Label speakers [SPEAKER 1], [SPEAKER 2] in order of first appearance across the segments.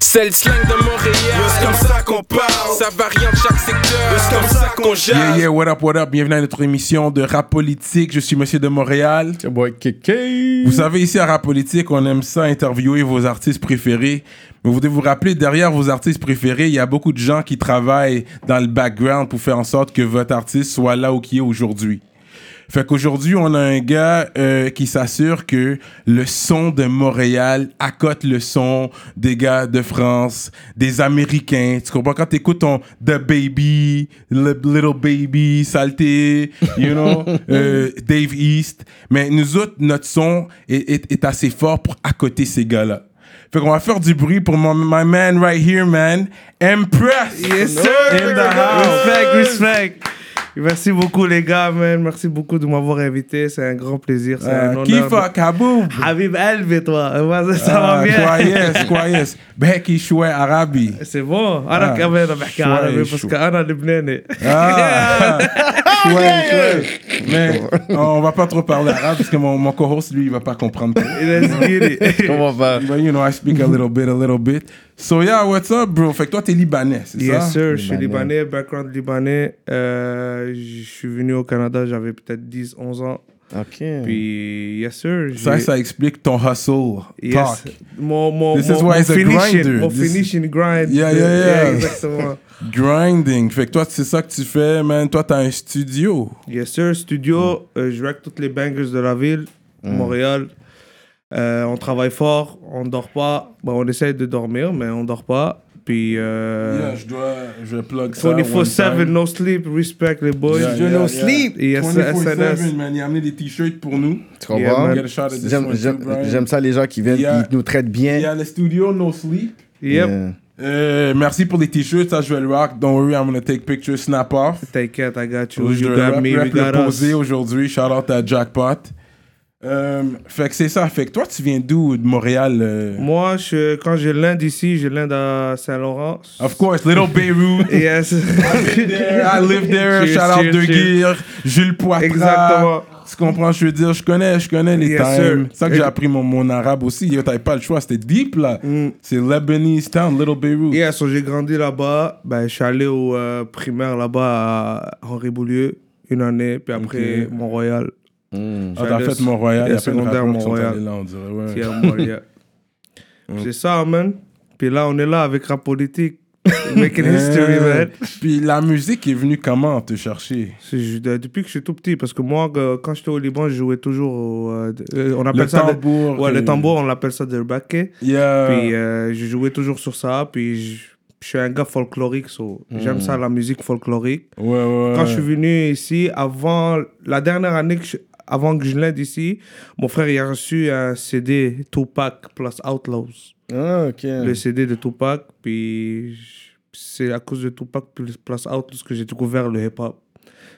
[SPEAKER 1] C'est le slang de Montréal.
[SPEAKER 2] C'est comme ça qu'on parle.
[SPEAKER 1] Ça varie en chaque secteur.
[SPEAKER 2] C'est comme ça qu'on jase.
[SPEAKER 3] Yeah, yeah, what up, what up? Bienvenue à notre émission de Rap Politique. Je suis Monsieur de Montréal.
[SPEAKER 4] Your boy KK.
[SPEAKER 3] Vous savez, ici à Rap Politique, on aime ça interviewer vos artistes préférés. Mais vous devez vous rappeler, derrière vos artistes préférés, il y a beaucoup de gens qui travaillent dans le background pour faire en sorte que votre artiste soit là où il est aujourd'hui. Fait qu'aujourd'hui, on a un gars euh, qui s'assure que le son de Montréal accote le son des gars de France, des Américains. Tu comprends? Quand t'écoutes ton The Baby, Li- Little Baby, Saleté, you know, euh, Dave East. Mais nous autres, notre son est, est- est assez fort pour accoter ces gars-là. Fait qu'on va faire du bruit pour mon my man right here, man. Impress!
[SPEAKER 5] Yes, sir!
[SPEAKER 3] In the house.
[SPEAKER 5] Respect, respect. Merci beaucoup, les gars, man. Merci beaucoup de m'avoir invité. C'est un grand plaisir. C'est un
[SPEAKER 3] Euh,
[SPEAKER 5] honneur.
[SPEAKER 3] Kifa Kaboub!
[SPEAKER 5] Habib Elbe, toi. Euh, moi, Ça, ça
[SPEAKER 3] Ah,
[SPEAKER 5] va bien.
[SPEAKER 3] quoi, yes, quoi, yes. Becky Chouet Arabi.
[SPEAKER 5] C'est bon. أنا
[SPEAKER 3] Ah,
[SPEAKER 5] كمان بحكي
[SPEAKER 3] شوي
[SPEAKER 5] عربي
[SPEAKER 3] شو.
[SPEAKER 5] بس أنا لبناني.
[SPEAKER 3] Ah, Chouet, Chouet. Mais oh, on va pas trop parler arabe parce que mon, mon co-host, lui, il va pas comprendre.
[SPEAKER 5] Let's get it.
[SPEAKER 4] Comment va?
[SPEAKER 3] But you know, I speak a little bit, a little bit. So yeah, what's up, bro? Fait que toi, t'es libanais, c'est
[SPEAKER 5] Yes,
[SPEAKER 3] ça?
[SPEAKER 5] sir. Je suis
[SPEAKER 4] Libanais.
[SPEAKER 5] libanais, background libanais. Euh, je suis venu au Canada, j'avais peut-être 10, 11 ans.
[SPEAKER 4] Ok.
[SPEAKER 5] Puis, yes, sir.
[SPEAKER 3] Ça,
[SPEAKER 5] j'ai-
[SPEAKER 3] ça explique ton hustle,
[SPEAKER 5] Yes.
[SPEAKER 3] talk,
[SPEAKER 5] Mon, mon,
[SPEAKER 3] This
[SPEAKER 5] mon,
[SPEAKER 3] is why
[SPEAKER 5] mon
[SPEAKER 3] he's a
[SPEAKER 5] finishing,
[SPEAKER 3] grinder.
[SPEAKER 5] Mon
[SPEAKER 3] This-
[SPEAKER 5] finishing grind.
[SPEAKER 3] Yeah, yeah, yeah.
[SPEAKER 5] exactement.
[SPEAKER 3] grinding. Fait que toi, c'est ça que tu fais, man. Toi, t'as un studio.
[SPEAKER 5] Yes, sir. Studio,
[SPEAKER 3] Mm.
[SPEAKER 5] euh, je rack toutes les bangers de la ville, Montréal. Euh, on travaille fort, on dort pas. Bon, on essaye de dormir, mais on dort pas. Puis. Euh,
[SPEAKER 3] Yeah, je dois, je vais plug ça. one
[SPEAKER 5] 24-7,
[SPEAKER 3] time.
[SPEAKER 5] no sleep, respect les boys.
[SPEAKER 3] Yeah, yeah, yeah.
[SPEAKER 5] Yes,
[SPEAKER 3] 24/7,
[SPEAKER 5] SNS.
[SPEAKER 3] man. Il a amené des t-shirts pour nous.
[SPEAKER 4] Tu comprends?
[SPEAKER 5] Yeah, man.
[SPEAKER 3] Get a shot at this
[SPEAKER 4] J'aime-
[SPEAKER 3] one too,
[SPEAKER 4] J'aime
[SPEAKER 3] Brian.
[SPEAKER 4] j'aime ça, les gens qui viennent,
[SPEAKER 3] Yeah.
[SPEAKER 4] ils nous traitent bien.
[SPEAKER 3] Il y a le studio No Sleep.
[SPEAKER 5] Yep,
[SPEAKER 4] Yeah.
[SPEAKER 3] Euh, merci pour les t-shirts, ça je vais le rock. Don't worry, I'm gonna take pictures, snap off.
[SPEAKER 5] take it, I got you.
[SPEAKER 3] Je
[SPEAKER 5] You
[SPEAKER 3] le
[SPEAKER 5] got
[SPEAKER 3] rap-
[SPEAKER 5] me,
[SPEAKER 3] rap
[SPEAKER 5] you
[SPEAKER 3] le
[SPEAKER 5] got us.
[SPEAKER 3] posé aujourd'hui, shout out à Jackpot. Euh, fait que c'est ça, fait que toi tu viens d'où de Montréal euh?
[SPEAKER 5] Moi, je, quand j'ai l'Inde ici, j'ai l'Inde à Saint-Laurent.
[SPEAKER 3] Of course, Little Beirut.
[SPEAKER 5] Yes.
[SPEAKER 3] There, I live there,
[SPEAKER 5] Cheers,
[SPEAKER 3] shout out
[SPEAKER 5] cheers,
[SPEAKER 3] De
[SPEAKER 5] cheers.
[SPEAKER 3] Geer, Jules Poitras.
[SPEAKER 5] Exactement.
[SPEAKER 3] Tu comprends, je veux dire, je connais, je connais les
[SPEAKER 5] Yes,
[SPEAKER 3] times.
[SPEAKER 5] sir.
[SPEAKER 3] C'est ça que j'ai appris mon, mon arabe aussi. Yo, T'avais pas le choix, c'était deep là.
[SPEAKER 5] Mm.
[SPEAKER 3] C'est Lebanese Town, Little Beirut.
[SPEAKER 5] Yeah, so j'ai grandi là-bas. Ben, je suis allé au euh, primaire là-bas à Henri Boulieu une année, puis après
[SPEAKER 3] Ok.
[SPEAKER 5] Mont-Royal.
[SPEAKER 4] Mm.
[SPEAKER 3] Ah, t'as
[SPEAKER 5] J'allais
[SPEAKER 3] fait Mont-Royal,
[SPEAKER 5] au
[SPEAKER 3] il y a plein de
[SPEAKER 5] secondaire
[SPEAKER 3] rappeurs qui sont
[SPEAKER 5] Mont-Royal.
[SPEAKER 3] allés là, on dirait. ouais.
[SPEAKER 5] Puis à Mont-Royal. Mm.
[SPEAKER 3] Mm.
[SPEAKER 5] C'est ça, man. Puis là, on est là avec rap politique. Making history, man.
[SPEAKER 3] Puis la musique est venue comment te chercher
[SPEAKER 5] C'est- je- de- depuis que je suis tout petit, parce que moi, euh, quand j'étais au Liban, je jouais toujours au. euh, de- euh, on appelle
[SPEAKER 3] Le
[SPEAKER 5] ça. de-
[SPEAKER 3] tambour.
[SPEAKER 5] ouais,
[SPEAKER 3] euh,
[SPEAKER 5] le tambour, on l'appelle ça derbaké.
[SPEAKER 3] Yeah.
[SPEAKER 5] Puis euh, je jouais toujours sur ça. Puis je, je suis un gars folklorique, so j'aime ça, la musique folklorique.
[SPEAKER 3] ouais, ouais, ouais.
[SPEAKER 5] Quand je suis venu ici, avant la dernière année que je- avant que je l'aide ici, mon frère il a reçu un CD Tupac plus Outlaws.
[SPEAKER 4] Ah, ok.
[SPEAKER 5] Le CD de Tupac, puis je- c'est à cause de Tupac plus plus Outlaws que j'ai découvert le hip-hop.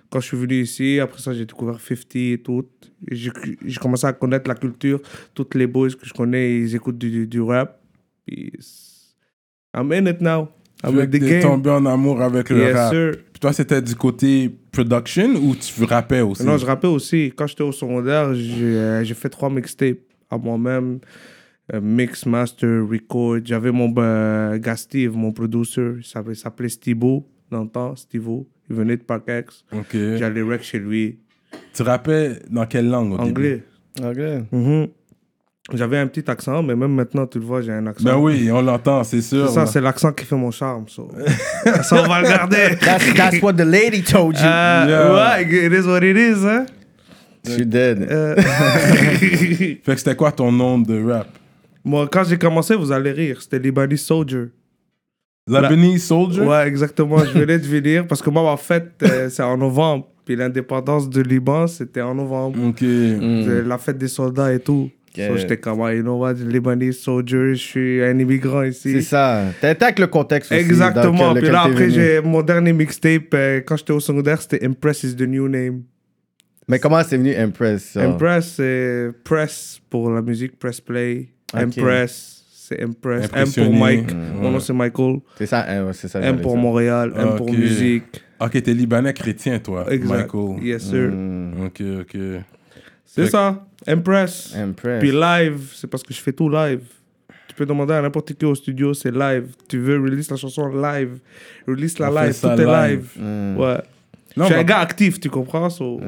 [SPEAKER 5] Quand je suis venu ici, après ça, j'ai découvert 50 et tout. Et J'ai j'ai commencé à connaître la culture. Toutes les boys que je connais, ils écoutent du, du, du rap. Puis c'est- I'm in it now.
[SPEAKER 3] Fait
[SPEAKER 5] I'm in
[SPEAKER 3] que
[SPEAKER 5] the
[SPEAKER 3] t'es
[SPEAKER 5] game.
[SPEAKER 3] tombé en amour avec le
[SPEAKER 5] Yes,
[SPEAKER 3] rap.
[SPEAKER 5] sir.
[SPEAKER 3] Puis toi, c'était du côté production ou tu rappais aussi
[SPEAKER 5] Non, je rappelle aussi. Quand j'étais au secondaire, j'ai euh, j'ai fait trois mixtapes à moi-même. Euh, mix, master, record. J'avais mon euh, gars Steve, mon producer. Il s'appelait- s'appelait Stibo dans le temps, Stivo. Il venait de Parkex.
[SPEAKER 3] Ok.
[SPEAKER 5] J'allais rec chez lui.
[SPEAKER 3] Tu rappais dans quelle langue au début?
[SPEAKER 5] Anglais.
[SPEAKER 4] Anglais.
[SPEAKER 5] Mhm. J'avais un petit accent, mais même maintenant, tu le vois, j'ai un accent.
[SPEAKER 3] Ben oui, on l'entend, c'est sûr.
[SPEAKER 5] C'est ça,
[SPEAKER 3] là.
[SPEAKER 5] c'est l'accent qui fait mon charme. so. ça, on va le garder.
[SPEAKER 4] That's, that's what the lady told you.
[SPEAKER 5] Euh,
[SPEAKER 3] Yeah.
[SPEAKER 5] Ouais, it is what it is. Hein?
[SPEAKER 4] She dead.
[SPEAKER 5] Euh,
[SPEAKER 3] Fait que c'était quoi ton nom de rap
[SPEAKER 5] Moi, quand j'ai commencé, vous allez rire. C'était Libanese Soldier.
[SPEAKER 3] Lebanese Soldier
[SPEAKER 5] Ouais, exactement. Je venais de venir parce que moi, ma fête, euh, c'est en novembre. Puis l'indépendance du Liban, c'était en novembre.
[SPEAKER 3] Ok.
[SPEAKER 5] C'est La fête des soldats et tout.
[SPEAKER 4] Hmm. Yeah.
[SPEAKER 5] So, j'étais comme, ah, you know what, Libanese Soldier, je suis un immigrant
[SPEAKER 4] C'est
[SPEAKER 5] ici.
[SPEAKER 4] ça. T'attaques le contexte aussi.
[SPEAKER 5] Exactement.
[SPEAKER 4] dans lequel-
[SPEAKER 5] Puis là,
[SPEAKER 4] lequel t'es
[SPEAKER 5] après,
[SPEAKER 4] venu.
[SPEAKER 5] j'ai mon dernier mixtape, euh, quand j'étais au secondaire, c'était Impress is the new name.
[SPEAKER 4] Mais comment c'est venu Impress ça?
[SPEAKER 5] Impress, c'est press pour la musique, press play.
[SPEAKER 4] Ok. Hmm.
[SPEAKER 5] Impress, c'est Impress. M pour
[SPEAKER 3] Impressionné.
[SPEAKER 5] Mike.
[SPEAKER 3] Mm,
[SPEAKER 5] Mon
[SPEAKER 3] ouais.
[SPEAKER 5] nom, c'est Michael.
[SPEAKER 4] C'est ça, hein, ouais, c'est ça.
[SPEAKER 5] M
[SPEAKER 4] j'allais
[SPEAKER 5] pour
[SPEAKER 4] dire.
[SPEAKER 5] Montréal, M pour
[SPEAKER 3] Ok.
[SPEAKER 5] musique.
[SPEAKER 3] Ok, t'es Libanais chrétien, toi,
[SPEAKER 5] Exact.
[SPEAKER 3] Michael.
[SPEAKER 5] Yes, sir.
[SPEAKER 4] Mm.
[SPEAKER 3] Ok, ok.
[SPEAKER 5] C'est ça. Impress.
[SPEAKER 4] Impress.
[SPEAKER 5] Puis live, c'est parce que je fais tout live. peux demander à n'importe qui au studio, c'est live. Tu veux release la chanson live, release la
[SPEAKER 3] On fait
[SPEAKER 5] live, tout
[SPEAKER 3] ça Mm.
[SPEAKER 5] est live.
[SPEAKER 4] Hmm.
[SPEAKER 5] Ouais. je
[SPEAKER 3] Non, Mm.
[SPEAKER 5] suis
[SPEAKER 3] bah-
[SPEAKER 5] un gars actif, tu comprends so,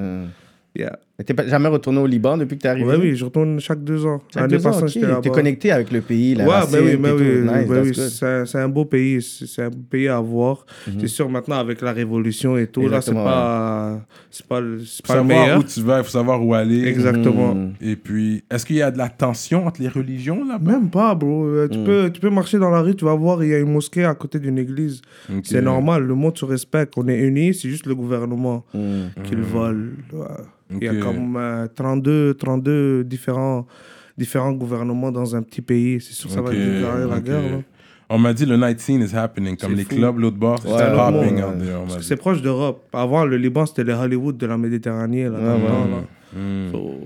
[SPEAKER 5] yeah.
[SPEAKER 4] Mais t'es pas jamais retourné au Liban depuis que t'es arrivé
[SPEAKER 5] Ouais, oui, je retourne chaque deux ans.
[SPEAKER 4] Chaque
[SPEAKER 5] L'année
[SPEAKER 4] deux ans,
[SPEAKER 5] passée,
[SPEAKER 4] ok.
[SPEAKER 5] j'étais là-bas.
[SPEAKER 4] T'es connecté avec le pays, la
[SPEAKER 5] Ouais,
[SPEAKER 4] racine,
[SPEAKER 5] ben oui,
[SPEAKER 4] et
[SPEAKER 5] ben
[SPEAKER 4] tout.
[SPEAKER 5] oui,
[SPEAKER 4] Nice,
[SPEAKER 5] ben
[SPEAKER 4] that's
[SPEAKER 5] oui,
[SPEAKER 4] good.
[SPEAKER 5] c'est un, c'est un beau pays, c'est c'est un pays à voir.
[SPEAKER 3] Mm-hmm.
[SPEAKER 5] C'est sûr, maintenant, avec la révolution et tout,
[SPEAKER 4] Exactement,
[SPEAKER 5] là, c'est pas, c'est pas, le- c'est
[SPEAKER 3] Faut
[SPEAKER 5] pas le
[SPEAKER 3] savoir
[SPEAKER 5] meilleur.
[SPEAKER 3] où tu vas, il faut savoir où aller. Mm-hmm.
[SPEAKER 5] Exactement.
[SPEAKER 3] Et puis, est-ce qu'il y a de la tension entre les religions là-bas?
[SPEAKER 5] Même pas, bro. Euh,
[SPEAKER 3] Hmm.
[SPEAKER 5] Tu, peux, tu peux marcher dans la rue, tu vas voir, il y a une mosquée à côté d'une église.
[SPEAKER 3] Ok.
[SPEAKER 5] C'est normal, le monde se respecte, on est unis, c'est juste le gouvernement
[SPEAKER 4] Hmm.
[SPEAKER 5] qui le vole. Ouais. Il y
[SPEAKER 3] Hmm. Ok.
[SPEAKER 5] a comme euh, 32, 32 différents, différents gouvernements dans un petit pays. C'est sûr, ça va
[SPEAKER 3] Ok,
[SPEAKER 5] déclarer la
[SPEAKER 3] ok.
[SPEAKER 5] guerre. là.
[SPEAKER 3] On m'a dit le night scene is happening, comme
[SPEAKER 5] C'est
[SPEAKER 3] les
[SPEAKER 5] fou.
[SPEAKER 3] clubs l'autre bord, c'est
[SPEAKER 4] Ouais, un autre
[SPEAKER 3] popping
[SPEAKER 4] monde,
[SPEAKER 3] out there, on m'a
[SPEAKER 5] Parce que
[SPEAKER 3] dit.
[SPEAKER 5] c'est proche d'Europe. Avant, le Liban, c'était le Hollywood de la Méditerranée. Là, dans le temps, là. So,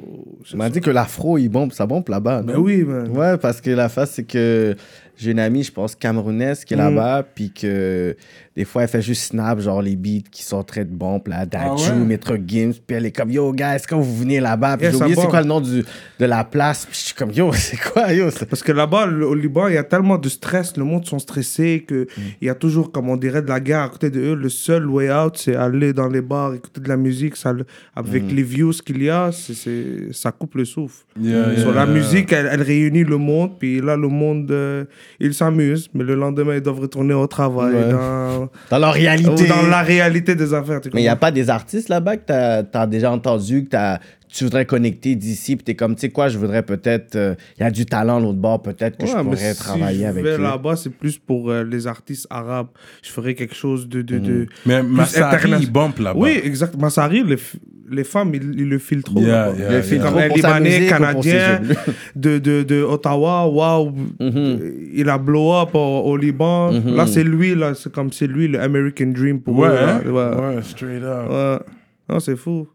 [SPEAKER 5] c'est
[SPEAKER 4] On m'a
[SPEAKER 5] ça.
[SPEAKER 4] dit que l'afro, il bombe, ça bombe là-bas. non?
[SPEAKER 5] Ben oui, man.
[SPEAKER 4] Ouais, parce que la face, c'est que j'ai une amie, je pense, camerounaise qui est
[SPEAKER 5] Mm.
[SPEAKER 4] là-bas, puis que des fois, elle fait juste snap, genre les beats qui sont très de bombes,
[SPEAKER 5] Ah
[SPEAKER 4] là, Daju,
[SPEAKER 3] ouais?
[SPEAKER 4] Maître Gims, puis elle est comme, yo, guys, quand vous venez là-bas, puis
[SPEAKER 5] Yeah,
[SPEAKER 4] j'ai
[SPEAKER 5] ça
[SPEAKER 4] oublié c'est
[SPEAKER 5] bombe.
[SPEAKER 4] quoi le nom du, de la place, puis je suis comme, yo, c'est quoi, yo, c'est-
[SPEAKER 5] Parce que là-bas, le- au Liban, il y a tellement de stress, le monde sont stressés, qu'il
[SPEAKER 4] Mm.
[SPEAKER 5] il y a toujours, comme on dirait, de la guerre à côté de eux. Le seul way out, c'est aller dans les bars, écouter de la musique. Ça, le- avec
[SPEAKER 4] Mm.
[SPEAKER 5] les views qu'il y a, c'est- c'est- ça coupe le souffle.
[SPEAKER 3] Yeah,
[SPEAKER 4] Euh,
[SPEAKER 3] yeah,
[SPEAKER 5] Sur la
[SPEAKER 3] yeah.
[SPEAKER 5] musique, elle, elle réunit le monde, puis là, le monde, euh, il s'amuse, mais le lendemain, ils doivent retourner au travail,
[SPEAKER 4] Ouais.
[SPEAKER 5] dans,
[SPEAKER 4] dans leur réalité.
[SPEAKER 5] ou dans la réalité des affaires. tu
[SPEAKER 4] Mais il n'y a
[SPEAKER 5] comprends?
[SPEAKER 4] pas des artistes là-bas que t'as as déjà entendu, que t'as- tu voudrais connecter d'ici, puis t'es comme, tu sais quoi, je voudrais peut-être, euh, il y a du talent l'autre bord, peut-être que
[SPEAKER 5] Ouais,
[SPEAKER 4] je
[SPEAKER 5] mais
[SPEAKER 4] pourrais
[SPEAKER 5] si
[SPEAKER 4] travailler
[SPEAKER 5] je
[SPEAKER 4] avec
[SPEAKER 5] vais
[SPEAKER 4] eux.
[SPEAKER 5] là-bas, c'est plus pour euh, les artistes arabes. Je ferais quelque chose de. de,
[SPEAKER 4] Mm.
[SPEAKER 5] de
[SPEAKER 3] Mais
[SPEAKER 5] plus
[SPEAKER 3] Massari,
[SPEAKER 5] interna-
[SPEAKER 3] il bump là-bas.
[SPEAKER 5] Oui, exact. Massari, les, f- les femmes, ils, ils le filent trop.
[SPEAKER 3] bah. Yeah,
[SPEAKER 5] là-bas.
[SPEAKER 3] yeah, Le yeah. filent
[SPEAKER 5] Comme
[SPEAKER 4] trop
[SPEAKER 5] un
[SPEAKER 4] pour sa
[SPEAKER 5] Libanais,
[SPEAKER 4] musique ou pour ses
[SPEAKER 5] Canadien,
[SPEAKER 4] jeux.
[SPEAKER 5] de, de, de Ottawa, waouh,
[SPEAKER 3] Mm.
[SPEAKER 4] Mhm.
[SPEAKER 5] il a blow up au, au Liban. Là, c'est lui, là, c'est comme c'est lui, le American Dream pour
[SPEAKER 3] Mm-hmm. Ouais,
[SPEAKER 5] eux, là.
[SPEAKER 3] hein?
[SPEAKER 5] Ouais.
[SPEAKER 3] ouais, straight up.
[SPEAKER 5] Ouais. Non, c'est fou.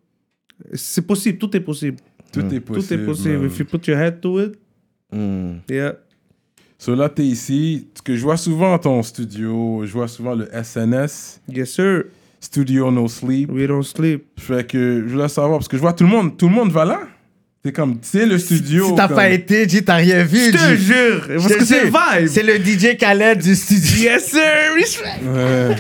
[SPEAKER 5] C'est possible, tout est possible.
[SPEAKER 3] Tout est possible.
[SPEAKER 5] tout est possible.
[SPEAKER 3] man.
[SPEAKER 5] If you put your head to it,
[SPEAKER 4] Hmm.
[SPEAKER 5] yeah.
[SPEAKER 3] So là, t'es ici. Ce que je vois souvent ton studio, je vois souvent le SNS,
[SPEAKER 5] Yes, sir.
[SPEAKER 3] Studio No Sleep.
[SPEAKER 5] We don't sleep.
[SPEAKER 3] Fait que je voulais savoir, parce que je vois tout le monde, tout le monde va là. C'est comme, c'est le studio.
[SPEAKER 4] Si t'as
[SPEAKER 3] comme-
[SPEAKER 4] pas été, G, t'as rien vu,
[SPEAKER 5] Je te
[SPEAKER 4] G.
[SPEAKER 5] jure, parce
[SPEAKER 4] Je te
[SPEAKER 5] que c'est le
[SPEAKER 4] jure,
[SPEAKER 5] vibe.
[SPEAKER 4] C'est le DJ Khaled du studio.
[SPEAKER 5] Yes, sir, respect.
[SPEAKER 3] Ouais.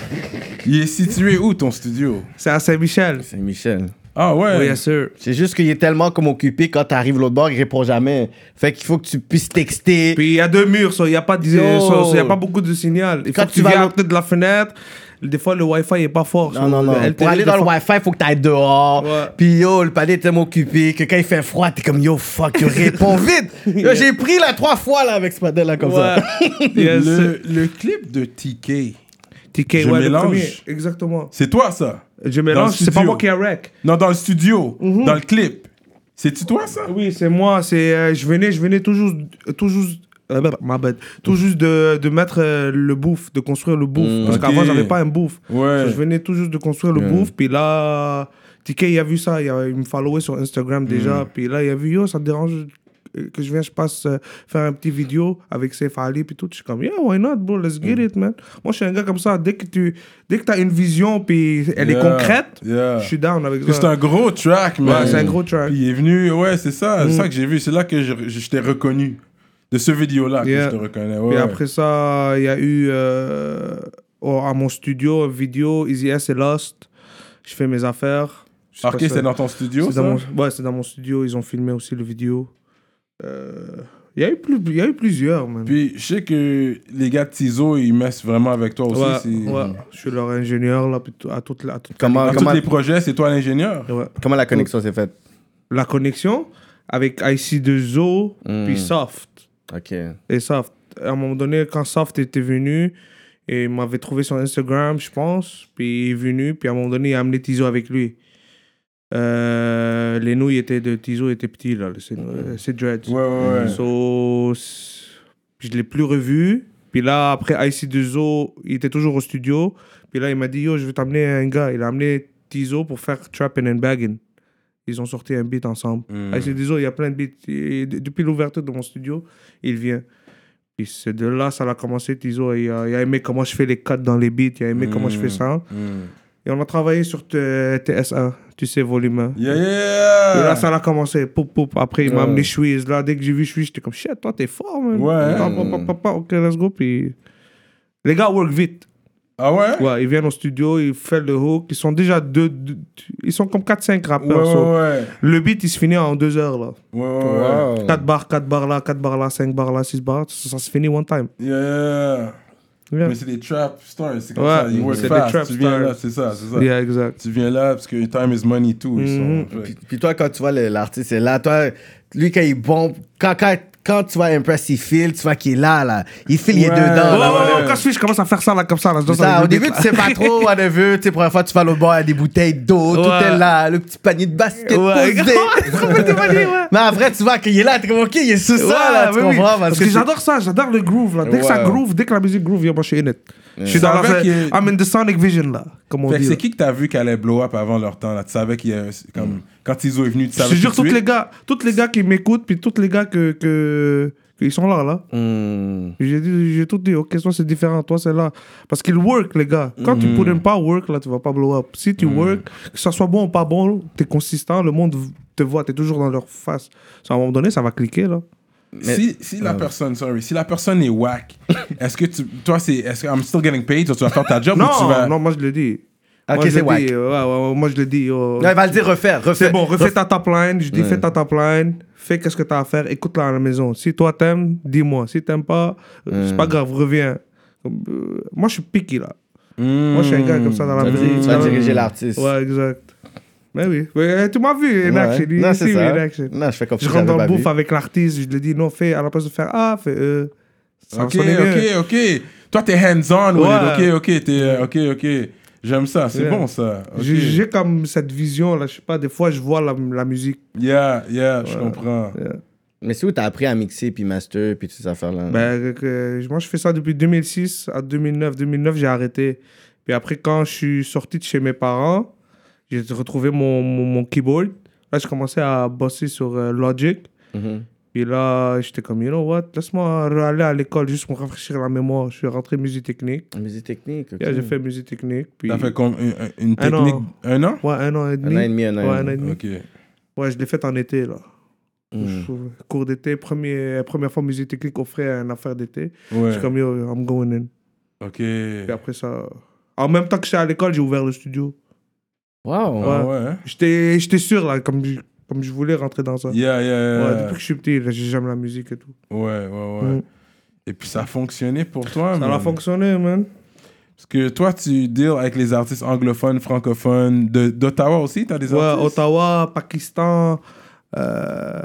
[SPEAKER 3] Il est situé où ton studio
[SPEAKER 5] C'est à Saint-Michel.
[SPEAKER 4] C'est Michel.
[SPEAKER 3] Ah ouais.
[SPEAKER 5] Oui, yes, sir.
[SPEAKER 4] C'est juste qu'il est tellement comme occupé quand t'arrives l'autre bord, il répond jamais. Fait qu'il faut que tu puisses texter.
[SPEAKER 5] Puis il y a deux murs, il n'y a, pas d'i-
[SPEAKER 4] Yo.
[SPEAKER 5] so- so y a pas beaucoup de signal. Il
[SPEAKER 4] Quand
[SPEAKER 5] faut que
[SPEAKER 4] tu
[SPEAKER 5] tu
[SPEAKER 4] vas
[SPEAKER 5] viennes
[SPEAKER 4] à
[SPEAKER 5] à côté de la fenêtre. Des fois, le Wi-Fi n'est pas fort.
[SPEAKER 4] non, non, non. Pour aller dans le Wi-Fi, il faut que t'ailles dehors.
[SPEAKER 5] Ouais.
[SPEAKER 4] Puis yo, le palais est tellement occupé que quand il fait froid, t'es comme yo, fuck, yo, réponds vite. Yo, J'ai pris là trois fois là avec ce modèle là comme ça.
[SPEAKER 5] Wi-Fi. yes, sir.
[SPEAKER 3] le, le clip de TK,
[SPEAKER 5] TK,
[SPEAKER 3] Je
[SPEAKER 5] ouais, le
[SPEAKER 3] mélange.
[SPEAKER 5] premier. Exactement.
[SPEAKER 3] c'est toi ça
[SPEAKER 5] Je
[SPEAKER 3] Dans le
[SPEAKER 5] mélange, c'est pas
[SPEAKER 3] studio.
[SPEAKER 5] moi qui a rec.
[SPEAKER 3] Non, dans le studio,
[SPEAKER 5] Mhm.
[SPEAKER 3] dans le clip. C'est-tu toi ça
[SPEAKER 5] Oui, c'est moi. C'est, euh, je venais, je venais toujours, toujours, euh, ma bad, tout juste de, de mettre euh, le bouffe, de construire le bouffe. parce
[SPEAKER 3] ok.
[SPEAKER 5] qu'avant, j'avais pas un bouffe.
[SPEAKER 3] Ouais.
[SPEAKER 5] Je venais tout juste de construire le bouffe. Puis là, TK, il a vu ça. Il, a- il me followait sur Instagram
[SPEAKER 3] Mm.
[SPEAKER 5] déjà. Puis là, il a vu, yo, ça te dérange euh, que je viens, je passe euh, faire un petit vidéo avec Saif Ali. Puis tout. Je suis comme, yeah, why not, bro? Let's
[SPEAKER 3] Mm.
[SPEAKER 5] get it, man. Moi, je suis un gars comme ça. Dès que tu dès que as une vision, puis elle est
[SPEAKER 3] Yeah,
[SPEAKER 5] concrète,
[SPEAKER 3] yeah.
[SPEAKER 5] je suis down avec ça.
[SPEAKER 3] C'est un gros track, man.
[SPEAKER 5] Ouais, c'est un gros track. Mhm.
[SPEAKER 3] Puis il est venu, ouais, c'est ça, c'est ça que j'ai vu. C'est là que je, je- je t'ai reconnu. De ce vidéo-là
[SPEAKER 5] Yeah.
[SPEAKER 3] que je te reconnais.
[SPEAKER 5] Et
[SPEAKER 3] Ouais.
[SPEAKER 5] après ça, il y a eu euh, au- à mon studio, vidéo, Easy S et Lost. Je fais mes affaires. Je sais
[SPEAKER 3] Ok,
[SPEAKER 5] pas si-
[SPEAKER 3] c'est dans ton studio
[SPEAKER 5] c'est
[SPEAKER 3] ça
[SPEAKER 5] dans mon- Ouais, c'est dans mon studio. Ils ont filmé aussi le vidéo. Euh, Il y a eu plus- il y a eu plusieurs, man.
[SPEAKER 3] Puis je sais que les gars de Tizo, ils messent vraiment avec toi aussi.
[SPEAKER 5] Ouais,
[SPEAKER 3] c'est-
[SPEAKER 5] ouais. Ah, Je suis leur ingénieur, là, puis tout- à toute la... à toute-
[SPEAKER 4] Comment,
[SPEAKER 3] Dans tous les projets, c'est toi l'ingénieur.
[SPEAKER 5] Ouais.
[SPEAKER 4] comment la connexion s'est faite?
[SPEAKER 5] La connexion avec IC2O,
[SPEAKER 3] Hmm.
[SPEAKER 5] puis Soft.
[SPEAKER 4] Hmm. Ok.
[SPEAKER 5] Et Soft, à un moment donné, quand Soft était venu, et il m'avait trouvé sur Instagram, je pense, puis il est venu, puis à un moment donné, il a amené Tizo avec lui. Euh, les nouilles étaient de Tizo étaient petits, là, le- c'est euh, c'est Dreads.
[SPEAKER 3] Ouais, ouais, ouais.
[SPEAKER 5] So, c'est- je l'ai plus revu. Puis là, après IC2O, il était toujours au studio. Puis là, il m'a dit, yo, je vais t'amener un gars. Il a amené Tizo pour faire Trappin' and Baggin'. Ils ont sorti un beat ensemble.
[SPEAKER 3] Mm, Hmm.
[SPEAKER 5] IC2O, il y a plein de beats. Et d- depuis l'ouverture de mon studio, il vient. Puis c'est de là, ça a commencé, Tizo. Il a, il a aimé comment je fais les cuts dans les beats. Il a aimé comment je fais ça.
[SPEAKER 3] Mm.
[SPEAKER 5] Et on a travaillé sur T- TSA, tu sais, volume.
[SPEAKER 3] Yeah,
[SPEAKER 5] Et là,
[SPEAKER 3] yeah!
[SPEAKER 5] ça l'a commencé. Poup, poup. Après, il m'a
[SPEAKER 3] Ouais.
[SPEAKER 5] amené Chouiz. Là, dès que j'ai vu Chouiz, j'étais comme shit, toi, t'es fort, man.
[SPEAKER 3] Euh. Ouais.
[SPEAKER 5] Pam, pam, pam, pam, pam. Ok, let's go. Puis les gars work vite.
[SPEAKER 3] Ah ouais?
[SPEAKER 5] Ouais, ils viennent au studio, ils font le hook. Ils sont déjà deux. deux- ils sont comme 4-5
[SPEAKER 3] Ouais,
[SPEAKER 5] rappeurs.
[SPEAKER 3] ouais,
[SPEAKER 5] so-
[SPEAKER 3] ouais.
[SPEAKER 5] Le beat, il se finit en deux heures, là.
[SPEAKER 3] Ouais, ouais, ouais.
[SPEAKER 5] 4 bars, 4 bars là, 4 bars là, 5 bars là, 6 bars. Ça, ça se finit one time.
[SPEAKER 3] Yeah.
[SPEAKER 5] Yeah,
[SPEAKER 3] Mais c'est des trap stars, c'est comme
[SPEAKER 5] Ouais,
[SPEAKER 3] ça. Ils work
[SPEAKER 5] c'est des
[SPEAKER 3] fast.
[SPEAKER 5] trap
[SPEAKER 3] tu viens
[SPEAKER 5] stars.
[SPEAKER 3] là, c'est ça, c'est ça.
[SPEAKER 5] Yeah, exact.
[SPEAKER 3] Tu viens là parce que time is money too. ils sont-
[SPEAKER 5] Mhm.
[SPEAKER 3] Ouais.
[SPEAKER 4] Puis, puis toi, quand tu vois le- l'artiste, est là, toi, lui, quand il bombe, quand, quand, quand tu vois Impress, il file, tu vois qu'il est là, là. Il file, il est
[SPEAKER 3] Ah, Ouais.
[SPEAKER 4] dedans.
[SPEAKER 5] Oh,
[SPEAKER 4] là,
[SPEAKER 5] oh,
[SPEAKER 4] voilà.
[SPEAKER 5] oh, quand je, suis, je commence à faire ça, là, comme ça, là. je
[SPEAKER 4] Tout
[SPEAKER 5] danse
[SPEAKER 4] ça,
[SPEAKER 5] avec
[SPEAKER 4] au
[SPEAKER 5] le beat,
[SPEAKER 4] début,
[SPEAKER 5] là.
[SPEAKER 4] tu sais pas trop, whatever. Tu sais, première fois, tu vas au bar, il y a des bouteilles d'eau, tout
[SPEAKER 5] Ouais.
[SPEAKER 4] est là, le petit panier de basket
[SPEAKER 5] Ouais,
[SPEAKER 4] posé. Mais après, tu vois qu'il est là, tu comme, OK, il est sous ça, là, tu
[SPEAKER 5] Ouais, oui, oui.
[SPEAKER 4] comprends?
[SPEAKER 5] Parce que
[SPEAKER 4] c'est-
[SPEAKER 5] j'adore ça, j'adore le groove. Là. Dès que ça
[SPEAKER 4] Ouais.
[SPEAKER 5] groove, dès que la musique groove, yo, moi je suis in it. Je suis dans
[SPEAKER 3] Ça
[SPEAKER 5] la.
[SPEAKER 3] fait qu'il y a-
[SPEAKER 5] I'm in the sonic vision là, comme on
[SPEAKER 3] Fait que
[SPEAKER 5] dit.
[SPEAKER 3] c'est
[SPEAKER 5] là.
[SPEAKER 3] qui que t'as vu qui allait blow up avant leur temps là? Tu savais qu'il y a comme quand Tizo est venu, tu
[SPEAKER 5] Mm. Je
[SPEAKER 3] savais.
[SPEAKER 5] te jure,
[SPEAKER 3] tout
[SPEAKER 5] tous
[SPEAKER 3] de
[SPEAKER 5] les
[SPEAKER 3] suite?
[SPEAKER 5] gars, tous les gars qui m'écoutent, puis tous les gars que, que, que ils sont là, là.
[SPEAKER 4] Hmm.
[SPEAKER 5] J'ai dit- j'ai tout dit, ok, toi c'est différent, toi c'est là. Parce qu'ils work, les gars. Quand tu pourrais pas work, là, tu vas pas blow up. Si tu work, que ça soit bon ou pas bon, t'es consistant, le monde v- te voit, t'es toujours dans leur face. Ça, à un moment donné, ça va cliquer, là.
[SPEAKER 3] Si, si
[SPEAKER 5] euh,
[SPEAKER 3] la personne, sorry, si la personne est whack, est-ce que tu, toi c'est, est-ce que I'm still getting paid, toi, tu vas faire ta job ou tu
[SPEAKER 5] Non,
[SPEAKER 3] vas.
[SPEAKER 5] non, moi je le dis.
[SPEAKER 4] Ok,
[SPEAKER 5] Moi, je
[SPEAKER 4] c'est bah,
[SPEAKER 5] le
[SPEAKER 4] whack.
[SPEAKER 5] dis, ouais, ouais, ouais, moi je le dis. oh.
[SPEAKER 4] Non, il va le dire, refaire, refaire.
[SPEAKER 5] C'est bon, refais ta top line. Je dis, fais ta top line. Fais qu'est-ce que t'as à faire. Écoute-la à la maison. Si toi t'aimes, dis-moi. Si t'aimes pas, euh, c'est pas grave, reviens. Euh, moi, je suis piqué là. Moi, je suis un gars comme ça dans la
[SPEAKER 4] Tu vas
[SPEAKER 5] musique.
[SPEAKER 4] Mmh. tu vas diriger l'artiste.
[SPEAKER 5] Ouais, exact. Mais oui. Ouais, eh, tu m'as vu, in
[SPEAKER 4] Ouais.
[SPEAKER 5] action.
[SPEAKER 4] Non,
[SPEAKER 5] Ici,
[SPEAKER 4] c'est
[SPEAKER 5] oui, in
[SPEAKER 4] ça.
[SPEAKER 5] action.
[SPEAKER 4] Non, je fais comme si
[SPEAKER 5] Je rentre
[SPEAKER 4] j'avais
[SPEAKER 5] dans
[SPEAKER 4] pas
[SPEAKER 5] le
[SPEAKER 4] vu.
[SPEAKER 5] bouffe avec l'artiste. Je lui dis, non, fais, à la place de faire A, fais E. Ça
[SPEAKER 3] Ok,
[SPEAKER 5] sonnait mieux.
[SPEAKER 3] ok, ok. Toi t'es hands on,
[SPEAKER 5] Ouais.
[SPEAKER 3] ok, ok, t'es, euh, ok, ok. J'aime ça, c'est
[SPEAKER 5] Yeah.
[SPEAKER 3] bon ça. Ok.
[SPEAKER 5] J'ai- J'ai comme cette vision là, je sais pas, des fois je vois la, la musique.
[SPEAKER 3] Yeah, yeah, je comprends.
[SPEAKER 4] Mais c'est où t'as appris à mixer, puis master, puis toutes ces affaires-là?
[SPEAKER 5] Ben, que- que- moi je fais ça depuis 2006 à 2009. 2009 j'ai arrêté. Puis après quand je suis sorti de chez mes parents, j'ai retrouvé mon, mon, mon keyboard. Là je commençais à bosser sur euh, Logic.
[SPEAKER 4] Mhm.
[SPEAKER 5] Puis là j'étais comme, you know what, laisse-moi aller à l'école juste pour rafraîchir la mémoire. Je suis rentré musique technique.
[SPEAKER 4] Musique technique, ok.
[SPEAKER 5] Yeah, j'ai fait musique technique. Puis...
[SPEAKER 3] T'as fait comme une, une
[SPEAKER 5] Un
[SPEAKER 3] technique,
[SPEAKER 5] an.
[SPEAKER 3] un an?
[SPEAKER 5] Ouais, un an et
[SPEAKER 4] Un
[SPEAKER 5] demi.
[SPEAKER 4] an et demi, un an et
[SPEAKER 5] Ouais, un
[SPEAKER 4] demi.
[SPEAKER 5] an et demi.
[SPEAKER 3] Ok.
[SPEAKER 5] Ouais, je l'ai faite en été, là.
[SPEAKER 4] Mm.
[SPEAKER 5] Je- Cours d'été, premier, première fois musique technique offrait une affaire d'été. Je
[SPEAKER 3] Ouais.
[SPEAKER 5] suis comme, yo, I'm going in.
[SPEAKER 3] Ok.
[SPEAKER 5] Puis après ça, en même temps que j'étais à l'école, j'ai ouvert le studio.
[SPEAKER 4] Wow.
[SPEAKER 3] Ah
[SPEAKER 5] Ouais.
[SPEAKER 3] ouais. hein?
[SPEAKER 5] J'étais j'étais sûr, là, comme je, comme je voulais rentrer dans ça.
[SPEAKER 3] Yeah,
[SPEAKER 5] Ouais,
[SPEAKER 3] yeah, yeah.
[SPEAKER 5] depuis que je suis petit, là, j'aime la musique et tout.
[SPEAKER 3] Ouais, ouais, ouais.
[SPEAKER 5] Mm.
[SPEAKER 3] Et puis ça a fonctionné pour toi,
[SPEAKER 5] Ça
[SPEAKER 3] man.
[SPEAKER 5] a fonctionné, man.
[SPEAKER 3] Parce que toi, tu deals avec les artistes anglophones, francophones, de- d'Ottawa aussi, t'as des
[SPEAKER 5] Ouais,
[SPEAKER 3] artistes.
[SPEAKER 5] Ottawa, Pakistan. Euh...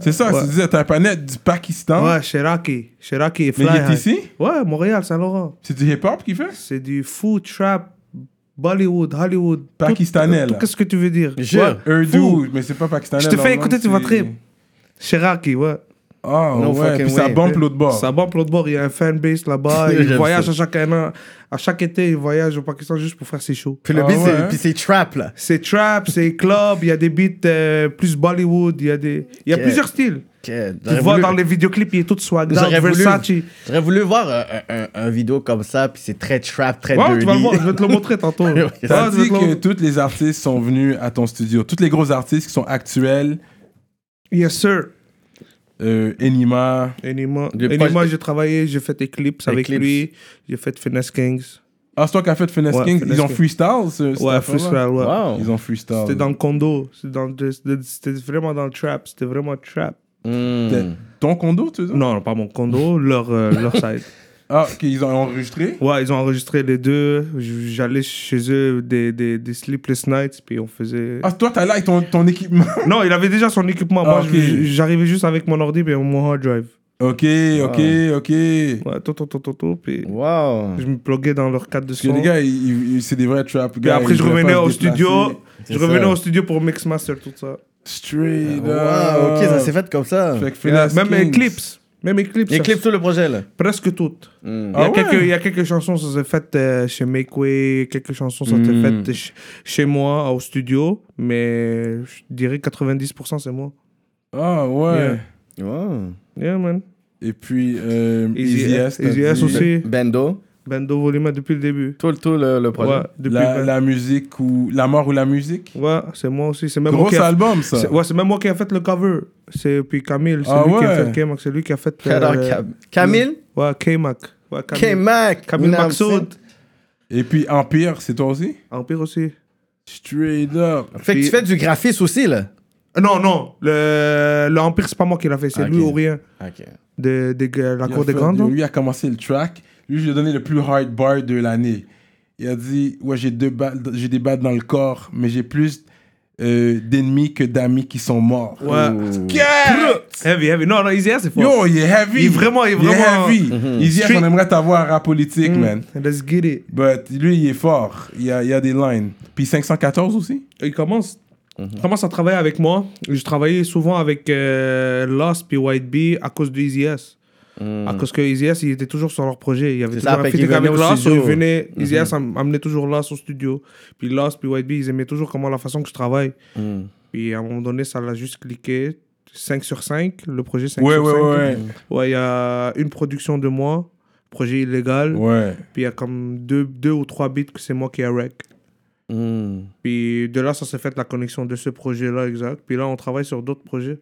[SPEAKER 3] C'est ça,
[SPEAKER 5] ouais.
[SPEAKER 3] tu disais, t'as un panel du Pakistan,
[SPEAKER 5] Ouais, Cheraki. Cheraki et
[SPEAKER 3] mais
[SPEAKER 5] Fly
[SPEAKER 3] il est
[SPEAKER 5] High.
[SPEAKER 3] ici.
[SPEAKER 5] Ouais, Montréal, Saint-Laurent.
[SPEAKER 3] C'est du hip-hop qu'il fait
[SPEAKER 5] C'est du food trap, Bollywood, Hollywood. tout-
[SPEAKER 3] Pakistanais,
[SPEAKER 5] tout-
[SPEAKER 3] là.
[SPEAKER 5] Qu'est-ce que tu veux dire
[SPEAKER 4] Jure.
[SPEAKER 5] Ouais. Fou.
[SPEAKER 3] Urdu, mais c'est pas pakistanais.
[SPEAKER 5] Je te fais
[SPEAKER 3] normalement,
[SPEAKER 5] écouter, tu
[SPEAKER 3] c'est-
[SPEAKER 5] vas trip. Cheraki, ouais.
[SPEAKER 3] Ah,
[SPEAKER 4] No
[SPEAKER 3] ouais,
[SPEAKER 4] fucking
[SPEAKER 3] puis ça
[SPEAKER 4] way.
[SPEAKER 3] bombe l'autre bord.
[SPEAKER 5] Ça bombe l'autre bord, il y a un fanbase là-bas. il
[SPEAKER 4] J'aime
[SPEAKER 5] voyage
[SPEAKER 4] ça.
[SPEAKER 5] à chaque an. À chaque été, il voyage au Pakistan juste pour faire ses shows.
[SPEAKER 4] Puis le
[SPEAKER 3] Ah
[SPEAKER 4] beat, c'est-
[SPEAKER 3] ouais, hein?
[SPEAKER 4] puis c'est trap, là.
[SPEAKER 5] C'est trap, c'est club, il y a des beats euh, plus Bollywood, il y a, des... il y a
[SPEAKER 4] Ok.
[SPEAKER 5] plusieurs styles.
[SPEAKER 4] Ok,
[SPEAKER 5] Tu
[SPEAKER 4] j'aurais
[SPEAKER 5] vois
[SPEAKER 4] voulu-
[SPEAKER 5] dans les vidéoclips, il est tout swag.
[SPEAKER 4] J'aurais voulu-
[SPEAKER 5] Versace.
[SPEAKER 4] J'aurais voulu voir un, un- un- un vidéo comme ça, puis c'est très trap, très
[SPEAKER 5] Ouais,
[SPEAKER 4] dirty.
[SPEAKER 5] tu vas le voir, je vais te le montrer tantôt. Ouais, je
[SPEAKER 3] T'as
[SPEAKER 5] vais
[SPEAKER 3] dit
[SPEAKER 5] te le-
[SPEAKER 3] que tous les artistes sont venus à ton studio. Tous les gros artistes qui sont actuels,
[SPEAKER 5] Yes, sir.
[SPEAKER 3] euh, Enima.
[SPEAKER 5] Enima,
[SPEAKER 4] Des
[SPEAKER 5] Enima,
[SPEAKER 4] proches-
[SPEAKER 5] j'ai travaillé, j'ai fait Eclipse
[SPEAKER 4] Des
[SPEAKER 5] avec
[SPEAKER 4] clips.
[SPEAKER 5] lui, j'ai fait Finesse Kings.
[SPEAKER 3] Ah, c'est toi qui as fait Finesse
[SPEAKER 5] Ouais,
[SPEAKER 3] King.
[SPEAKER 5] Finesse
[SPEAKER 3] Ils ont
[SPEAKER 5] King.
[SPEAKER 3] freestyle, ce, cette
[SPEAKER 5] Ouais,
[SPEAKER 3] affaire-là?
[SPEAKER 5] Freestyle, ouais.
[SPEAKER 4] Wow.
[SPEAKER 3] Ils ont freestyle.
[SPEAKER 5] C'était dans le condo, c'était dans le- c'était c'était vraiment dans le trap, c'était vraiment trap.
[SPEAKER 3] C'était
[SPEAKER 4] Hmm.
[SPEAKER 3] Ton condo, tu veux dire?
[SPEAKER 5] Non, non, pas mon condo, leur, euh, leur side.
[SPEAKER 3] Ah, qu'ils ont enregistré
[SPEAKER 5] Ouais, ils ont enregistré les deux, J- j'allais chez eux des, des, des Sleepless Nights, puis on faisait...
[SPEAKER 3] Ah, toi, t'as là avec ton, ton équipement.
[SPEAKER 5] Non, il avait déjà son équipement, moi
[SPEAKER 3] Ah, ok.
[SPEAKER 5] je- j'arrivais juste avec mon ordi et mon hard drive.
[SPEAKER 3] ok, ok, ok.
[SPEAKER 5] Ouais, tout, tout, tout, tout, tout, puis
[SPEAKER 4] Wow.
[SPEAKER 5] je me pluguais dans leur cadre de
[SPEAKER 3] Parce que
[SPEAKER 5] son.
[SPEAKER 3] les gars, ils- ils- c'est des vrais trap
[SPEAKER 5] puis
[SPEAKER 3] gars.
[SPEAKER 5] après
[SPEAKER 3] ils
[SPEAKER 5] je
[SPEAKER 3] voulaient
[SPEAKER 5] revenais
[SPEAKER 3] pas
[SPEAKER 5] au
[SPEAKER 3] se déplacer.
[SPEAKER 5] studio, je
[SPEAKER 4] C'est
[SPEAKER 5] revenais
[SPEAKER 4] ça.
[SPEAKER 5] au studio pour Mixmaster, tout ça. Ah,
[SPEAKER 3] Straight
[SPEAKER 4] Wow,
[SPEAKER 3] up.
[SPEAKER 4] ok, ça s'est fait comme ça.
[SPEAKER 3] Fait que Finesse
[SPEAKER 5] même
[SPEAKER 3] Kings.
[SPEAKER 5] Eclipse. Même Eclipse.
[SPEAKER 4] Les clips sur le projet, là.
[SPEAKER 5] ça- Presque toutes.
[SPEAKER 4] Hmm.
[SPEAKER 5] Il y, a
[SPEAKER 3] Ah
[SPEAKER 5] quelques,
[SPEAKER 3] ouais?
[SPEAKER 5] il y a quelques chansons, ça s'est fait euh, chez Makeway, quelques chansons, ça s'est
[SPEAKER 3] Mm.
[SPEAKER 5] fait ch- chez moi, au studio, mais je dirais 90% c'est moi.
[SPEAKER 3] Ah, ouais.
[SPEAKER 5] Yeah.
[SPEAKER 4] Wow.
[SPEAKER 5] Yeah, man.
[SPEAKER 3] Et puis, euh,
[SPEAKER 5] Easy
[SPEAKER 3] Easy S.
[SPEAKER 5] Easy S aussi.
[SPEAKER 4] Bendo.
[SPEAKER 5] Bendo Volima depuis le début.
[SPEAKER 4] Tout, le- tout le, le projet.
[SPEAKER 5] Ouais, depuis
[SPEAKER 3] La,
[SPEAKER 5] ben-
[SPEAKER 3] la musique ou la mort ou la musique.
[SPEAKER 5] Ouais, c'est moi aussi. C'est même, moi
[SPEAKER 3] Gros
[SPEAKER 5] qui a-
[SPEAKER 3] album, ça.
[SPEAKER 5] c'est- ouais, c'est même moi qui a fait le cover. C'est puis Camille, c'est
[SPEAKER 3] Ah
[SPEAKER 5] lui qui a
[SPEAKER 3] ouais.
[SPEAKER 5] fait K-Mac, c'est lui qui a fait. euh,
[SPEAKER 4] Alors, Cam- Camille
[SPEAKER 5] Ouais, K-Mac. Ouais, Camille.
[SPEAKER 4] K-Mac
[SPEAKER 5] Camille Maxoud.
[SPEAKER 3] Et puis Empire, c'est toi aussi?
[SPEAKER 5] Empire aussi.
[SPEAKER 3] Straight up.
[SPEAKER 4] Fait que tu fais du graphisme aussi, là.
[SPEAKER 5] Euh, Non, non. Le, le Empire, c'est pas moi qui l'a fait. C'est
[SPEAKER 4] Ah,
[SPEAKER 5] lui
[SPEAKER 4] ok.
[SPEAKER 5] ou rien.
[SPEAKER 4] Ok.
[SPEAKER 5] De, de, de la
[SPEAKER 3] Il a
[SPEAKER 5] cour des
[SPEAKER 3] fait-
[SPEAKER 5] grandes. non?
[SPEAKER 3] Lui a commencé le track. Lui, je lui ai donné le plus hard bar de l'année. Il a dit Ouais, j'ai deux balles, j'ai des balles dans le corps, mais j'ai plus euh, d'ennemis que d'amis qui sont morts.
[SPEAKER 5] Ouais.
[SPEAKER 3] Yeah!
[SPEAKER 5] Heavy, heavy. Non, non, Easy, c'est fort.
[SPEAKER 3] Yo, il est heavy.
[SPEAKER 5] Il est vraiment- il est vraiment- Mm-hmm.
[SPEAKER 3] Il est heavy. Il dit qu'on aimerait t'avoir à rap politique, man.
[SPEAKER 5] Mm. Let's get it.
[SPEAKER 3] But lui, il est fort. Il a, il a des lines. Puis 514 aussi.
[SPEAKER 5] il commence,
[SPEAKER 3] Mm-hmm.
[SPEAKER 5] commence à travailler avec moi. Je travaillais souvent avec euh, Lost puis White Bee à cause de Easy S.
[SPEAKER 4] Hmm.
[SPEAKER 5] À cause Ah, que Easy S, il était toujours sur leur projet. Il y avait
[SPEAKER 4] Mm. C'est
[SPEAKER 5] toujours
[SPEAKER 4] ça,
[SPEAKER 5] un
[SPEAKER 4] fait
[SPEAKER 5] featuring
[SPEAKER 4] qu'il venait
[SPEAKER 5] avec
[SPEAKER 4] au
[SPEAKER 5] Lost.
[SPEAKER 4] studio. Mm-hmm.
[SPEAKER 5] il venait- Easy S am- amenait toujours Lost au studio. Puis Lost puis White Bee, ils aimaient toujours comment la façon que je travaille.
[SPEAKER 4] Mm.
[SPEAKER 5] Puis à un moment donné, ça l'a juste cliqué. 5 sur 5, le projet 5
[SPEAKER 3] Ouais,
[SPEAKER 5] sur
[SPEAKER 3] ouais,
[SPEAKER 5] 5.
[SPEAKER 3] ouais.
[SPEAKER 5] Ouais, il y a une production de moi, projet illégal.
[SPEAKER 3] Ouais.
[SPEAKER 5] Puis il y a comme deux, deux ou trois beats que c'est moi qui ai rec.
[SPEAKER 4] Mm.
[SPEAKER 5] Puis de là, ça s'est fait la connexion de ce projet-là, exact. Puis là, on travaille sur d'autres projets.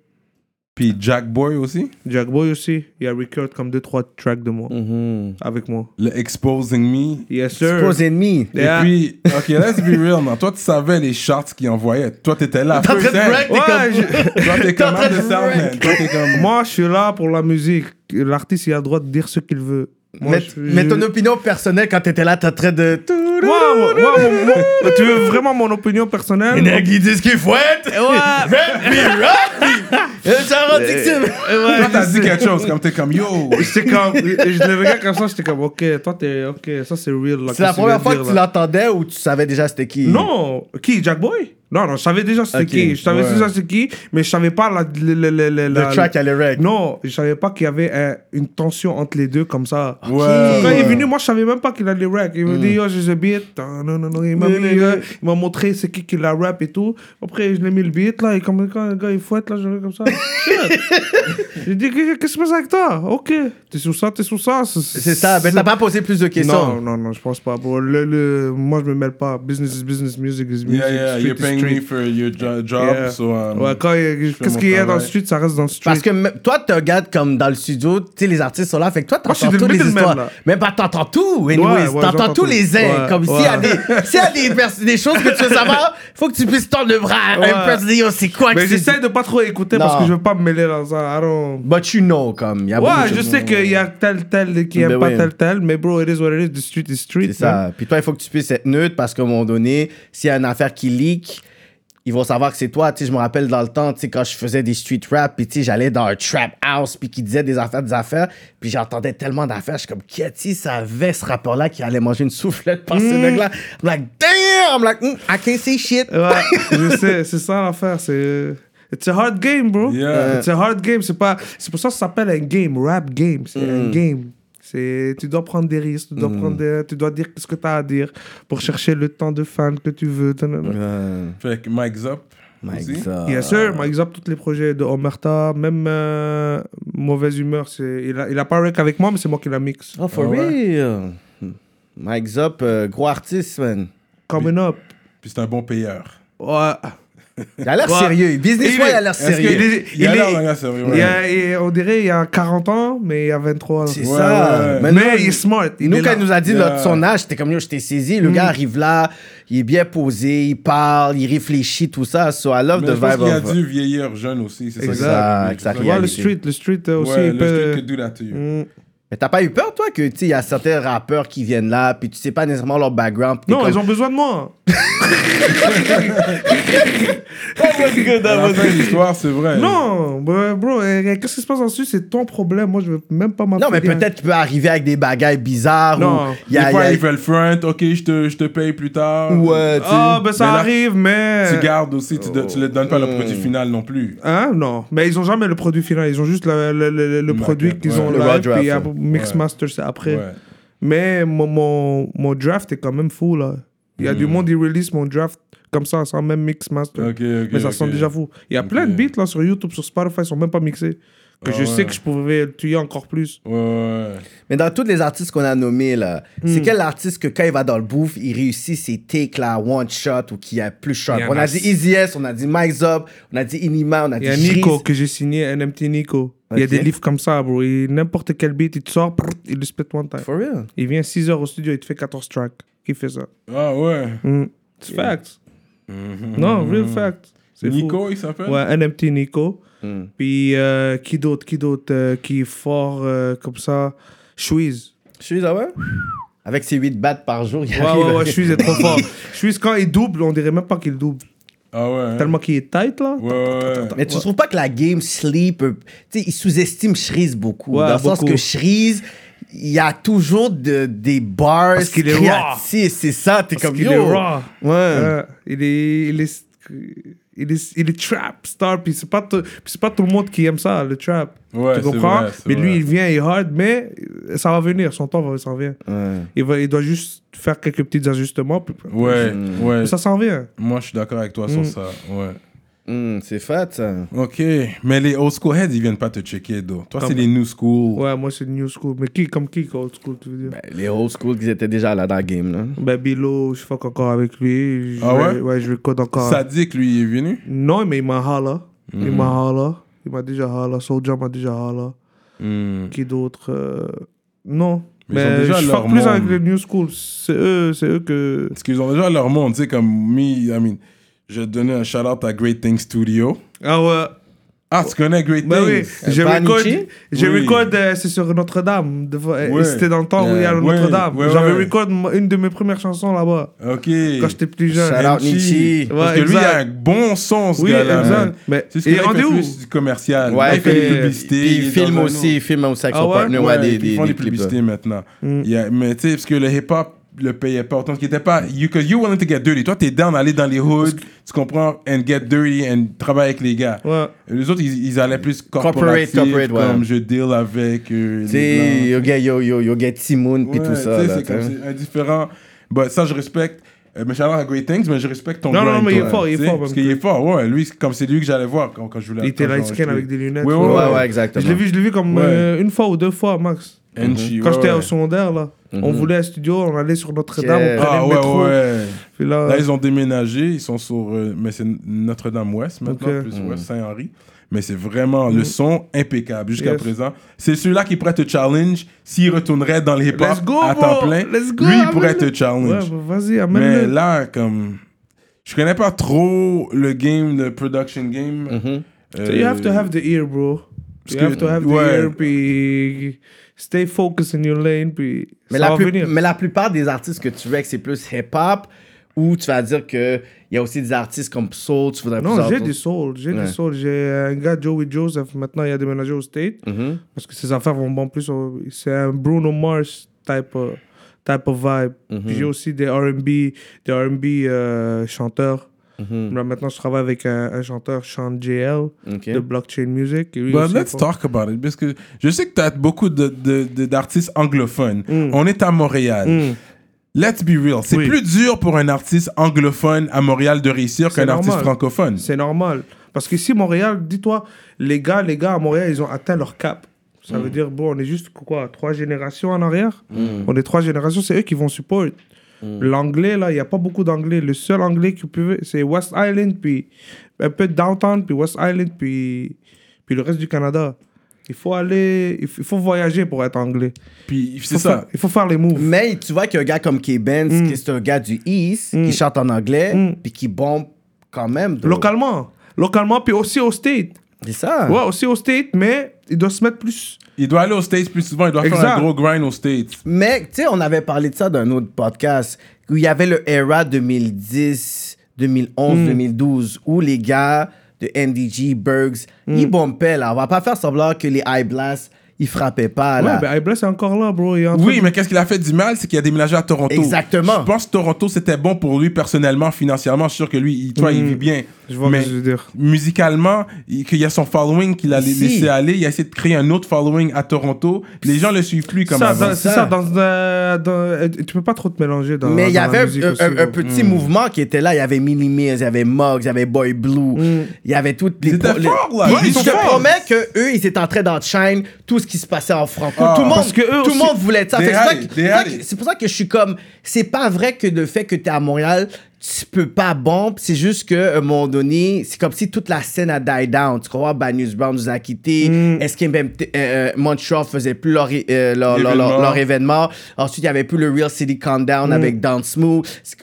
[SPEAKER 3] Puis Jack Boy aussi.
[SPEAKER 5] Jack Boy aussi, il y a record comme deux, trois tracks de moi,
[SPEAKER 4] Mm-hmm.
[SPEAKER 5] avec moi.
[SPEAKER 3] Le Exposing Me.
[SPEAKER 5] Yes,
[SPEAKER 4] C'est
[SPEAKER 5] sir.
[SPEAKER 4] pas aux ennemis.
[SPEAKER 5] Yeah.
[SPEAKER 3] Et puis, ok, let's be real, man. Toi, tu savais les charts qu'ils envoyaient. Toi, t'étais là.
[SPEAKER 4] T'es en train de
[SPEAKER 3] first hand.
[SPEAKER 4] break, t'es
[SPEAKER 5] Ouais,
[SPEAKER 4] comme-
[SPEAKER 5] je-
[SPEAKER 3] Toi, t'es
[SPEAKER 4] T'es en
[SPEAKER 3] comme
[SPEAKER 4] train de
[SPEAKER 3] Anderson,
[SPEAKER 4] wreck.
[SPEAKER 3] man. Toi, t'es comme.
[SPEAKER 5] moi, je suis là pour la musique. L'artiste, il a le droit de dire ce qu'il veut. Moi,
[SPEAKER 4] mais,
[SPEAKER 5] je-
[SPEAKER 4] mais
[SPEAKER 5] je-
[SPEAKER 4] ton opinion personnelle, quand t'étais là, t'as trait de.
[SPEAKER 5] Ouais, ouais, ouais, mon- mon- tu veux vraiment mon opinion personnelle
[SPEAKER 4] Les qui disent qu'il faut être.
[SPEAKER 5] Ouais.
[SPEAKER 3] Toi, t'as dit quelque chose. Comme t'es comme yo.
[SPEAKER 5] C'est comme, je le regarde comme ça, j'étais comme, ok, toi, t'es, ok, ça c'est real. là,
[SPEAKER 4] C'est la
[SPEAKER 5] qu'est-ce qu'il vient
[SPEAKER 4] première
[SPEAKER 5] de
[SPEAKER 4] fois
[SPEAKER 5] dire,
[SPEAKER 4] que tu
[SPEAKER 5] là.
[SPEAKER 4] l'entendais ou tu savais déjà c'était qui
[SPEAKER 5] Non, qui Jack Boy Non, non, je savais déjà c'était
[SPEAKER 4] Ok,
[SPEAKER 5] qui. Je savais
[SPEAKER 3] ouais.
[SPEAKER 5] déjà c'était qui, mais je savais pas la, le, le- le- le-
[SPEAKER 4] Le
[SPEAKER 5] la-
[SPEAKER 4] track allait rec.
[SPEAKER 5] Non, je savais pas qu'il y avait euh, une tension entre les deux comme ça.
[SPEAKER 3] Ouais.
[SPEAKER 5] Quand il est
[SPEAKER 3] ouais.
[SPEAKER 5] venu, moi je savais même pas qu'il allait rap. Il me dit yo, j'ai le beat. Ah, non, non, non. Il m'a mis le gars, il m'a montré c'est qui qui la rap et tout. Après, je l'ai mis le beat là. Et comme quand le gars il fouette là, je regarde comme ça. Shit. J'ai dit qu'est-ce qui se passe avec toi Ok, t'es sous ça, t'es sous ça.
[SPEAKER 4] C'est ça, mais t'as pas posé plus de
[SPEAKER 5] Non,
[SPEAKER 4] questions.
[SPEAKER 5] non, non, je pense pas. bro. Le, le- moi, je me mêle pas. Business is business, music is music.
[SPEAKER 3] Yeah, yeah,
[SPEAKER 5] street
[SPEAKER 3] you're
[SPEAKER 5] is
[SPEAKER 3] paying
[SPEAKER 5] street.
[SPEAKER 3] me for your jo- job.
[SPEAKER 5] Yeah.
[SPEAKER 3] So, um,
[SPEAKER 5] Ouais, quand il-
[SPEAKER 3] fais
[SPEAKER 5] qu'est-ce
[SPEAKER 3] mon
[SPEAKER 5] qu'il y a dans le
[SPEAKER 3] travail.
[SPEAKER 5] street, ça reste dans le street.
[SPEAKER 4] Parce que m- toi, tu regardes comme dans le studio, tu sais, les artistes sont là, fait que toi,
[SPEAKER 5] Moi, je suis
[SPEAKER 4] t'entends
[SPEAKER 5] dans
[SPEAKER 4] toutes
[SPEAKER 5] le
[SPEAKER 4] les
[SPEAKER 5] middleman,
[SPEAKER 4] histoires.
[SPEAKER 5] là.
[SPEAKER 4] Mais bah, t'entends tout,
[SPEAKER 5] Ouais, ouais,
[SPEAKER 4] anyways.
[SPEAKER 5] j'entends
[SPEAKER 4] t'entends tous
[SPEAKER 5] tout.
[SPEAKER 4] les uns.
[SPEAKER 5] Ouais,
[SPEAKER 4] Comme s'il y a,
[SPEAKER 5] ouais.
[SPEAKER 4] des, s'il y a des, pers- des choses que tu veux savoir, faut que tu puisses tendre le bras à un
[SPEAKER 5] Ouais.
[SPEAKER 4] person, yo, c'est quoi que
[SPEAKER 5] Mais
[SPEAKER 4] c'est-
[SPEAKER 5] j'essaie de pas trop écouter
[SPEAKER 4] Non. Ah
[SPEAKER 5] parce que je veux pas me mêler dans ça. I don't-
[SPEAKER 4] But you know, comme. y a beaucoup
[SPEAKER 5] Ouais,
[SPEAKER 4] de
[SPEAKER 5] je
[SPEAKER 4] choses.
[SPEAKER 5] sais qu'il y a tel, tel qui
[SPEAKER 4] Ben
[SPEAKER 5] aime pas
[SPEAKER 4] oui.
[SPEAKER 5] tel, tel, mais bro, it is what it is, the street is street.
[SPEAKER 4] C'est
[SPEAKER 5] man.
[SPEAKER 4] ça. Puis toi, il faut que tu puisses être neutre parce qu'à un moment donné, s'il y a une affaire qui leak, ils vont savoir que c'est toi. Tu sais, je me rappelle dans le temps, tu sais, quand je faisais des street rap, puis tu sais, j'allais dans un trap house, puis qui disait des affaires, des affaires, puis j'entendais tellement d'affaires. Je suis comme, Cathy savait ce rapport-là qui allait manger une soufflette par ce mec-là. I'm like, damn! I'm like, mm, I can't say shit.
[SPEAKER 5] Ouais, je sais, c'est ça l'affaire. C'est. It's a hard game, bro.
[SPEAKER 3] Yeah.
[SPEAKER 5] It's a hard game. C'est pas. C'est pour ça que ça s'appelle un game, rap game. C'est
[SPEAKER 4] Mm.
[SPEAKER 5] un game. C'est. Tu dois prendre des risques. Tu dois prendre. des- Tu dois dire ce que tu as à dire pour chercher le temps de fan que tu veux.
[SPEAKER 4] Euh,
[SPEAKER 3] Fait que Mike's up. aussi.
[SPEAKER 5] Bien sûr, par exemple, tous les projets de Omerta, même euh, mauvaise humeur. C'est. Il a, il a pas rec avec moi, mais c'est moi qui la mixe.
[SPEAKER 4] Oh, for
[SPEAKER 3] Ah ouais.
[SPEAKER 4] real. Mike's up, euh, gros artiste, man.
[SPEAKER 5] Coming up.
[SPEAKER 3] Puis c'est un bon payeur.
[SPEAKER 5] Ouais.
[SPEAKER 4] Il a l'air
[SPEAKER 5] Ouais.
[SPEAKER 4] sérieux. Business,
[SPEAKER 5] Il est-
[SPEAKER 4] il a l'air
[SPEAKER 5] est-ce que
[SPEAKER 4] sérieux.
[SPEAKER 5] il est-
[SPEAKER 3] Il, a
[SPEAKER 5] il
[SPEAKER 3] l'air
[SPEAKER 5] est-
[SPEAKER 3] d'un gars sérieux.
[SPEAKER 5] Il y
[SPEAKER 3] ouais.
[SPEAKER 5] a- il- on dirait il y a 40 ans, mais il y a 23 ans.
[SPEAKER 4] C'est
[SPEAKER 3] Ouais,
[SPEAKER 4] ça.
[SPEAKER 3] ouais, ouais.
[SPEAKER 4] Maintenant,
[SPEAKER 5] Mais il est smart. Il Mm.
[SPEAKER 4] nous,
[SPEAKER 5] est
[SPEAKER 4] quand
[SPEAKER 5] là.
[SPEAKER 4] il nous a dit
[SPEAKER 3] Yeah.
[SPEAKER 4] là, son âge, c'était comme yo, je t'ai saisi. Le gars arrive là, il est bien posé, il parle, il réfléchit, tout ça. So I love
[SPEAKER 3] Mais
[SPEAKER 4] the
[SPEAKER 3] je pense
[SPEAKER 4] vibe
[SPEAKER 3] qu'il a
[SPEAKER 4] of.
[SPEAKER 3] dû vieillir jeune aussi. C'est ça.
[SPEAKER 5] Exact.
[SPEAKER 3] que-
[SPEAKER 4] Exact,
[SPEAKER 5] Tu
[SPEAKER 4] Il y a
[SPEAKER 5] vois, le
[SPEAKER 4] les-
[SPEAKER 5] street, le street euh, aussi,
[SPEAKER 3] Ouais,
[SPEAKER 5] il
[SPEAKER 3] le
[SPEAKER 5] peut...
[SPEAKER 3] street could do that to you.
[SPEAKER 5] Mm.
[SPEAKER 4] Mais t'as pas eu peur, toi, que tu sais, il y a certains rappeurs qui viennent là, puis tu sais pas nécessairement leur background. puis t'es
[SPEAKER 5] Non,
[SPEAKER 4] comme-
[SPEAKER 5] ils ont besoin de moi.
[SPEAKER 3] À la fin de l'histoire, c'est vrai.
[SPEAKER 5] Non, bah, bro, euh, qu'est-ce qui se passe ensuite C'est ton problème. Moi, je veux même pas m'appeler.
[SPEAKER 4] Non, mais peut-être tu peux arriver avec des bagailles bizarres.
[SPEAKER 5] Non.
[SPEAKER 4] ou il y a-
[SPEAKER 3] Des
[SPEAKER 4] il y
[SPEAKER 3] fois,
[SPEAKER 4] a-
[SPEAKER 3] ils veulent front. Ok, je te, je te paye plus tard.
[SPEAKER 4] ou, euh, tu sais,
[SPEAKER 5] Ah, ben ça
[SPEAKER 3] Mais là,
[SPEAKER 5] arrive, mais.
[SPEAKER 3] Tu gardes aussi, tu, ne tu le donnes pas le produit
[SPEAKER 5] Oh.
[SPEAKER 3] final non plus.
[SPEAKER 5] Hein Non, mais ils ont jamais le produit final. Ils ont juste le, le- le- le
[SPEAKER 3] Market,
[SPEAKER 5] produit qu'ils
[SPEAKER 3] ouais.
[SPEAKER 5] ont
[SPEAKER 4] Le
[SPEAKER 5] là.
[SPEAKER 4] raw
[SPEAKER 5] Puis
[SPEAKER 4] draft,
[SPEAKER 5] il y a
[SPEAKER 4] ouais.
[SPEAKER 5] mix
[SPEAKER 3] Ouais.
[SPEAKER 5] master, c'est après.
[SPEAKER 3] Ouais.
[SPEAKER 5] Mais mon, mon, mon draft est quand même fou là. Il y a du monde qui release mon draft comme ça, sans même mix master.
[SPEAKER 3] Mm. Ok, ok.
[SPEAKER 5] mais ça
[SPEAKER 3] ok.
[SPEAKER 5] sent déjà fou. Il y a plein de
[SPEAKER 3] Ok. Ah
[SPEAKER 5] beats là sur YouTube, sur Spotify, ils sont même pas mixés. que je sais que je pouvais le tuer encore plus.
[SPEAKER 3] Ouais, ouais.
[SPEAKER 4] Mais dans tous les artistes qu'on a nommés, là,
[SPEAKER 5] Mm.
[SPEAKER 4] c'est quel artiste que quand il va dans le bouffe, il réussit ses takes, là, one shot ou qui a plus shot
[SPEAKER 5] Il y en
[SPEAKER 4] On a
[SPEAKER 5] a
[SPEAKER 4] dit
[SPEAKER 5] s-
[SPEAKER 4] Easy S, on a dit Mike Zob, on a dit Inima, on a
[SPEAKER 5] Il y a
[SPEAKER 4] dit Shreeze.
[SPEAKER 5] Nico que j'ai signé, NMT Nico. Il y a
[SPEAKER 4] Ah, Ok.
[SPEAKER 5] des livres comme ça, bro. Et N'importe quel beat, il te sort, prrr, il le spit one time.
[SPEAKER 4] For real.
[SPEAKER 5] Il vient 6 heures au studio, il te fait 14 tracks. Qui fait ça
[SPEAKER 3] Ah ouais.
[SPEAKER 5] Mm. C'est fact. Non, real fact. C'est
[SPEAKER 3] Mm-hmm. Nico, Mm.
[SPEAKER 5] fou.
[SPEAKER 3] il s'appelle
[SPEAKER 5] Ouais, NMT Nico. Puis euh, qui d'autre, qui d'autre euh, qui est fort euh, comme ça Shuiz.
[SPEAKER 4] Shreeze, ah ouais Avec ses 8 battes par jour, il
[SPEAKER 5] Ouais,
[SPEAKER 4] arrive
[SPEAKER 5] ouais,
[SPEAKER 4] à-
[SPEAKER 5] ouais, Shuiz est trop fort. Shuiz, quand il double, on dirait même pas qu'il double.
[SPEAKER 3] Ah ouais. hein.
[SPEAKER 5] Tellement qu'il est tight, là.
[SPEAKER 3] Ouais, ouais. ouais.
[SPEAKER 4] Mais tu trouves pas que la game sleep, euh, tu sais, il sous-estime Shreeze beaucoup.
[SPEAKER 5] Ouais,
[SPEAKER 4] dans le sens
[SPEAKER 5] beaucoup.
[SPEAKER 4] que Shreeze, il y a toujours de- des bars
[SPEAKER 5] Parce qu'il est raw.
[SPEAKER 4] créatifs, c'est ça, t'es
[SPEAKER 5] Parce
[SPEAKER 4] comme
[SPEAKER 5] qu'il
[SPEAKER 4] yo.
[SPEAKER 5] est raw.
[SPEAKER 4] Ouais.
[SPEAKER 5] Ouais, il est, il est, il est, il est trap star. Puis c'est pas, tout- puis c'est pas tout le monde qui aime ça, le trap.
[SPEAKER 3] Ouais,
[SPEAKER 5] tu
[SPEAKER 3] c'est
[SPEAKER 5] comprends?
[SPEAKER 3] vrai, c'est
[SPEAKER 5] mais lui,
[SPEAKER 3] vrai.
[SPEAKER 5] il vient, il est hard, mais ça va venir. Son temps va s'en venir. Il, va, il doit juste faire quelques petits ajustements. puis-
[SPEAKER 3] Ouais, ouais.
[SPEAKER 5] mais ça Mm. s'en vient.
[SPEAKER 3] Moi, je suis d'accord avec toi sur ça. Ouais.
[SPEAKER 4] Hmm, c'est fat, ça.
[SPEAKER 3] Ok, mais les old school heads, ils viennent pas te checker, though. Toi, c'est les new school.
[SPEAKER 5] Ouais, moi, c'est new school. Mais qui, comme qui, old school, tu veux dire?
[SPEAKER 4] Ben, les old school, ils étaient déjà là dans la game, là.
[SPEAKER 5] Ben, Bilo, je fuck encore avec lui. Je
[SPEAKER 3] Ah
[SPEAKER 5] vais-
[SPEAKER 3] ouais?
[SPEAKER 5] Ouais, je le code encore.
[SPEAKER 3] Sadik, lui, il est venu.
[SPEAKER 5] Non, mais il m'a hala. Il m'a
[SPEAKER 3] Mm-hmm.
[SPEAKER 5] hala. Il m'a déjà hala. Soldier m'a déjà hala.
[SPEAKER 3] Hmm.
[SPEAKER 5] Qui d'autre euh, Non.
[SPEAKER 3] Ils
[SPEAKER 5] Mais
[SPEAKER 3] ont déjà
[SPEAKER 5] je
[SPEAKER 3] leur
[SPEAKER 5] fuck plus avec
[SPEAKER 3] monde.
[SPEAKER 5] les New School. C'est eux, c'est eux que.
[SPEAKER 3] Parce qu'ils ont déjà leur monde, tu sais, comme me, I mean, je vais te donner un shout-out à Great Things Studio.
[SPEAKER 5] Ah ouais.
[SPEAKER 3] Ah, tu connais Great
[SPEAKER 5] Ben oui.
[SPEAKER 3] Things?
[SPEAKER 5] Je
[SPEAKER 4] Panichi
[SPEAKER 5] record. Je
[SPEAKER 3] Euh, Oui.
[SPEAKER 5] record, euh, c'est sur Notre-Dame. de- euh,
[SPEAKER 3] Ouais.
[SPEAKER 5] C'était dans le temps où il y a
[SPEAKER 3] Ouais,
[SPEAKER 5] Notre-Dame.
[SPEAKER 3] ouais, ouais,
[SPEAKER 5] J'avais
[SPEAKER 3] ouais.
[SPEAKER 5] record m- une de mes premières chansons là-bas.
[SPEAKER 3] Ok.
[SPEAKER 5] Quand j'étais plus jeune.
[SPEAKER 4] Shout out
[SPEAKER 3] Nichi.
[SPEAKER 4] Nichi.
[SPEAKER 3] Parce que
[SPEAKER 5] Ouais,
[SPEAKER 3] lui, il a
[SPEAKER 5] exact.
[SPEAKER 3] un bon son, ce
[SPEAKER 5] Oui,
[SPEAKER 3] gars-là.
[SPEAKER 5] exact.
[SPEAKER 3] man.
[SPEAKER 5] Mais-
[SPEAKER 3] C'est ce
[SPEAKER 5] Et
[SPEAKER 3] qu'il fait
[SPEAKER 5] rendez-vous.
[SPEAKER 3] plus du commercial.
[SPEAKER 4] Ouais,
[SPEAKER 3] Là, il fait
[SPEAKER 4] puis-
[SPEAKER 3] des publicités.
[SPEAKER 4] Puis il
[SPEAKER 3] est
[SPEAKER 4] filme
[SPEAKER 3] dans un
[SPEAKER 4] aussi, il filme aussi avec
[SPEAKER 5] Ah
[SPEAKER 4] son
[SPEAKER 5] ouais?
[SPEAKER 4] partner, ouais,
[SPEAKER 3] Ouais,
[SPEAKER 4] des,
[SPEAKER 3] ils
[SPEAKER 4] des,
[SPEAKER 3] font
[SPEAKER 4] des
[SPEAKER 3] des
[SPEAKER 4] clips. là.
[SPEAKER 3] publicités maintenant. Il y a- mais tu sais, parce que le hip-hop le payait pas autant qu'il était pas. You, cause you wanted to get dirty. Toi, t'es down d'aller dans les hoods, tu comprends, and get dirty, and travailler avec les gars.
[SPEAKER 5] Ouais.
[SPEAKER 3] Les autres, ils, ils allaient plus corporate,
[SPEAKER 4] Corporate, corporate, ouais.
[SPEAKER 3] comme je deal avec euh,
[SPEAKER 4] Tu sais,
[SPEAKER 3] les
[SPEAKER 4] yo, get- yo, yo, yo, get Timoun,
[SPEAKER 3] blancs.
[SPEAKER 4] puis
[SPEAKER 3] Ouais,
[SPEAKER 4] tout ça.
[SPEAKER 3] tu sais,
[SPEAKER 4] là,
[SPEAKER 3] c'est comme
[SPEAKER 4] t'sais.
[SPEAKER 3] c'est indifférent. Bah, ça, je respecte. Euh, mais shout out à Great Things, mais je respecte ton
[SPEAKER 5] Non, non,
[SPEAKER 3] grind,
[SPEAKER 5] mais il est
[SPEAKER 3] toi,
[SPEAKER 5] fort, il est
[SPEAKER 3] tu sais,
[SPEAKER 5] fort,
[SPEAKER 3] Parce
[SPEAKER 5] même.
[SPEAKER 3] qu'il est fort, ouais. Lui, c'est comme c'est lui que j'allais voir quand, quand je voulais.
[SPEAKER 5] Il était
[SPEAKER 3] quand
[SPEAKER 5] light
[SPEAKER 3] j'ai
[SPEAKER 5] skin
[SPEAKER 3] enregistré.
[SPEAKER 5] avec des lunettes.
[SPEAKER 3] Ouais, ouais,
[SPEAKER 4] Ouais,
[SPEAKER 3] ouais.
[SPEAKER 4] ouais, exactement.
[SPEAKER 5] Je l'ai vu, je l'ai vu comme
[SPEAKER 3] Ouais.
[SPEAKER 5] euh, une fois ou deux fois, max.
[SPEAKER 3] NG,
[SPEAKER 5] Quand
[SPEAKER 3] ouais,
[SPEAKER 5] j'étais
[SPEAKER 3] ouais. Mhm.
[SPEAKER 5] au secondaire, là, on voulait un studio, on allait sur Notre-Dame,
[SPEAKER 4] Yeah.
[SPEAKER 5] on prenait
[SPEAKER 3] Ah,
[SPEAKER 5] le
[SPEAKER 3] ouais,
[SPEAKER 5] métro.
[SPEAKER 3] ouais.
[SPEAKER 5] Puis là,
[SPEAKER 3] Là, ils ont déménagé, ils sont sur. euh, mais c'est Notre-Dame-Ouest maintenant,
[SPEAKER 5] Ok. Mm.
[SPEAKER 3] plus Ouest Saint-Henri. Mais c'est vraiment le son impeccable jusqu'à
[SPEAKER 5] Yes.
[SPEAKER 3] présent. C'est celui-là qui pourrait te challenge s'il retournerait dans le hip-hop
[SPEAKER 5] Let's go,
[SPEAKER 3] à
[SPEAKER 5] bro.
[SPEAKER 3] temps plein.
[SPEAKER 5] Let's go,
[SPEAKER 3] lui, il
[SPEAKER 5] amène-le.
[SPEAKER 3] pourrait te
[SPEAKER 5] ouais,
[SPEAKER 3] challenge.
[SPEAKER 5] bah, vas-y,
[SPEAKER 3] mais
[SPEAKER 5] amène-le.
[SPEAKER 3] là, comme. Je connais pas trop le game, le production game. Euh,
[SPEAKER 5] So you have to have the ear, bro. You
[SPEAKER 3] que-
[SPEAKER 5] have to have the
[SPEAKER 3] ouais.
[SPEAKER 5] ear, puis stay focused in your lane, puis
[SPEAKER 4] Mais,
[SPEAKER 5] ça
[SPEAKER 4] la
[SPEAKER 5] va
[SPEAKER 4] plus-
[SPEAKER 5] venir.
[SPEAKER 4] mais la plupart des artistes que tu veux, c'est plus hip-hop, ou tu vas dire qu'il y a aussi des artistes comme Soul, tu voudrais plus
[SPEAKER 5] Non, j'ai
[SPEAKER 4] entendre.
[SPEAKER 5] du soul, j'ai
[SPEAKER 4] Ouais.
[SPEAKER 5] du soul. J'ai un gars, Joey Joseph, maintenant il a déménagé au State,
[SPEAKER 4] Mhm,
[SPEAKER 5] parce que ses affaires vont bon plus. au- C'est un Bruno Mars type, euh, type of vibe. Puis j'ai aussi des R&B, des R&B euh, chanteurs. Là, maintenant, je travaille avec un, un chanteur, Sean JL,
[SPEAKER 4] Ok.
[SPEAKER 5] de Blockchain Music. et lui
[SPEAKER 3] But
[SPEAKER 5] aussi, il
[SPEAKER 3] let's
[SPEAKER 5] faut-
[SPEAKER 3] talk about it. Parce que je sais que tu as beaucoup de- de- de- d'artistes anglophones. On est à Montréal.
[SPEAKER 5] Hmm.
[SPEAKER 3] Let's be real. C'est
[SPEAKER 5] Mm. Oui.
[SPEAKER 3] plus dur pour un artiste anglophone à Montréal de réussir qu'un
[SPEAKER 5] normal.
[SPEAKER 3] artiste francophone.
[SPEAKER 5] C'est normal. Parce qu'ici, Montréal, dis-toi, les gars, les gars à Montréal, ils ont atteint leur cap. Ça veut
[SPEAKER 3] Mm.
[SPEAKER 5] dire, bon, on est juste quoi, trois générations en arrière On est trois générations, c'est eux qui vont support.
[SPEAKER 3] Mm.
[SPEAKER 5] L'anglais, là, il n'y a pas beaucoup d'anglais. Le seul anglais qui pouvait, c'est West Island, puis un peu de Downtown, puis West Island, puis, puis le reste du Canada. Il faut aller, il f- il faut voyager pour être anglais.
[SPEAKER 3] Puis
[SPEAKER 5] Il
[SPEAKER 3] c'est
[SPEAKER 5] faut
[SPEAKER 3] ça.
[SPEAKER 5] faire- il faut faire les moves.
[SPEAKER 4] Mais tu vois qu'un gars comme K-Benz,
[SPEAKER 5] Mm.
[SPEAKER 4] qui est un gars du East, qui chante en anglais, puis qui bombe quand même. donc.
[SPEAKER 5] Localement. Localement, puis aussi au State.
[SPEAKER 4] C'est
[SPEAKER 3] Ah.
[SPEAKER 4] ça.
[SPEAKER 5] Ouais, aussi au State, mais il doit se mettre plus
[SPEAKER 3] Il doit aller aux States plus souvent. Il doit faire
[SPEAKER 5] Exact.
[SPEAKER 3] un gros grind aux States.
[SPEAKER 4] Mais, tu sais, on avait parlé de ça dans un autre podcast, où il y avait le era 2010,
[SPEAKER 5] Mm.
[SPEAKER 4] 2011, 2012, où les
[SPEAKER 5] Mm.
[SPEAKER 4] gars de MDG, Bergs, ils bombaient, là. On va pas faire semblant que les High Blast, il frappait pas, Ah, là.
[SPEAKER 5] Ouais, ben Ibla, c'est encore là, bro. Il est en train
[SPEAKER 3] Oui,
[SPEAKER 5] de-
[SPEAKER 3] mais qu'est-ce qu'il a fait du mal, c'est qu'il a déménagé à Toronto.
[SPEAKER 4] Exactement.
[SPEAKER 3] Je pense que Toronto, c'était bon pour lui personnellement, financièrement. Je suis sûr que lui, il- toi, il vit bien.
[SPEAKER 5] Mm. Je vois
[SPEAKER 3] mais
[SPEAKER 5] ce que je veux dire.
[SPEAKER 3] musicalement, il- qu'il y a son following qu'il a
[SPEAKER 4] Ici.
[SPEAKER 3] laissé aller. Il a essayé de créer un autre following à Toronto. Les gens le suivent plus comme
[SPEAKER 5] Ça,
[SPEAKER 3] avant.
[SPEAKER 5] dans- C'est
[SPEAKER 4] ça.
[SPEAKER 5] ça, dans, euh, dans- tu peux pas trop te mélanger dans.
[SPEAKER 4] Mais il y
[SPEAKER 5] dans la
[SPEAKER 4] avait
[SPEAKER 5] musique
[SPEAKER 4] un,
[SPEAKER 5] aussi,
[SPEAKER 4] un- un
[SPEAKER 5] bro.
[SPEAKER 4] petit mouvement qui était là. Il y avait Minimiz, il y avait Muggs, il y avait Boy Blue,
[SPEAKER 5] Mm.
[SPEAKER 4] il y avait toutes les.
[SPEAKER 3] C'était
[SPEAKER 4] pro- les-
[SPEAKER 3] fort, là.
[SPEAKER 4] Puis
[SPEAKER 3] Ouais, ils sont
[SPEAKER 4] je te
[SPEAKER 3] forts.
[SPEAKER 4] promets que eux, ils étaient en train d'enchaîner tout ce qui se passait en franco.
[SPEAKER 3] Ah.
[SPEAKER 4] tout le monde,
[SPEAKER 5] Parce que eux
[SPEAKER 4] tout le
[SPEAKER 5] aussi-
[SPEAKER 4] monde voulait ça. Fait que
[SPEAKER 3] Des
[SPEAKER 4] c'est pour ça
[SPEAKER 3] rallyes,
[SPEAKER 4] que-
[SPEAKER 3] des
[SPEAKER 4] c'est pour ça
[SPEAKER 3] rallyes.
[SPEAKER 4] que- C'est pour ça que je suis comme. C'est pas vrai que le fait que t'es à Montréal, tu peux pas bomber. C'est juste que, à un moment donné, c'est comme si toute la scène a die down. Tu comprends? Bad News Brown nous a quittés.
[SPEAKER 5] Mm.
[SPEAKER 4] Est-ce que même euh, euh, Montreal faisait plus leur, euh, leur, leur- leur- leur événement? Ensuite, il y avait plus le Real City
[SPEAKER 5] Mm.
[SPEAKER 4] Countdown avec Dance Smooth. C'est-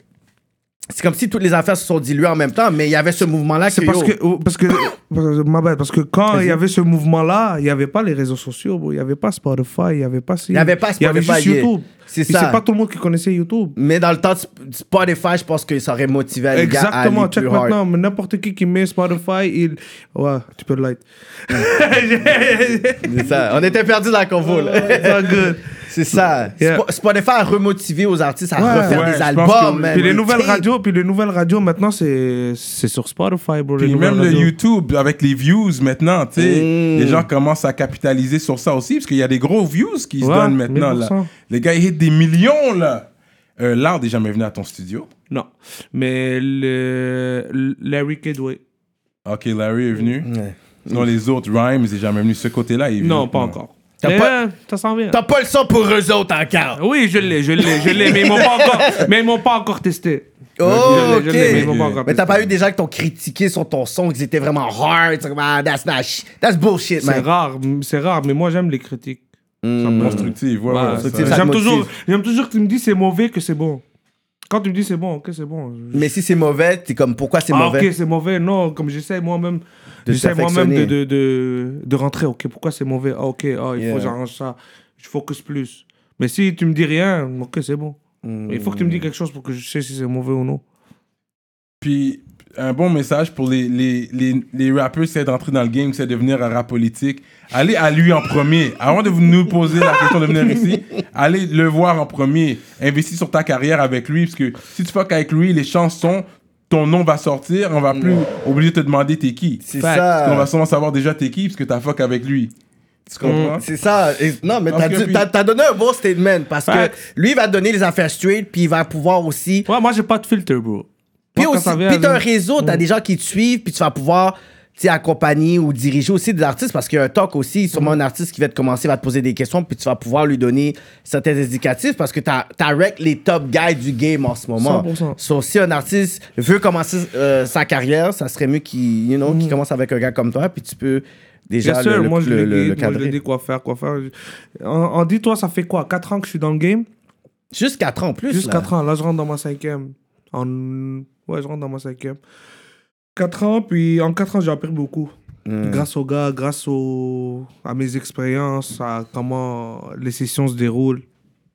[SPEAKER 4] C'est comme si toutes les affaires se sont diluées en même temps, mais il y avait ce mouvement-là
[SPEAKER 5] C'est parce que, oh, parce que, parce que- ma bad, parce que quand il y avait ce mouvement-là, il n'y avait pas les réseaux sociaux, bro. il n'y avait pas Spotify, il n'y avait pas. Il
[SPEAKER 4] y avait pas
[SPEAKER 5] Il y avait
[SPEAKER 4] Spotify,
[SPEAKER 5] juste
[SPEAKER 4] yeah.
[SPEAKER 5] YouTube.
[SPEAKER 4] C'est
[SPEAKER 5] Et
[SPEAKER 4] ça.
[SPEAKER 5] C'est pas tout le monde qui connaissait YouTube.
[SPEAKER 4] Mais dans le temps de Sp- Spotify, je pense que ça aurait motivé les gars à aller
[SPEAKER 5] Exactement, check
[SPEAKER 4] plus hard.
[SPEAKER 5] maintenant, mais n'importe qui qui met Spotify, il. Ouais, tu peux light.
[SPEAKER 4] C'est ça. On était perdus dans la convo, là.
[SPEAKER 5] It's all good.
[SPEAKER 4] C'est ça.
[SPEAKER 5] Yeah.
[SPEAKER 4] Spo- Spotify a remotivé aux artistes à
[SPEAKER 5] Ouais.
[SPEAKER 4] refaire
[SPEAKER 3] Ouais,
[SPEAKER 4] des
[SPEAKER 3] je pense
[SPEAKER 4] albums.
[SPEAKER 3] que-
[SPEAKER 4] man.
[SPEAKER 5] Puis les
[SPEAKER 4] Des
[SPEAKER 5] nouvelles
[SPEAKER 4] tapes.
[SPEAKER 5] radios, puis les nouvelles radios maintenant c'est c'est sur Spotify, bro. les
[SPEAKER 3] Puis
[SPEAKER 5] nouvelles
[SPEAKER 3] même le
[SPEAKER 5] radios.
[SPEAKER 3] YouTube, avec les views maintenant, tu sais, les gens commencent à capitaliser sur ça aussi, parce qu'il y a des gros views qui se
[SPEAKER 5] Ouais,
[SPEAKER 3] donnent maintenant. Là.
[SPEAKER 5] 1000%.
[SPEAKER 3] Les gars, ils hit des millions, là. Euh, Lard est jamais venu à ton studio.
[SPEAKER 5] Non, mais le le- Larry Kidway.
[SPEAKER 3] OK, Larry est venu.
[SPEAKER 4] Ouais.
[SPEAKER 3] Non, les autres, Rhymes, il est jamais venu. Ce côté-là, il est
[SPEAKER 5] Mm, Non,
[SPEAKER 3] venu.
[SPEAKER 5] pas encore.
[SPEAKER 4] T'as
[SPEAKER 5] Mais
[SPEAKER 4] pas-
[SPEAKER 5] euh, ça s'en vient. Ah
[SPEAKER 4] T'as pas le son pour eux autres encore.
[SPEAKER 5] Oui, je l'ai, je l'ai, je l'ai, mais ils m'ont pas encore, mais ils m'ont pas encore testé.
[SPEAKER 4] Oh,
[SPEAKER 5] Je l'ai, je l'ai, mais ils
[SPEAKER 4] ok.
[SPEAKER 5] m'ont pas encore
[SPEAKER 4] Mais t'as
[SPEAKER 5] testé.
[SPEAKER 4] pas eu des gens qui t'ont critiqué sur ton son, qu'ils étaient vraiment hard. C'est comme, ah, that's, not sh- that's bullshit,
[SPEAKER 5] C'est
[SPEAKER 4] man. Mm.
[SPEAKER 5] rare, m- c'est rare, mais moi j'aime les critiques. Ça
[SPEAKER 4] Hmm.
[SPEAKER 5] me-
[SPEAKER 3] Constructif, ouais,
[SPEAKER 5] Ouais,
[SPEAKER 3] ouais,
[SPEAKER 5] ça-
[SPEAKER 3] ça-
[SPEAKER 4] Constructif, ça
[SPEAKER 5] J'aime
[SPEAKER 4] te
[SPEAKER 5] toujours,
[SPEAKER 4] motive.
[SPEAKER 5] j'aime toujours que tu me dis c'est mauvais que c'est bon. Quand tu me dis c'est bon, ok c'est bon. Je-
[SPEAKER 4] Mais si c'est mauvais, t'es comme, pourquoi c'est
[SPEAKER 5] Ah,
[SPEAKER 4] mauvais?
[SPEAKER 5] ok, c'est mauvais. Non, comme j'essaie moi-même.
[SPEAKER 4] De
[SPEAKER 5] J'essaie moi-même de,
[SPEAKER 4] perfectionner.
[SPEAKER 5] de, de, de rentrer. Ok, pourquoi c'est mauvais Ah, ok, ah, il faut
[SPEAKER 4] Yeah.
[SPEAKER 5] que j'arrange ça. Je focus plus. Mais si tu me dis rien, ok, c'est bon.
[SPEAKER 4] Hmm.
[SPEAKER 5] Il faut que tu me dis quelque chose pour que je sais si c'est mauvais ou non.
[SPEAKER 3] Puis un bon message pour les, les, les, les rappeurs, c'est d'entrer dans le game, c'est de devenir un rap politique. Allez à lui en premier. Avant de vous- nous poser la question de venir ici, allez le voir en premier. Investis sur ta carrière avec lui, parce que si tu fuck avec lui, les chances sont ton nom va sortir, on va plus obligé de te demander t'es qui.
[SPEAKER 4] C'est
[SPEAKER 5] Fact.
[SPEAKER 4] ça.
[SPEAKER 3] On va sûrement savoir déjà t'es qui, parce que t'as fuck avec lui. Tu comprends?
[SPEAKER 4] Mm. C'est ça. Et- non, mais
[SPEAKER 3] Parce
[SPEAKER 4] t'as
[SPEAKER 3] que
[SPEAKER 4] dit-
[SPEAKER 3] puis-
[SPEAKER 4] t'as t'as donné un beau statement parce que
[SPEAKER 5] Facts.
[SPEAKER 4] lui, il va donner les affaires straight, puis il va pouvoir aussi.
[SPEAKER 5] Ouais, moi, j'ai pas de filtre, bro.
[SPEAKER 4] Puis
[SPEAKER 5] Moi, quand
[SPEAKER 4] aussi,
[SPEAKER 5] ça vient
[SPEAKER 4] puis t'as un
[SPEAKER 5] avec- Mm.
[SPEAKER 4] réseau, t'as des gens qui te suivent, puis tu vas pouvoir tu sais, accompagner ou diriger aussi des artistes parce qu'il y a un talk aussi. Sûrement
[SPEAKER 5] Mm.
[SPEAKER 4] un artiste qui va te commencer, va te poser des questions, puis tu vas pouvoir lui donner certains indicatifs parce que t'as t'as rec les top guys du game en ce moment.
[SPEAKER 5] 100%.
[SPEAKER 4] So, si un artiste veut commencer euh, sa carrière, ça serait mieux qu'il you know, qu'il commence avec un gars comme toi, puis tu peux déjà
[SPEAKER 5] Mm. Bien
[SPEAKER 4] le,
[SPEAKER 5] sûr,
[SPEAKER 4] le-
[SPEAKER 5] moi, je
[SPEAKER 4] le-
[SPEAKER 5] le,
[SPEAKER 4] le- le
[SPEAKER 5] guide, moi, je
[SPEAKER 4] cadrer.
[SPEAKER 5] lui dis quoi faire, quoi faire. On, on dit, toi, ça fait quoi 4 ans que je suis dans le game
[SPEAKER 4] Juste 4 ans en plus.
[SPEAKER 5] Juste
[SPEAKER 4] là.
[SPEAKER 5] 4 ans. Là, je rentre dans ma cinquième. En... Ouais, je rentre dans ma cinquième. 4 ans, puis en 4 ans, j'ai appris beaucoup.
[SPEAKER 4] Hmm. Mm.
[SPEAKER 5] Grâce aux gars, grâce au... à mes expériences, à comment les sessions se déroulent.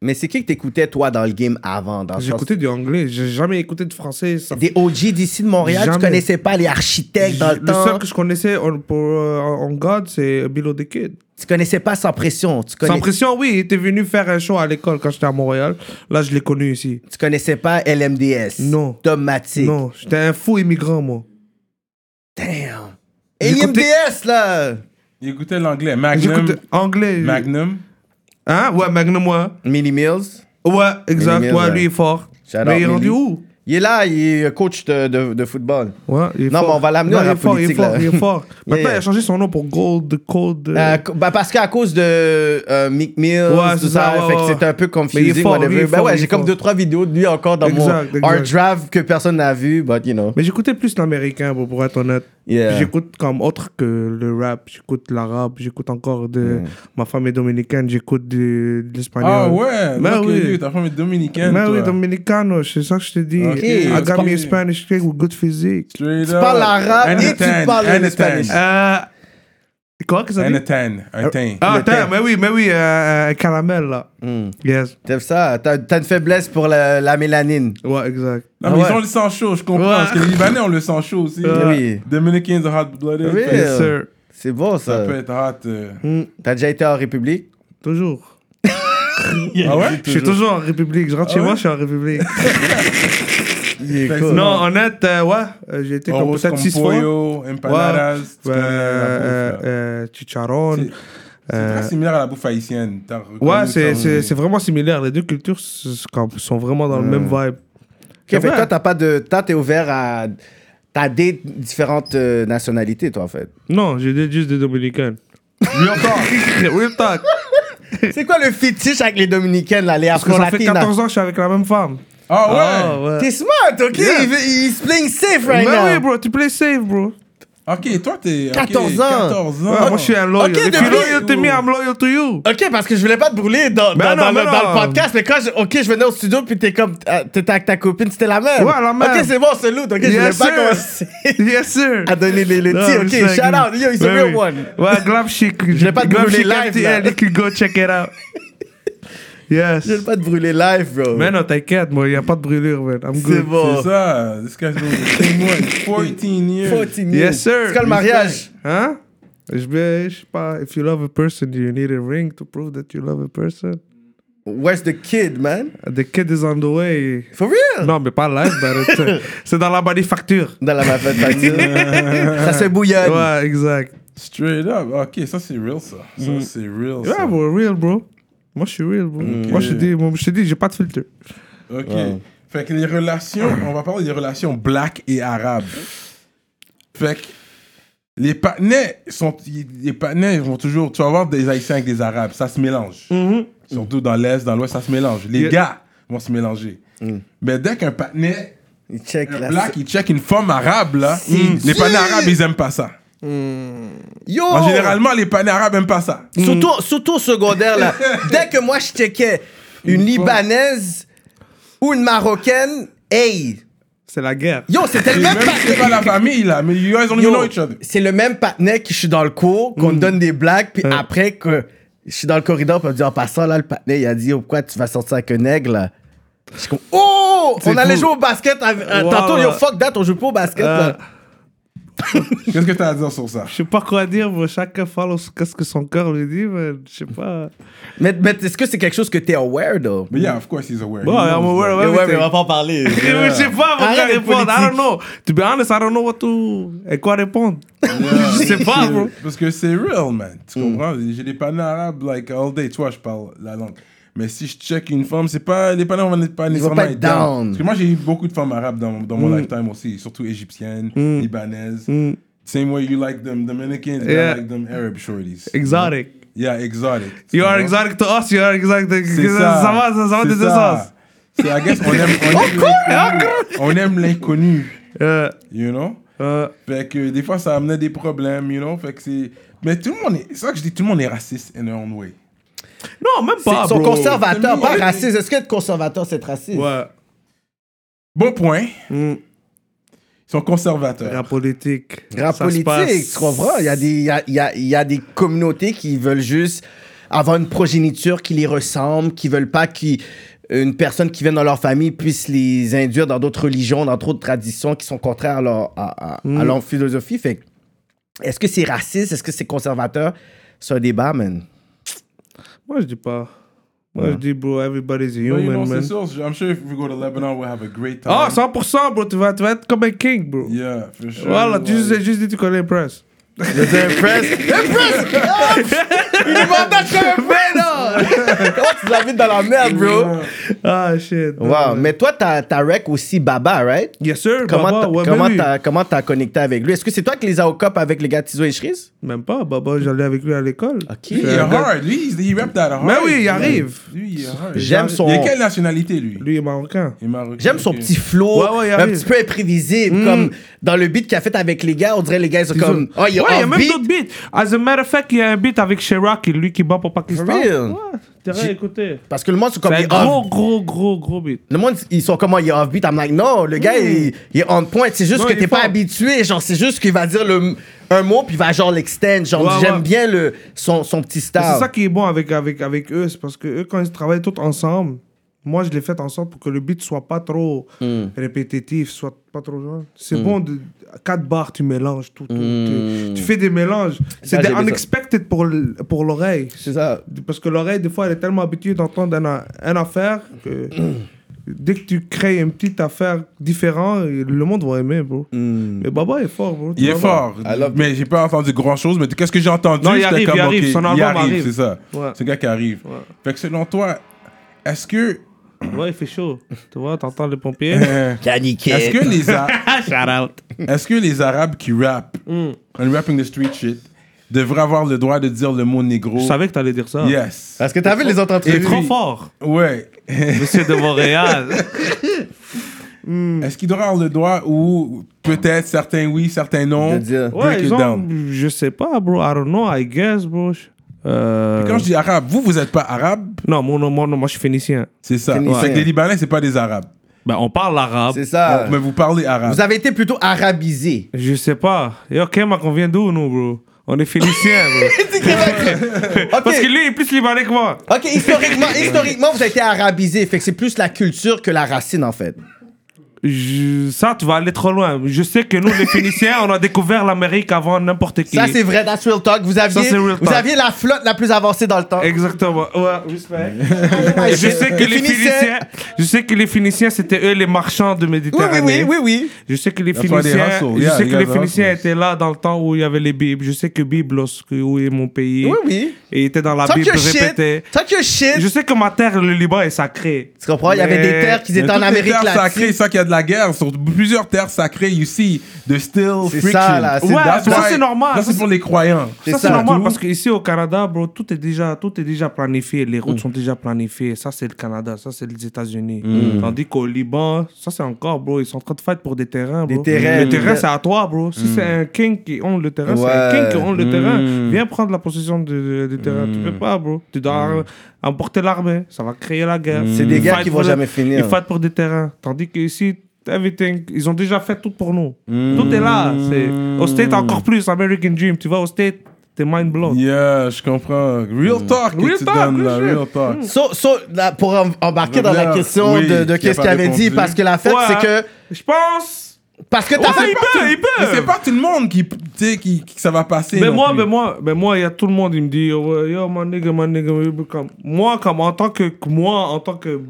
[SPEAKER 4] Mais c'est qui que t'écoutais, toi, dans le game avant dans le sens-
[SPEAKER 5] J'écoutais du anglais, j'ai jamais écouté de français. ça-
[SPEAKER 4] Des OG d'ici de Montréal, tu
[SPEAKER 5] Jamais.
[SPEAKER 4] connaissais pas les architectes dans le,
[SPEAKER 5] le
[SPEAKER 4] temps.
[SPEAKER 5] seul que je connaissais en, pour, euh, en God, c'est Bilo the Kid.
[SPEAKER 4] Tu connaissais pas sans pression. Tu,
[SPEAKER 5] Sans
[SPEAKER 4] connais-
[SPEAKER 5] pression, oui, il était venu faire un show à l'école quand j'étais à Montréal. Là, je l'ai connu ici.
[SPEAKER 4] tu connaissais pas LMDS.
[SPEAKER 5] Non.
[SPEAKER 4] Tom Matic.
[SPEAKER 5] Non, j'étais un fou immigrant, moi.
[SPEAKER 4] Damn.
[SPEAKER 5] J'écoutais-
[SPEAKER 4] LMDS, là.
[SPEAKER 3] Il écoutait l'anglais. Magnum.
[SPEAKER 5] J'écoutais anglais.
[SPEAKER 3] Magnum.
[SPEAKER 5] Hein? Ouais, Magnum, ouais.
[SPEAKER 4] Millie Mills.
[SPEAKER 5] Ouais, exact.
[SPEAKER 4] Mills,
[SPEAKER 5] ouais,
[SPEAKER 4] ouais.
[SPEAKER 5] lui, il est fort.
[SPEAKER 4] Shout out
[SPEAKER 5] mais il est rendu
[SPEAKER 4] Millie.
[SPEAKER 5] où
[SPEAKER 4] Il est là, il est euh, coach de, de- de football.
[SPEAKER 5] Ouais, il est
[SPEAKER 4] Non,
[SPEAKER 5] fort.
[SPEAKER 4] mais on va l'amener
[SPEAKER 5] Non,
[SPEAKER 4] à la
[SPEAKER 5] il est fort,
[SPEAKER 4] politique,
[SPEAKER 5] Il est fort,
[SPEAKER 4] là.
[SPEAKER 5] il est fort. Maintenant,
[SPEAKER 4] Yeah.
[SPEAKER 5] il a changé son nom pour Gold, Cold. euh,
[SPEAKER 4] Euh, co- bah, parce qu'à cause de euh, Mick Mills,
[SPEAKER 5] Ouais,
[SPEAKER 4] tout
[SPEAKER 5] c'est
[SPEAKER 4] ça,
[SPEAKER 5] ça, ouais,
[SPEAKER 4] fait que
[SPEAKER 5] ouais.
[SPEAKER 4] c'était un peu
[SPEAKER 5] Mais il
[SPEAKER 4] confusing.
[SPEAKER 5] est fort,
[SPEAKER 4] whatever.
[SPEAKER 5] lui, il est
[SPEAKER 4] Ben
[SPEAKER 5] fort,
[SPEAKER 4] ouais,
[SPEAKER 5] il est
[SPEAKER 4] j'ai comme
[SPEAKER 5] fort.
[SPEAKER 4] deux, trois vidéos de lui encore dans
[SPEAKER 5] Exact,
[SPEAKER 4] mon
[SPEAKER 5] exact.
[SPEAKER 4] hard drive que personne n'a vu, but you know.
[SPEAKER 5] Mais j'écoutais plus l'américain, bon, pour être honnête.
[SPEAKER 4] Yeah.
[SPEAKER 5] J'écoute comme autre que le rap, j'écoute l'arabe, j'écoute encore de. Ma femme est dominicaine, j'écoute de, de l'espagnol.
[SPEAKER 3] Ah ouais,
[SPEAKER 4] Ben
[SPEAKER 5] Mais
[SPEAKER 3] look at you,
[SPEAKER 5] oui.
[SPEAKER 3] ta femme est dominicaine.
[SPEAKER 5] Mais
[SPEAKER 3] toi.
[SPEAKER 5] oui, dominicano, c'est ça que je te dis.
[SPEAKER 3] Ok,
[SPEAKER 5] I got me
[SPEAKER 3] ok.
[SPEAKER 5] a Spanish kid with good physique.
[SPEAKER 3] Straight
[SPEAKER 4] Tu
[SPEAKER 3] up.
[SPEAKER 4] parles arabe et tu
[SPEAKER 3] Anything,
[SPEAKER 4] parles
[SPEAKER 3] anything.
[SPEAKER 4] espagnol.
[SPEAKER 5] Euh. Quoi que ça
[SPEAKER 3] Un
[SPEAKER 5] dit
[SPEAKER 3] atteint, un teint.
[SPEAKER 5] Ah,
[SPEAKER 4] Le thym.
[SPEAKER 5] attends, mais oui, mais oui, euh, euh, caramel là. Yes.
[SPEAKER 4] Hmm. T'aimes ça? T'as t'as une faiblesse pour la, la mélanine.
[SPEAKER 5] Ah Ouais, exact.
[SPEAKER 3] Non, mais
[SPEAKER 4] ouais.
[SPEAKER 3] ils ont le sang chaud, je comprends.
[SPEAKER 5] Ouais. Ah Euh,
[SPEAKER 3] Parce que les Libanais ont le sang chaud aussi.
[SPEAKER 4] Oui.
[SPEAKER 3] Dominicans are hot-blooded.
[SPEAKER 4] Oui.
[SPEAKER 3] Fait-
[SPEAKER 5] Yes, sir.
[SPEAKER 4] C'est bon,
[SPEAKER 3] Ça
[SPEAKER 4] ça.
[SPEAKER 3] peut être hot. euh.
[SPEAKER 4] T'as déjà été en République?
[SPEAKER 5] Toujours.
[SPEAKER 3] Ah ouais?
[SPEAKER 5] Je suis toujours en République. Je rentre chez moi, je suis en République.
[SPEAKER 3] cool.
[SPEAKER 5] non, honnête, euh, ouais. euh, J'ai été comme
[SPEAKER 3] Oros
[SPEAKER 5] peut-être
[SPEAKER 3] con
[SPEAKER 5] 6 fois. Euh,
[SPEAKER 3] pollo, empanadas. tu connais la bouffe, là.
[SPEAKER 5] euh, Chicharron.
[SPEAKER 3] C'est- C'est très similaire à la bouffe haïtienne. T'as reconnu
[SPEAKER 5] Ouais, c'est-
[SPEAKER 3] comme-
[SPEAKER 5] c'est c'est vraiment similaire. Les deux cultures s- s- comme- sont vraiment dans le même vibe.
[SPEAKER 4] Ok, fait que
[SPEAKER 5] Ouais.
[SPEAKER 4] toi, t'as pas de. Toi, t'es ouvert à. T'as des différentes euh, nationalités, toi, en fait.
[SPEAKER 5] Non, j'ai des- juste des Dominicains.
[SPEAKER 3] Real talk.
[SPEAKER 5] Real talk.
[SPEAKER 4] C'est quoi le fétiche avec les Dominicaines, là, les
[SPEAKER 5] Parce que ça fait
[SPEAKER 4] Afro-Latinas?
[SPEAKER 5] 14 ans que je suis avec la même femme.
[SPEAKER 3] Ah ouais?
[SPEAKER 4] T'es smart, ok?
[SPEAKER 5] Yeah.
[SPEAKER 4] Il, il se playing safe right now.
[SPEAKER 5] Mais oui, bro, tu play safe, bro.
[SPEAKER 3] Ok, toi t'es. ok,
[SPEAKER 4] 14 ans.
[SPEAKER 3] 14 ans.
[SPEAKER 5] Ah. Ouais, Moi, je suis un loyal.
[SPEAKER 4] Ok,
[SPEAKER 5] If
[SPEAKER 4] depuis-
[SPEAKER 5] you loyal to me, I'm loyal to you.
[SPEAKER 4] Ok, parce que je voulais pas te brûler dans,
[SPEAKER 5] Ben
[SPEAKER 4] dans-
[SPEAKER 5] non,
[SPEAKER 4] dans
[SPEAKER 5] ben
[SPEAKER 4] le, dans le
[SPEAKER 5] non.
[SPEAKER 4] podcast, mais quand je, ok, je venais au studio, puis t'es comme, ah, t'étais avec ta copine, c'était la même.
[SPEAKER 5] Ouais, la même.
[SPEAKER 4] Ok, c'est bon, c'est lourd. Ok, je voulais
[SPEAKER 5] Yes,
[SPEAKER 4] pas
[SPEAKER 5] sir.
[SPEAKER 4] commencer
[SPEAKER 5] Yes, sir.
[SPEAKER 4] à donner les, les
[SPEAKER 5] Non,
[SPEAKER 4] tirs.
[SPEAKER 5] je
[SPEAKER 4] Ok,
[SPEAKER 5] sais
[SPEAKER 4] shout
[SPEAKER 5] que-
[SPEAKER 4] out, yo, he's a
[SPEAKER 5] Ouais,
[SPEAKER 4] real
[SPEAKER 5] oui.
[SPEAKER 4] one.
[SPEAKER 5] Ouais, Glam Chic.
[SPEAKER 4] Je l'ai pas
[SPEAKER 5] Glam
[SPEAKER 4] brûlé
[SPEAKER 5] Chic
[SPEAKER 4] live, là.
[SPEAKER 5] FTL, you can go check it out. Yes.
[SPEAKER 4] Je veux pas te brûler live, bro.
[SPEAKER 5] Mais Ben non, t'inquiète, moi, y a pas de brûlure, man. I'm
[SPEAKER 4] c'est
[SPEAKER 5] good.
[SPEAKER 4] bon.
[SPEAKER 3] C'est ça. This guy's been with 14 years.
[SPEAKER 4] 14 years.
[SPEAKER 5] Yes, sir.
[SPEAKER 4] C'est quoi le mariage?
[SPEAKER 5] Hein? Je vais, je sais pas, if you love a person, you need a ring to prove that you love a person.
[SPEAKER 4] Where's the kid, man?
[SPEAKER 5] The kid is on the way.
[SPEAKER 4] For real?
[SPEAKER 5] Non, mais pas live, but it's- uh, c'est dans la manufacture.
[SPEAKER 4] Dans la mafia de facture. Ça se bouillonne.
[SPEAKER 5] Ouais, exact.
[SPEAKER 3] Straight up. Ok, ça c'est real ça. Ça c'est real
[SPEAKER 5] Mm. Ouais,
[SPEAKER 3] ça.
[SPEAKER 5] bro, real, bro. Moi, je suis real, bro. Moi, je te dis, moi, je te dis, j'ai pas de filtre.
[SPEAKER 3] Ok. Fait que les relations, on va parler des relations black et arabes. Fait que les partenaires sont, les partenaires vont toujours, tu vas voir des haïtiens avec des arabes, ça se mélange. Surtout dans l'est, dans l'ouest, ça se mélange. Les
[SPEAKER 5] Mm-hmm. Yeah. Mm.
[SPEAKER 3] gars vont se mélanger. Mais dès qu'un partenaire,
[SPEAKER 4] Il check
[SPEAKER 3] un
[SPEAKER 4] là.
[SPEAKER 3] black, il check une femme arabe là, Mm. les partenaires arabes ils aiment pas ça.
[SPEAKER 4] Yo!
[SPEAKER 5] Oh.
[SPEAKER 3] En hmm. généralement, les partenaires arabes aiment pas ça.
[SPEAKER 4] Surtout, surtout au secondaire, là. Dès que moi, je checkais une Libanaise ou une Marocaine, hey!
[SPEAKER 5] C'est la guerre.
[SPEAKER 4] Yo, c'était le
[SPEAKER 3] Et
[SPEAKER 4] même
[SPEAKER 3] même si c'est
[SPEAKER 4] patinet.
[SPEAKER 3] pas la famille là, mais you guys don't
[SPEAKER 4] Yo,
[SPEAKER 3] know each other. Hmm.
[SPEAKER 4] C'est le même patinet que je suis dans le cours, qu'on me donne des blagues, puis après que je suis dans le corridor, puis on me dit en passant, là, le patinet, il a dit, oh, pourquoi tu vas sortir avec un aigle, là? Je suis comme, oh! On
[SPEAKER 5] C'est
[SPEAKER 4] allait
[SPEAKER 5] fou.
[SPEAKER 4] jouer au basket. avec- euh,
[SPEAKER 5] Wow.
[SPEAKER 4] Tantôt, yo, fuck that, on joue pas au basket,
[SPEAKER 5] Euh,
[SPEAKER 4] là.
[SPEAKER 3] Qu'est-ce que t'as à dire sur ça?
[SPEAKER 5] je sais pas quoi dire, bro. Chacun follow ce qu'est-ce que son cœur lui dit, mais je sais pas.
[SPEAKER 4] Mais, mais est-ce que c'est quelque chose que t'es aware, though?
[SPEAKER 3] But yeah, of course he's aware.
[SPEAKER 5] Bon,
[SPEAKER 3] He knows
[SPEAKER 5] I'm aware
[SPEAKER 3] that.
[SPEAKER 5] of everything.
[SPEAKER 4] pas en parler.
[SPEAKER 5] Je sais pas, mon
[SPEAKER 4] Arrête
[SPEAKER 5] gars,
[SPEAKER 4] de
[SPEAKER 5] répondre. I
[SPEAKER 4] politique.
[SPEAKER 5] don't know. To be honest, I don't know what to. Et quoi répondre?
[SPEAKER 3] Yeah.
[SPEAKER 5] Je sais pas, bro.
[SPEAKER 3] Parce que c'est real, man. Tu
[SPEAKER 5] Hmm.
[SPEAKER 3] comprends? J'ai des panneaux arabes, like, all day. Tu vois, je parle la langue. Mais si je check une femme, c'est pas, les panneaux vont pas nécessairement
[SPEAKER 4] pas être down.
[SPEAKER 3] Parce que moi, j'ai eu beaucoup de femmes arabes dans, dans mon
[SPEAKER 5] Hmm.
[SPEAKER 3] lifetime aussi, surtout égyptiennes, libanaises. Same way you like them Dominicans, but
[SPEAKER 5] Yeah.
[SPEAKER 3] I like them Arab shorties.
[SPEAKER 5] Exotic.
[SPEAKER 3] Yeah, exotic. Tu
[SPEAKER 5] You are
[SPEAKER 3] comprends?
[SPEAKER 5] exotic to us, you are exotic to.
[SPEAKER 3] C'est ça.
[SPEAKER 5] Ça va, ça, ça va
[SPEAKER 3] C'est
[SPEAKER 5] des deux
[SPEAKER 3] ça.
[SPEAKER 5] sens.
[SPEAKER 3] C'est, I guess, on aime, on aime l'inconnu. On aime l'inconnu,
[SPEAKER 5] Euh,
[SPEAKER 3] you know?
[SPEAKER 5] euh,
[SPEAKER 3] Fait que des fois, ça amenait des problèmes, you know? Fait que c'est... Mais tout le monde est... C'est ça que je dis, tout le monde est raciste in their own way.
[SPEAKER 5] Non, même pas.
[SPEAKER 4] Ils sont
[SPEAKER 5] bro.
[SPEAKER 4] conservateurs,
[SPEAKER 3] C'est
[SPEAKER 4] pas
[SPEAKER 3] mieux.
[SPEAKER 4] racistes. Est-ce que être conservateur, c'est être raciste?
[SPEAKER 5] Ouais.
[SPEAKER 3] Bon point.
[SPEAKER 5] Mm.
[SPEAKER 3] Ils sont conservateurs.
[SPEAKER 5] La politique.
[SPEAKER 4] Rap
[SPEAKER 5] Ça se
[SPEAKER 4] politique,
[SPEAKER 5] passe.
[SPEAKER 4] tu comprends? Il y, a des, il, y a, il y a- il y a des communautés qui veulent juste avoir une progéniture qui les ressemble, qui veulent pas qu'une personne qui vient dans leur famille puisse les induire dans d'autres religions, dans d'autres traditions qui sont contraires à leur, à, à-
[SPEAKER 5] Mm.
[SPEAKER 4] à leur philosophie. Fait que, est-ce que c'est raciste? Est-ce que c'est conservateur? C'est un débat, man.
[SPEAKER 5] Moi, je dis pas. Moi, je dis, bro, everybody's
[SPEAKER 3] But,
[SPEAKER 5] human,
[SPEAKER 3] you know,
[SPEAKER 5] man.
[SPEAKER 3] c'est sûr, I'm sure if we go to Lebanon, we'll have a great time.
[SPEAKER 5] Ah, 100%, bro, tu vas, tu vas être comme un king, bro.
[SPEAKER 3] Yeah, for sure.
[SPEAKER 5] Voilà, tu
[SPEAKER 3] Like,
[SPEAKER 5] juste, juste dit, tu connais le prince.
[SPEAKER 4] Il est mandat comme Tu l'habites dans la merde, bro!
[SPEAKER 3] yeah.
[SPEAKER 5] Ah, shit.
[SPEAKER 4] Wow, mais toi, t'as t'as rec aussi Baba, right?
[SPEAKER 5] Yes, sir.
[SPEAKER 4] Comment
[SPEAKER 5] Baba,
[SPEAKER 4] t'as-
[SPEAKER 5] ouais,
[SPEAKER 4] comment
[SPEAKER 5] mais oui.
[SPEAKER 4] t'as comment t'as connecté avec lui Est-ce que c'est toi qui les as au cop avec les gars de Tizo et Chris
[SPEAKER 5] Même pas, Baba, j'allais avec lui à l'école.
[SPEAKER 4] Ok.
[SPEAKER 3] Lui, il est hard. Lui, il- il rap that hard.
[SPEAKER 5] Mais oui, il arrive.
[SPEAKER 3] Lui, il est hard.
[SPEAKER 4] J'aime son-
[SPEAKER 3] Il est quelle nationalité, lui?
[SPEAKER 5] Lui, il est marocain.
[SPEAKER 3] Il est marocain,
[SPEAKER 4] J'aime son
[SPEAKER 3] ok.
[SPEAKER 4] petit flow,
[SPEAKER 5] Ouais, ouais, il
[SPEAKER 4] un
[SPEAKER 5] arrive.
[SPEAKER 4] petit peu imprévisible,
[SPEAKER 5] Mm.
[SPEAKER 4] comme dans le beat qu'il a fait avec les gars. On dirait les gars ils sont comme oh il est
[SPEAKER 5] ouais, il y a même
[SPEAKER 4] off-beat.
[SPEAKER 5] d'autres beats. As a matter of fact, il y a un beat avec Chirac, lui qui bat pour Pakistan.
[SPEAKER 4] For real?
[SPEAKER 5] Ouais, t'as
[SPEAKER 4] J'ai-
[SPEAKER 5] écouté.
[SPEAKER 4] Parce que le monde sont comme
[SPEAKER 5] C'est un
[SPEAKER 4] il est
[SPEAKER 5] gros,
[SPEAKER 4] off.
[SPEAKER 5] gros, gros, gros beat.
[SPEAKER 4] Le monde ils sont comme oh, il est off beat. I'm like non, le gars il, il est on point. C'est juste
[SPEAKER 5] Hmm. Non,
[SPEAKER 4] que
[SPEAKER 5] il
[SPEAKER 4] t'es
[SPEAKER 5] est
[SPEAKER 4] pas
[SPEAKER 5] fort.
[SPEAKER 4] habitué. Genre c'est juste qu'il va dire le un mot puis il va genre l'extend. Genre
[SPEAKER 5] Ouais,
[SPEAKER 4] j'aime
[SPEAKER 5] ouais.
[SPEAKER 4] bien le son son petit
[SPEAKER 5] Et
[SPEAKER 4] style.
[SPEAKER 5] C'est ça qui est bon avec, avec, avec eux, c'est parce que eux, quand ils travaillent tous ensemble, Moi, je l'ai fait en sorte pour que le beat soit pas trop
[SPEAKER 4] Hmm.
[SPEAKER 5] répétitif, soit pas trop. genre, C'est
[SPEAKER 4] Mm.
[SPEAKER 5] bon, de, à quatre barres, tu mélanges tout. tout, tu, tu fais des mélanges. C'est des
[SPEAKER 4] j'aimais Mm. ça.
[SPEAKER 5] unexpected pour l- pour l'oreille.
[SPEAKER 4] C'est ça.
[SPEAKER 5] Parce que l'oreille, des fois, elle est tellement habituée d'entendre un, a- un affaire que dès que tu crées une petite affaire différente, le monde va aimer, bro.
[SPEAKER 4] Hmm.
[SPEAKER 5] Mais Baba est fort, bro. Tu
[SPEAKER 3] Il est
[SPEAKER 5] vas voir.
[SPEAKER 3] fort,
[SPEAKER 4] I love
[SPEAKER 3] mais j'ai pas entendu grand chose. Mais qu'est-ce que j'ai entendu
[SPEAKER 5] Non, il
[SPEAKER 3] j'étais
[SPEAKER 5] arrive, il arrive,
[SPEAKER 3] ok,
[SPEAKER 5] son album
[SPEAKER 3] il arrive,
[SPEAKER 5] arrive.
[SPEAKER 3] c'est ça.
[SPEAKER 5] Ouais.
[SPEAKER 3] C'est le gars qui arrive. Fait que selon toi, est-ce que
[SPEAKER 5] Ouais, il fait chaud. Tu vois, t'entends les pompiers.
[SPEAKER 3] euh, est-ce que les a-
[SPEAKER 5] Shout out.
[SPEAKER 3] est-ce que les arabes qui rappent,
[SPEAKER 5] Mm.
[SPEAKER 3] en rapping the street shit, devraient avoir le droit de dire le mot négro?
[SPEAKER 5] Je savais que t'allais dire ça.
[SPEAKER 3] Yes.
[SPEAKER 4] Parce que t'as vu les autres
[SPEAKER 5] Il est
[SPEAKER 4] entrevues.
[SPEAKER 5] trop fort,
[SPEAKER 3] Ouais.
[SPEAKER 5] monsieur de Montréal. Hmm.
[SPEAKER 3] Est-ce qu'ils devraient avoir le droit ou peut-être certains oui, certains non?
[SPEAKER 4] De dire.
[SPEAKER 3] Break
[SPEAKER 5] ouais,
[SPEAKER 3] it
[SPEAKER 5] ils ont,
[SPEAKER 3] down.
[SPEAKER 5] je sais pas, bro. I don't know, I guess, bro. Euh,
[SPEAKER 3] Quand je dis arabe, vous, vous êtes pas arabe?
[SPEAKER 5] Non, moi, non, moi, non, moi, je suis phénicien.
[SPEAKER 3] C'est ça.
[SPEAKER 4] Phénicien.
[SPEAKER 3] Fait que les Libanais, c'est pas des arabes.
[SPEAKER 5] Ben, on parle arabe.
[SPEAKER 4] C'est ça.
[SPEAKER 3] Mais vous parlez arabe.
[SPEAKER 4] Ah. Vous avez été plutôt arabisé.
[SPEAKER 5] Je sais pas. Yo, Kema, qu'on vient d'où, nous, bro On est phéniciens, bro. Parce que
[SPEAKER 4] ok,
[SPEAKER 5] lui, il est plus libanais que moi.
[SPEAKER 4] ok, historiquement, historiquement, vous avez été arabisé. Fait que c'est plus la culture que la racine, en fait.
[SPEAKER 5] Je- Ça, tu vas aller trop loin. Je sais que nous, les phéniciens, on a découvert l'Amérique avant n'importe qui.
[SPEAKER 4] Ça, c'est vrai, that's real talk. Vous aviez,
[SPEAKER 5] c'est real
[SPEAKER 4] vous
[SPEAKER 5] talk.
[SPEAKER 4] aviez la flotte la plus avancée dans le temps.
[SPEAKER 5] Exactement. Ouais, respect.
[SPEAKER 4] Ah,
[SPEAKER 5] Je sais que les
[SPEAKER 4] Phéniciens-
[SPEAKER 5] Phéniciens, je sais que les Phéniciens c'était eux les marchands de
[SPEAKER 4] Oui,
[SPEAKER 5] Méditerranée.
[SPEAKER 4] oui, oui, oui, oui.
[SPEAKER 5] Je sais que les
[SPEAKER 3] That's why they
[SPEAKER 5] Phéniciens,
[SPEAKER 3] hustle.
[SPEAKER 5] je
[SPEAKER 3] Yeah,
[SPEAKER 5] sais
[SPEAKER 3] you
[SPEAKER 5] que les
[SPEAKER 3] guys are
[SPEAKER 5] Phéniciens
[SPEAKER 3] hustlers.
[SPEAKER 5] étaient là dans le temps où il y avait les Bibles. Je sais que Biblos, que- où est mon pays,
[SPEAKER 4] Oui, oui.
[SPEAKER 5] et il était dans la
[SPEAKER 4] Talk
[SPEAKER 5] Bible
[SPEAKER 4] your shit.
[SPEAKER 5] répétée.
[SPEAKER 4] Talk your shit.
[SPEAKER 5] Je sais que ma terre, le Liban, est sacrée.
[SPEAKER 4] Tu comprends? Il y avait
[SPEAKER 5] Mais-
[SPEAKER 4] des terres qui étaient
[SPEAKER 3] Mais
[SPEAKER 4] en
[SPEAKER 3] toutes les
[SPEAKER 4] Amérique
[SPEAKER 3] terres
[SPEAKER 4] latine.
[SPEAKER 3] sacrées, ça qu'il y a de la guerre. Sur plusieurs terres sacrées, ici, de still
[SPEAKER 4] C'est
[SPEAKER 3] friction.
[SPEAKER 4] ça, là, c'est-
[SPEAKER 5] Ouais,
[SPEAKER 3] That's
[SPEAKER 5] ça,
[SPEAKER 3] why-
[SPEAKER 5] c'est normal.
[SPEAKER 3] Ça, c'est pour les croyants.
[SPEAKER 4] C'est
[SPEAKER 5] Ça, c'est
[SPEAKER 4] ça.
[SPEAKER 5] normal
[SPEAKER 3] Tout.
[SPEAKER 5] parce qu'ici au Canada, bro, tout est déjà, tout est déjà planifié.
[SPEAKER 4] Mm.
[SPEAKER 5] Les routes sont déjà planifiées. Ça, c'est le Canada. Ça, c'est les États-Unis.
[SPEAKER 4] Mm.
[SPEAKER 5] Tandis qu'au Liban, ça, c'est encore, bro. Ils sont en train de fight pour des terrains, bro.
[SPEAKER 4] Des terrains,
[SPEAKER 5] Le terrain,
[SPEAKER 4] mm.
[SPEAKER 5] c'est à toi, bro. Si c'est un king qui own le terrain, c'est un
[SPEAKER 4] Ouais. Mm.
[SPEAKER 5] king qui own le terrain. Viens prendre la possession de- de- du terrain. Tu peux pas, bro. Tu dois emporter l'armée. Ça va créer la guerre.
[SPEAKER 4] C'est Mm. des
[SPEAKER 5] Ils
[SPEAKER 4] guerres
[SPEAKER 5] fight
[SPEAKER 4] qui vont
[SPEAKER 5] pour le-
[SPEAKER 4] jamais finir.
[SPEAKER 5] Ils fight pour des terrains. Tandis qu'ici, everything, ils ont déjà fait tout pour nous.
[SPEAKER 3] Hmm.
[SPEAKER 5] Tout est là. C'est au state encore plus American Dream. Tu vas au state, t'es mind blown.
[SPEAKER 3] Yeah, je comprends.
[SPEAKER 5] Hmm.
[SPEAKER 3] Real talk que
[SPEAKER 5] Real
[SPEAKER 3] tu
[SPEAKER 5] talk, real
[SPEAKER 3] donnes, là.
[SPEAKER 5] shit. Hmm.
[SPEAKER 3] Real talk.
[SPEAKER 4] So, so, là, pour em- embarquer dans la
[SPEAKER 3] Revenir,
[SPEAKER 4] question
[SPEAKER 3] oui,
[SPEAKER 4] de, de
[SPEAKER 3] qui a
[SPEAKER 4] qu'est-ce
[SPEAKER 3] pas
[SPEAKER 4] qu'il avait
[SPEAKER 3] répondu.
[SPEAKER 4] dit, parce que la fête,
[SPEAKER 5] Ouais,
[SPEAKER 4] c'est que.
[SPEAKER 5] Je pense.
[SPEAKER 4] Parce que
[SPEAKER 5] Ouais,
[SPEAKER 4] t'as fait.
[SPEAKER 5] il peut, il
[SPEAKER 3] Mais
[SPEAKER 5] peut.
[SPEAKER 3] c'est pas tout le monde qui, tu sais, qui, qui- que ça va passer.
[SPEAKER 5] Mais
[SPEAKER 3] non
[SPEAKER 5] moi,
[SPEAKER 3] plus.
[SPEAKER 5] mais moi, mais moi, il y a tout le monde, il me dit, yo, yo, my nigga, my nigga, my nigga. Comme- moi, comme en tant que, moi, en tant que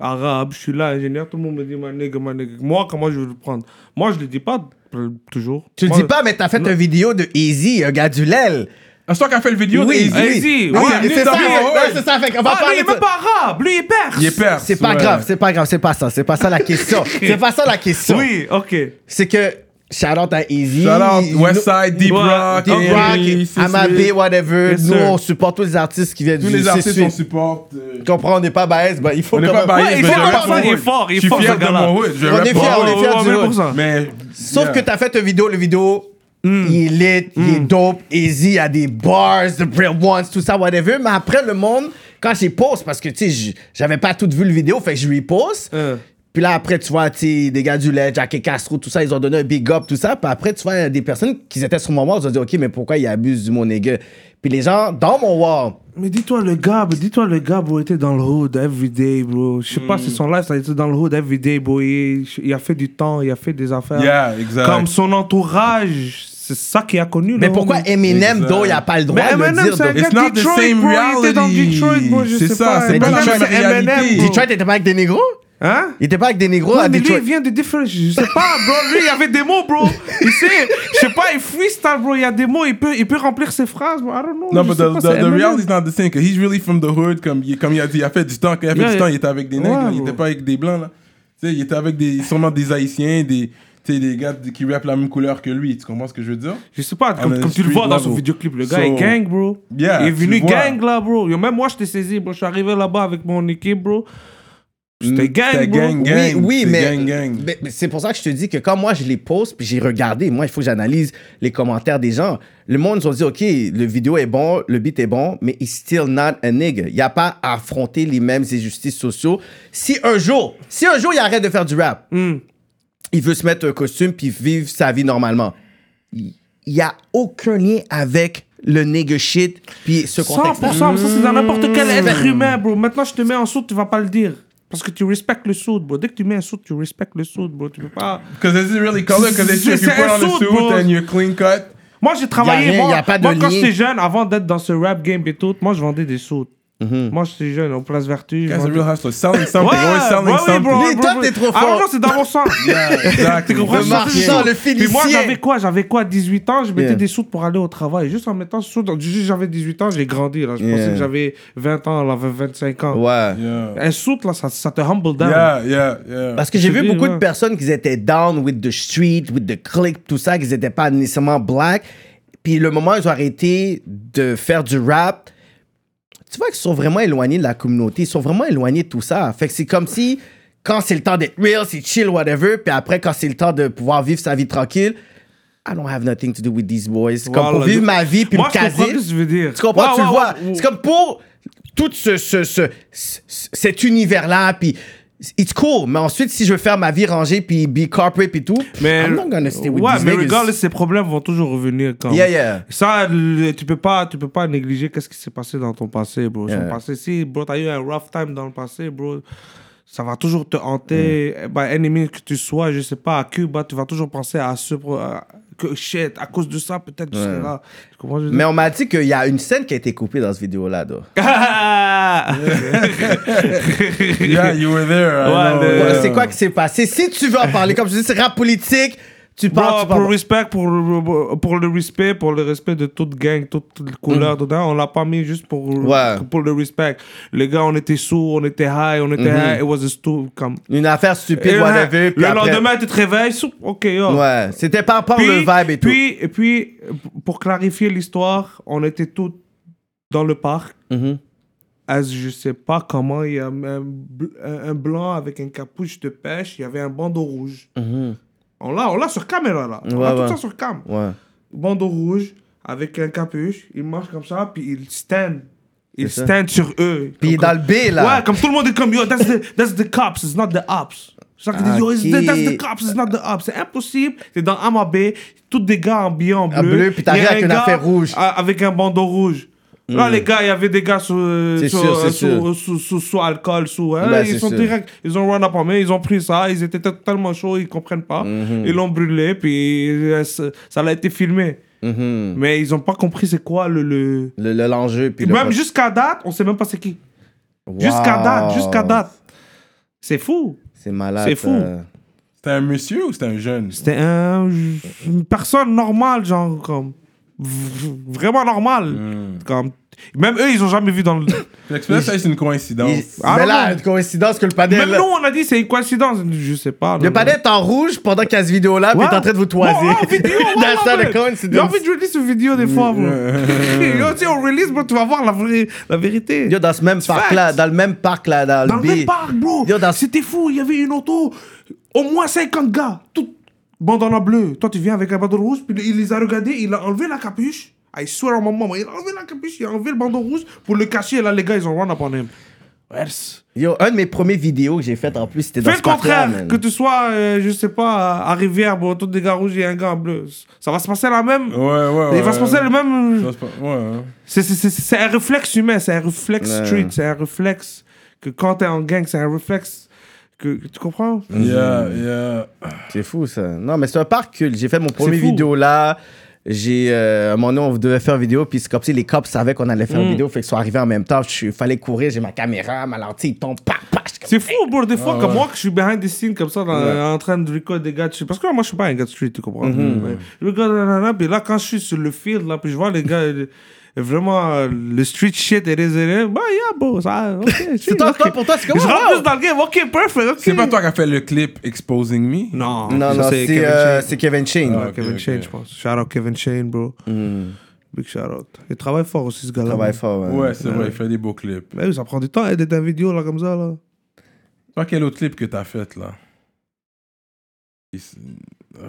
[SPEAKER 5] arabe, je suis là, ingénieur, tout le monde me dit, my nigga, my nigga. Moi, comment je vais le prendre Moi, je le dis pas euh, toujours.
[SPEAKER 4] Tu le
[SPEAKER 5] Moi,
[SPEAKER 4] dis pas, mais t'as fait une vidéo de Easy, un gars du LEL.
[SPEAKER 3] Ah, C'est toi qui as fait le vidéo
[SPEAKER 4] Oui,
[SPEAKER 3] de Easy.
[SPEAKER 5] Easy,
[SPEAKER 4] oui.
[SPEAKER 5] ouais,
[SPEAKER 4] Ok,
[SPEAKER 5] lui,
[SPEAKER 4] c'est
[SPEAKER 5] dans
[SPEAKER 4] ça,
[SPEAKER 5] le-
[SPEAKER 4] ouais,
[SPEAKER 3] ouais.
[SPEAKER 4] c'est ça, fait qu'on va
[SPEAKER 5] Ah, lui,
[SPEAKER 4] parler
[SPEAKER 5] il est
[SPEAKER 4] de
[SPEAKER 5] même pas arabe, lui, il est perse.
[SPEAKER 3] Il est perse.
[SPEAKER 4] C'est pas
[SPEAKER 3] ouais.
[SPEAKER 4] grave, c'est pas grave, c'est pas ça, c'est pas ça la question. c'est pas ça la question.
[SPEAKER 5] Oui, ok.
[SPEAKER 4] C'est que shout-out à Easy.
[SPEAKER 3] Shout out Westside, Deep
[SPEAKER 5] Ouais,
[SPEAKER 3] Rock,
[SPEAKER 4] Deep
[SPEAKER 3] Henry,
[SPEAKER 4] Rock,
[SPEAKER 3] Sismic.
[SPEAKER 4] Amabé, whatever.
[SPEAKER 5] Yes,
[SPEAKER 4] Nous,
[SPEAKER 5] sir.
[SPEAKER 4] on supporte tous les artistes qui viennent
[SPEAKER 3] Tous
[SPEAKER 4] du
[SPEAKER 3] les artistes,
[SPEAKER 4] CSU.
[SPEAKER 3] on supporte. euh,
[SPEAKER 4] Tu comprends, on n'est pas biaise, ben, il faut
[SPEAKER 3] On n'est
[SPEAKER 4] quand
[SPEAKER 3] pas
[SPEAKER 4] même-
[SPEAKER 3] biased,
[SPEAKER 5] il
[SPEAKER 3] mais
[SPEAKER 5] faut
[SPEAKER 3] je
[SPEAKER 5] qu'on
[SPEAKER 3] rappe
[SPEAKER 5] parle,
[SPEAKER 3] mon
[SPEAKER 5] il est
[SPEAKER 3] hood.
[SPEAKER 5] fort, il est
[SPEAKER 3] Je suis
[SPEAKER 5] fort, ce
[SPEAKER 3] fier de
[SPEAKER 5] gars-là.
[SPEAKER 3] mon hood, je
[SPEAKER 4] On
[SPEAKER 3] rappe
[SPEAKER 4] est
[SPEAKER 3] mon
[SPEAKER 4] fiers, on
[SPEAKER 3] hood.
[SPEAKER 4] est fiers du hood.
[SPEAKER 5] 100%.
[SPEAKER 3] Mais.
[SPEAKER 4] Sauf
[SPEAKER 3] Yeah.
[SPEAKER 4] que t'as fait une vidéo, le vidéo, il est lit, il est dope, easy, il y a des bars, the real ones, tout ça, whatever. Mais après, le monde, quand j'y poste, parce que, tu sais, j- j'avais pas tout vu le vidéo, fait que je lui poste.
[SPEAKER 5] Hein.
[SPEAKER 4] Puis là, après, tu vois, tu sais, des gars du LED, Jack et Castro, tout ça, ils ont donné un big up, tout ça. Puis après, tu vois, il y a des personnes qui étaient sur mon wall, ils ont dit, OK, mais pourquoi il abuse du mot nigga? Puis les gens, dans mon wall,
[SPEAKER 5] Mais dis-toi, le gars, bro, dis-toi, le gars, bro, était dans le hood every day, bro. Je sais pas
[SPEAKER 3] Hmm.
[SPEAKER 5] si son life, ça a été dans le hood every day, bro. Il, il a fait du temps, il a fait des affaires.
[SPEAKER 3] Yeah, exact.
[SPEAKER 5] Comme son entourage, c'est ça qu'il a connu.
[SPEAKER 4] mais
[SPEAKER 5] le
[SPEAKER 4] pourquoi
[SPEAKER 5] homie.
[SPEAKER 4] Eminem,
[SPEAKER 3] Exact.
[SPEAKER 4] though, il a pas le droit
[SPEAKER 5] Mais
[SPEAKER 4] de le
[SPEAKER 5] Eminem,
[SPEAKER 4] dire?
[SPEAKER 5] c'est un
[SPEAKER 4] donc?
[SPEAKER 5] gars
[SPEAKER 3] It's
[SPEAKER 5] de
[SPEAKER 3] not the
[SPEAKER 5] Detroit,
[SPEAKER 3] same
[SPEAKER 5] bro. Il était dans
[SPEAKER 3] reality.
[SPEAKER 5] Detroit, bro, je
[SPEAKER 3] C'est
[SPEAKER 5] sais
[SPEAKER 3] ça,
[SPEAKER 5] pas.
[SPEAKER 3] c'est
[SPEAKER 4] pas la
[SPEAKER 5] Eminem,
[SPEAKER 4] même
[SPEAKER 5] c'est Eminem,
[SPEAKER 3] réalité.
[SPEAKER 5] bro.
[SPEAKER 4] Detroit, t'étais pas avec des négros?
[SPEAKER 5] Hein
[SPEAKER 4] Il était pas avec des négros
[SPEAKER 5] Ouais,
[SPEAKER 4] à
[SPEAKER 5] mais lui,
[SPEAKER 4] Detroit?
[SPEAKER 5] il vient de différents. Je sais pas, bro. Lui, il y avait des mots, bro. Il sait, je sais pas, il freestyle, bro. Il y a des mots, il peut, il peut remplir ses phrases, bro. I don't know.
[SPEAKER 3] Non,
[SPEAKER 5] Oh, je
[SPEAKER 3] mais
[SPEAKER 5] sais
[SPEAKER 3] the,
[SPEAKER 5] pas,
[SPEAKER 3] the,
[SPEAKER 5] c'est
[SPEAKER 3] the
[SPEAKER 5] Eminem.
[SPEAKER 3] reality's not the same. 'cause he's really from the hood. Comme il, comme il a dit, il a fait du temps. Quand il a fait
[SPEAKER 5] Yeah,
[SPEAKER 3] du temps,
[SPEAKER 5] yeah.
[SPEAKER 3] il était avec des nègres. là. il
[SPEAKER 5] Ouais,
[SPEAKER 3] était
[SPEAKER 5] bro.
[SPEAKER 3] pas avec des blancs, là. Tu sais, il était avec des, sûrement des haïtiens, des, tu sais, des gars de- qui rappent la même couleur que lui. Tu comprends ce que je veux dire?
[SPEAKER 5] Je sais pas,
[SPEAKER 3] Ah,
[SPEAKER 5] comme,
[SPEAKER 3] mais
[SPEAKER 5] comme tu le
[SPEAKER 3] street
[SPEAKER 5] vois dans
[SPEAKER 3] level.
[SPEAKER 5] son vidéoclip, le gars
[SPEAKER 3] So-
[SPEAKER 5] est gang, bro.
[SPEAKER 3] Yeah,
[SPEAKER 5] il est
[SPEAKER 3] tu
[SPEAKER 5] venu
[SPEAKER 3] le vois.
[SPEAKER 5] gang, là, bro. Yo, même moi, je t'ai saisi, bro. Je suis arrivé là-bas avec mon équipe, bro. C'était
[SPEAKER 3] Mm,
[SPEAKER 5] gang,
[SPEAKER 3] c'était
[SPEAKER 5] bro.
[SPEAKER 3] gang, gang.
[SPEAKER 4] Oui, oui,
[SPEAKER 3] c'est
[SPEAKER 4] mais,
[SPEAKER 3] gang, gang.
[SPEAKER 4] mais- mais c'est pour ça que je te dis que quand moi je les poste puis j'ai regardé, moi il faut que j'analyse les commentaires des gens. Le monde ils ont dit ok, le vidéo est bon, le beat est bon, mais it's still not a nigga. Il n'y a pas à affronter les mêmes injustices sociaux. Si un jour, si un jour il arrête de faire du rap,
[SPEAKER 3] Hmm.
[SPEAKER 4] il veut se mettre un costume puis vivre sa vie normalement. Il n'y a aucun lien avec le nigga shit puis ce
[SPEAKER 5] 100%,
[SPEAKER 4] contexte.
[SPEAKER 3] Mm.
[SPEAKER 5] mais ça, c'est dans n'importe quel être humain, bro. Maintenant, je te mets en saut, tu vas pas le dire. Parce que tu respectes le soude, bro. Dès que tu mets un soude, tu respectes le soude, bro. Tu peux pas.
[SPEAKER 3] Because this is really color. Because if
[SPEAKER 5] C'est-
[SPEAKER 3] you
[SPEAKER 5] c'est
[SPEAKER 3] put
[SPEAKER 5] un
[SPEAKER 3] on a
[SPEAKER 5] suit,
[SPEAKER 3] suit
[SPEAKER 5] bro.
[SPEAKER 3] and you're clean cut,
[SPEAKER 5] Moi, j'ai travaillé.
[SPEAKER 4] Y a rien,
[SPEAKER 5] moi,
[SPEAKER 4] y a pas de
[SPEAKER 5] moi, quand
[SPEAKER 4] lien.
[SPEAKER 5] j'étais jeune, avant d'être dans ce rap game et tout, moi, je vendais des soudes.
[SPEAKER 4] Mhm.
[SPEAKER 5] Moi, j'étais jeune, en place vertu. je
[SPEAKER 3] that's a
[SPEAKER 5] vendais-
[SPEAKER 3] real hustler. Selling something, always selling
[SPEAKER 5] ouais, oui,
[SPEAKER 3] something.
[SPEAKER 5] bro,
[SPEAKER 4] Mais
[SPEAKER 5] bro,
[SPEAKER 4] toi,
[SPEAKER 5] bro.
[SPEAKER 4] t'es trop
[SPEAKER 5] Ah,
[SPEAKER 4] fort.
[SPEAKER 5] non, c'est dans mon sens.
[SPEAKER 3] Exactly.
[SPEAKER 5] Tu comprends
[SPEAKER 4] Le
[SPEAKER 5] ça,
[SPEAKER 4] marchand,
[SPEAKER 5] c'est-
[SPEAKER 4] le
[SPEAKER 5] Puis moi,
[SPEAKER 4] félicien.
[SPEAKER 5] j'avais quoi J'avais quoi 18 ans, je mettais
[SPEAKER 4] Yeah.
[SPEAKER 5] des sous pour aller au travail. Juste en mettant sous dans du jus, j'avais 18 ans, j'ai grandi. Là. Je pensais
[SPEAKER 4] Yeah.
[SPEAKER 5] que j'avais 20 ans, là, 25 ans.
[SPEAKER 4] Ouais.
[SPEAKER 3] Yeah.
[SPEAKER 5] Un sou, là, ça, ça te humble down.
[SPEAKER 3] Yeah, yeah, yeah.
[SPEAKER 4] Parce que j'ai
[SPEAKER 5] Je
[SPEAKER 4] vu
[SPEAKER 5] dis,
[SPEAKER 4] beaucoup
[SPEAKER 5] euh, ouais.
[SPEAKER 4] de personnes qui étaient down with the street, with the click, tout ça, qui n'étaient pas nécessairement black. Puis le moment où ils ont arrêté de faire du rap, tu vois qu'ils sont vraiment éloignés de la communauté, ils sont vraiment éloignés de tout ça. Fait que c'est comme si, quand c'est le temps d'être real, c'est chill, whatever, puis après, quand c'est le temps de pouvoir vivre sa vie tranquille, I don't have nothing to do with these boys. C'est Comme
[SPEAKER 5] Voilà.
[SPEAKER 4] pour vivre ma vie, puis
[SPEAKER 5] Moi,
[SPEAKER 4] me
[SPEAKER 5] je
[SPEAKER 4] caser.
[SPEAKER 5] comprends ce que tu veux dire.
[SPEAKER 4] Tu comprends,
[SPEAKER 5] Ouais,
[SPEAKER 4] tu
[SPEAKER 5] ouais,
[SPEAKER 4] le vois.
[SPEAKER 5] ouais.
[SPEAKER 4] C'est comme pour tout ce, ce, ce- ce- cet univers-là, puis it's cool. Mais ensuite, si je veux faire ma vie rangée, puis be corporate, puis tout,
[SPEAKER 5] Mais,
[SPEAKER 4] I'm not gonna stay with
[SPEAKER 5] ouais,
[SPEAKER 4] these
[SPEAKER 5] mais
[SPEAKER 4] niggas.
[SPEAKER 5] regardless, euh, ces problèmes vont toujours revenir quand
[SPEAKER 4] Yeah, yeah.
[SPEAKER 5] Ça, le- tu peux pas, tu peux pas négliger qu'est-ce qui s'est passé dans ton passé, bro.
[SPEAKER 4] Yeah.
[SPEAKER 5] Son passé, si, bro, t'as eu un rough time dans le passé, bro, ça va toujours te hanter. Bah, ennemi que tu sois, je sais pas, à Cuba, tu vas toujours penser à ce, pro- à- que shit, à cause de ça, peut-être tu serais là. Tu comprends, je veux
[SPEAKER 4] Mais
[SPEAKER 5] dire?
[SPEAKER 4] on m'a dit qu'il y a une scène qui a été coupée dans cette vidéo-là. là.
[SPEAKER 3] Yeah, you were there. I
[SPEAKER 5] Ouais,
[SPEAKER 3] know,
[SPEAKER 5] le-
[SPEAKER 3] yeah.
[SPEAKER 4] Ouais, C'est quoi qui s'est passé? Si tu veux en parler, comme je dis, c'est rap politique, tu
[SPEAKER 5] Bro,
[SPEAKER 4] parles, Bah, tu
[SPEAKER 5] pour le
[SPEAKER 4] parles.
[SPEAKER 5] respect, pour le, pour le respect, pour le respect de toute gang, toute, toute couleur, tout ça, on l'a pas mis juste pour,
[SPEAKER 4] Mm. Ouais.
[SPEAKER 5] pour le respect. Les gars, on était sous, on était high, on était high, it was a stu- comme.
[SPEAKER 4] Une affaire stupide,
[SPEAKER 5] Et
[SPEAKER 4] whatever. Mm-hmm. puis
[SPEAKER 5] le
[SPEAKER 4] après-
[SPEAKER 5] lendemain, tu te réveilles, sou- ok, yo.
[SPEAKER 4] Ouais, c'était par rapport le vibe et tout.
[SPEAKER 5] puis, et puis, pour clarifier l'histoire, on était tous dans le parc.
[SPEAKER 4] Mhm.
[SPEAKER 5] As je sais pas comment, il y a un, bl- un- un blanc avec un capuche de pêche, il y avait un bandeau rouge.
[SPEAKER 4] Mhm.
[SPEAKER 5] On l'a, on l'a sur caméra là. on
[SPEAKER 4] Ouais,
[SPEAKER 5] a
[SPEAKER 4] ouais.
[SPEAKER 5] tout ça sur cam
[SPEAKER 4] Ouais.
[SPEAKER 5] bandeau rouge avec un capuche, il marche comme ça, puis il stand. Il
[SPEAKER 4] C'est ça.
[SPEAKER 5] stand sur eux.
[SPEAKER 4] Puis
[SPEAKER 5] Comme-
[SPEAKER 4] dans le B, là.
[SPEAKER 5] Ouais, comme tout le monde est comme, yo, that's the, that's the cops, it's not the ops. C'est ça qu'ils disent, yo, it's the- that's the cops, it's not the ops. C'est impossible. C'est dans Amabé, tous des gars en billet en bleu.
[SPEAKER 4] En bleu, puis t'arrives
[SPEAKER 5] Il y a
[SPEAKER 4] avec
[SPEAKER 5] un
[SPEAKER 4] une
[SPEAKER 5] gars
[SPEAKER 4] affaire rouge. Hmm.
[SPEAKER 5] a- Avec un bandeau rouge. Là, les gars, il y avait des gars sous, euh,
[SPEAKER 4] C'est
[SPEAKER 5] sous,
[SPEAKER 4] sûr, c'est
[SPEAKER 5] euh, sous,
[SPEAKER 4] sûr.
[SPEAKER 5] euh, sous- sous- sous alcool, sous. hein,
[SPEAKER 4] Ben, c'est
[SPEAKER 5] ils sont
[SPEAKER 4] sûr.
[SPEAKER 5] direct, ils ont run up on eux, ils ont pris ça, ils étaient tellement chauds, ils comprennent pas.
[SPEAKER 4] Hmm. Mm-hmm.
[SPEAKER 5] Ils l'ont brûlé, puis euh, ça ça a été filmé.
[SPEAKER 4] Mhm.
[SPEAKER 5] Mais ils ont pas compris c'est quoi le. le...
[SPEAKER 4] Le le- L'enjeu, puis le
[SPEAKER 5] Même jusqu'à date, on sait même pas c'est qui.
[SPEAKER 4] Wow.
[SPEAKER 5] Jusqu'à date, jusqu'à date. C'est fou.
[SPEAKER 4] C'est malade.
[SPEAKER 5] C'est fou.
[SPEAKER 4] euh.
[SPEAKER 3] C'était un monsieur ou c'était un jeune?
[SPEAKER 5] C'était un- une personne normale, genre, comme. v- Vraiment normale.
[SPEAKER 4] Hmm.
[SPEAKER 5] Comme... Même eux, ils ont jamais vu dans le.
[SPEAKER 3] L'expérience, ça, c'est une coïncidence.
[SPEAKER 4] Il-
[SPEAKER 5] Ah,
[SPEAKER 4] mais
[SPEAKER 5] non,
[SPEAKER 4] là,
[SPEAKER 5] non.
[SPEAKER 4] une coïncidence que le panel.
[SPEAKER 5] Même nous, on a dit c'est une coïncidence. Je sais pas.
[SPEAKER 4] le
[SPEAKER 5] non,
[SPEAKER 4] panel est en rouge pendant qu'il y a cette vidéo-là, puis
[SPEAKER 5] Ouais.
[SPEAKER 4] il est en train de vous
[SPEAKER 5] non.
[SPEAKER 4] toiser.
[SPEAKER 5] Ouais, ouais, en vidéo, ouais, ouais,
[SPEAKER 4] That's not a
[SPEAKER 5] ouais. J'ai
[SPEAKER 4] coincidence.
[SPEAKER 5] envie de release une vidéo des fois, bro. Yo, tu sais, on release, bro, tu vas voir la, vraie- la vérité.
[SPEAKER 4] Yo, dans ce même parc-là,
[SPEAKER 5] Facts.
[SPEAKER 4] dans le même parc-là, dans
[SPEAKER 5] Dans
[SPEAKER 4] le
[SPEAKER 5] le même
[SPEAKER 4] B.
[SPEAKER 5] parc, bro.
[SPEAKER 4] Yo, dans-
[SPEAKER 5] C'était fou. Il y avait une auto. Au moins 50 gars. Tout bandana bleu. Toi, tu viens avec un bandeau rouge. Puis il les a regardés. Il a enlevé la capuche. I swear à mon maman. Il a enlevé la capuche. Il a enlevé le bandeau rouge pour le cacher. Là, les gars, ils ont run up on him. Where's-
[SPEAKER 4] Yo, un de mes premiers vidéos que j'ai faites en plus, c'était dans
[SPEAKER 5] Fais
[SPEAKER 4] ce
[SPEAKER 5] le
[SPEAKER 4] parc-là.
[SPEAKER 5] contraire.
[SPEAKER 4] man.
[SPEAKER 5] Que tu sois, euh, je sais pas, à à Rivière, bon, tous des gars rouges et un gars en bleu. Ça va se passer la même.
[SPEAKER 3] Ouais, ouais, ouais.
[SPEAKER 5] Il va se passer le même.
[SPEAKER 3] Ça se passe- Ouais, hein. ouais.
[SPEAKER 5] C'est- C'est c'est- c'est un réflexe humain, c'est un réflexe street, c'est un réflexe que quand t'es en gang, c'est un réflexe que que tu comprends.
[SPEAKER 3] Yeah, yeah.
[SPEAKER 4] C'est fou, ça. Non, mais c'est un parc culte. J'ai fait mon premier
[SPEAKER 5] fou.
[SPEAKER 4] vidéo-là. J'ai, euh, à un moment donné, on devait faire une vidéo, puis c'est comme si les cops savaient qu'on allait
[SPEAKER 5] Mm.
[SPEAKER 4] faire une vidéo, fait qu'ils sont arrivés en même temps. Il fallait courir, j'ai ma caméra, ma lentille, ils tombent, pa, pa, je suis comme-
[SPEAKER 5] C'est fou, bro. Des fois,
[SPEAKER 3] Ah
[SPEAKER 5] comme
[SPEAKER 3] ouais.
[SPEAKER 5] moi, que je suis behind the scenes, comme ça, dans- en train de record des gars de street. Parce que moi, je suis pas un gars de street, tu comprends.
[SPEAKER 4] Mhm.
[SPEAKER 5] Mais Je regarde, nanana, puis là, quand je suis sur le field, là, puis je vois les gars, euh, vraiment, euh, le street shit et les élèves, bah, yeah, bro, ça, ok.
[SPEAKER 4] C'est toi, toi, pour toi, c'est comme Oh,
[SPEAKER 5] Je rentre
[SPEAKER 4] wow.
[SPEAKER 5] plus dans le game, ok, perfect, ok.
[SPEAKER 3] C'est pas toi qui as fait le clip Exposing Me?
[SPEAKER 5] Non,
[SPEAKER 4] Non,
[SPEAKER 5] ça,
[SPEAKER 4] non, c'est
[SPEAKER 5] Kevin
[SPEAKER 4] euh,
[SPEAKER 5] Shane.
[SPEAKER 4] c'est Kevin Shane.
[SPEAKER 5] Ouais,
[SPEAKER 3] ok,
[SPEAKER 5] Kevin
[SPEAKER 3] ok.
[SPEAKER 5] Shane, je pense. Shout out Kevin Shane, bro. Big shout out. Il travaille fort aussi, ce gars-là.
[SPEAKER 4] Travaille
[SPEAKER 5] man.
[SPEAKER 4] fort, hein. ouais.
[SPEAKER 3] Ouais, c'est vrai, il fait des beaux clips.
[SPEAKER 5] Mais oui, ça prend du temps, hein, d'être un vidéo, là, comme ça, là.
[SPEAKER 3] Pas quel autre clip que t'as fait, là? Il s-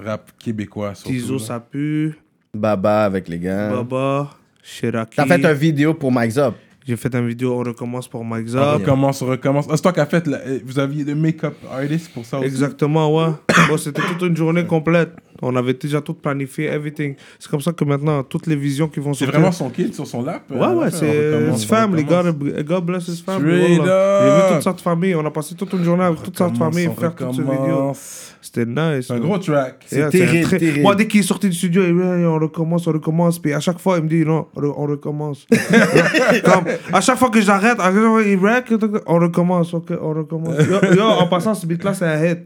[SPEAKER 3] Rap québécois, surtout.
[SPEAKER 5] Tizo,
[SPEAKER 3] là.
[SPEAKER 5] ça pue.
[SPEAKER 4] Baba avec les gars.
[SPEAKER 5] Baba, Cheraki.
[SPEAKER 4] T'as fait un vidéo pour Mike's Up.
[SPEAKER 5] J'ai fait un vidéo, on recommence pour Mike
[SPEAKER 3] On
[SPEAKER 5] Zab.
[SPEAKER 3] recommence, on recommence. Ah, c'est toi qui as fait, la- vous aviez le make-up artist pour ça aussi?
[SPEAKER 5] Exactement, ouais. bon, c'était toute une journée complète. On avait déjà tout planifié, everything. C'est comme ça que maintenant, toutes les visions qui vont
[SPEAKER 3] C'est
[SPEAKER 5] sortir...
[SPEAKER 3] vraiment son kid sur son hein, lap.
[SPEAKER 5] Ouais, ouais, c'est his family. God, God bless his family.
[SPEAKER 3] Straight
[SPEAKER 5] J'ai
[SPEAKER 3] up.
[SPEAKER 5] vu toute sa famille. On a passé toute une journée avec toute sa famille faire toutes ces vidéos. C'était nice.
[SPEAKER 3] C'est un gros track.
[SPEAKER 4] C'est
[SPEAKER 5] Yeah,
[SPEAKER 4] terrible,
[SPEAKER 5] très-
[SPEAKER 4] terrible.
[SPEAKER 5] Moi, dès qu'il est sorti du studio, il me dit, Hey, on recommence, on recommence. Puis à chaque fois, il me dit, non, on re- on recommence. Comme, à chaque fois que j'arrête, à chaque fois, il break, on recommence, ok, on recommence. Yo, yo, en passant, ce beat-là, c'est un hit.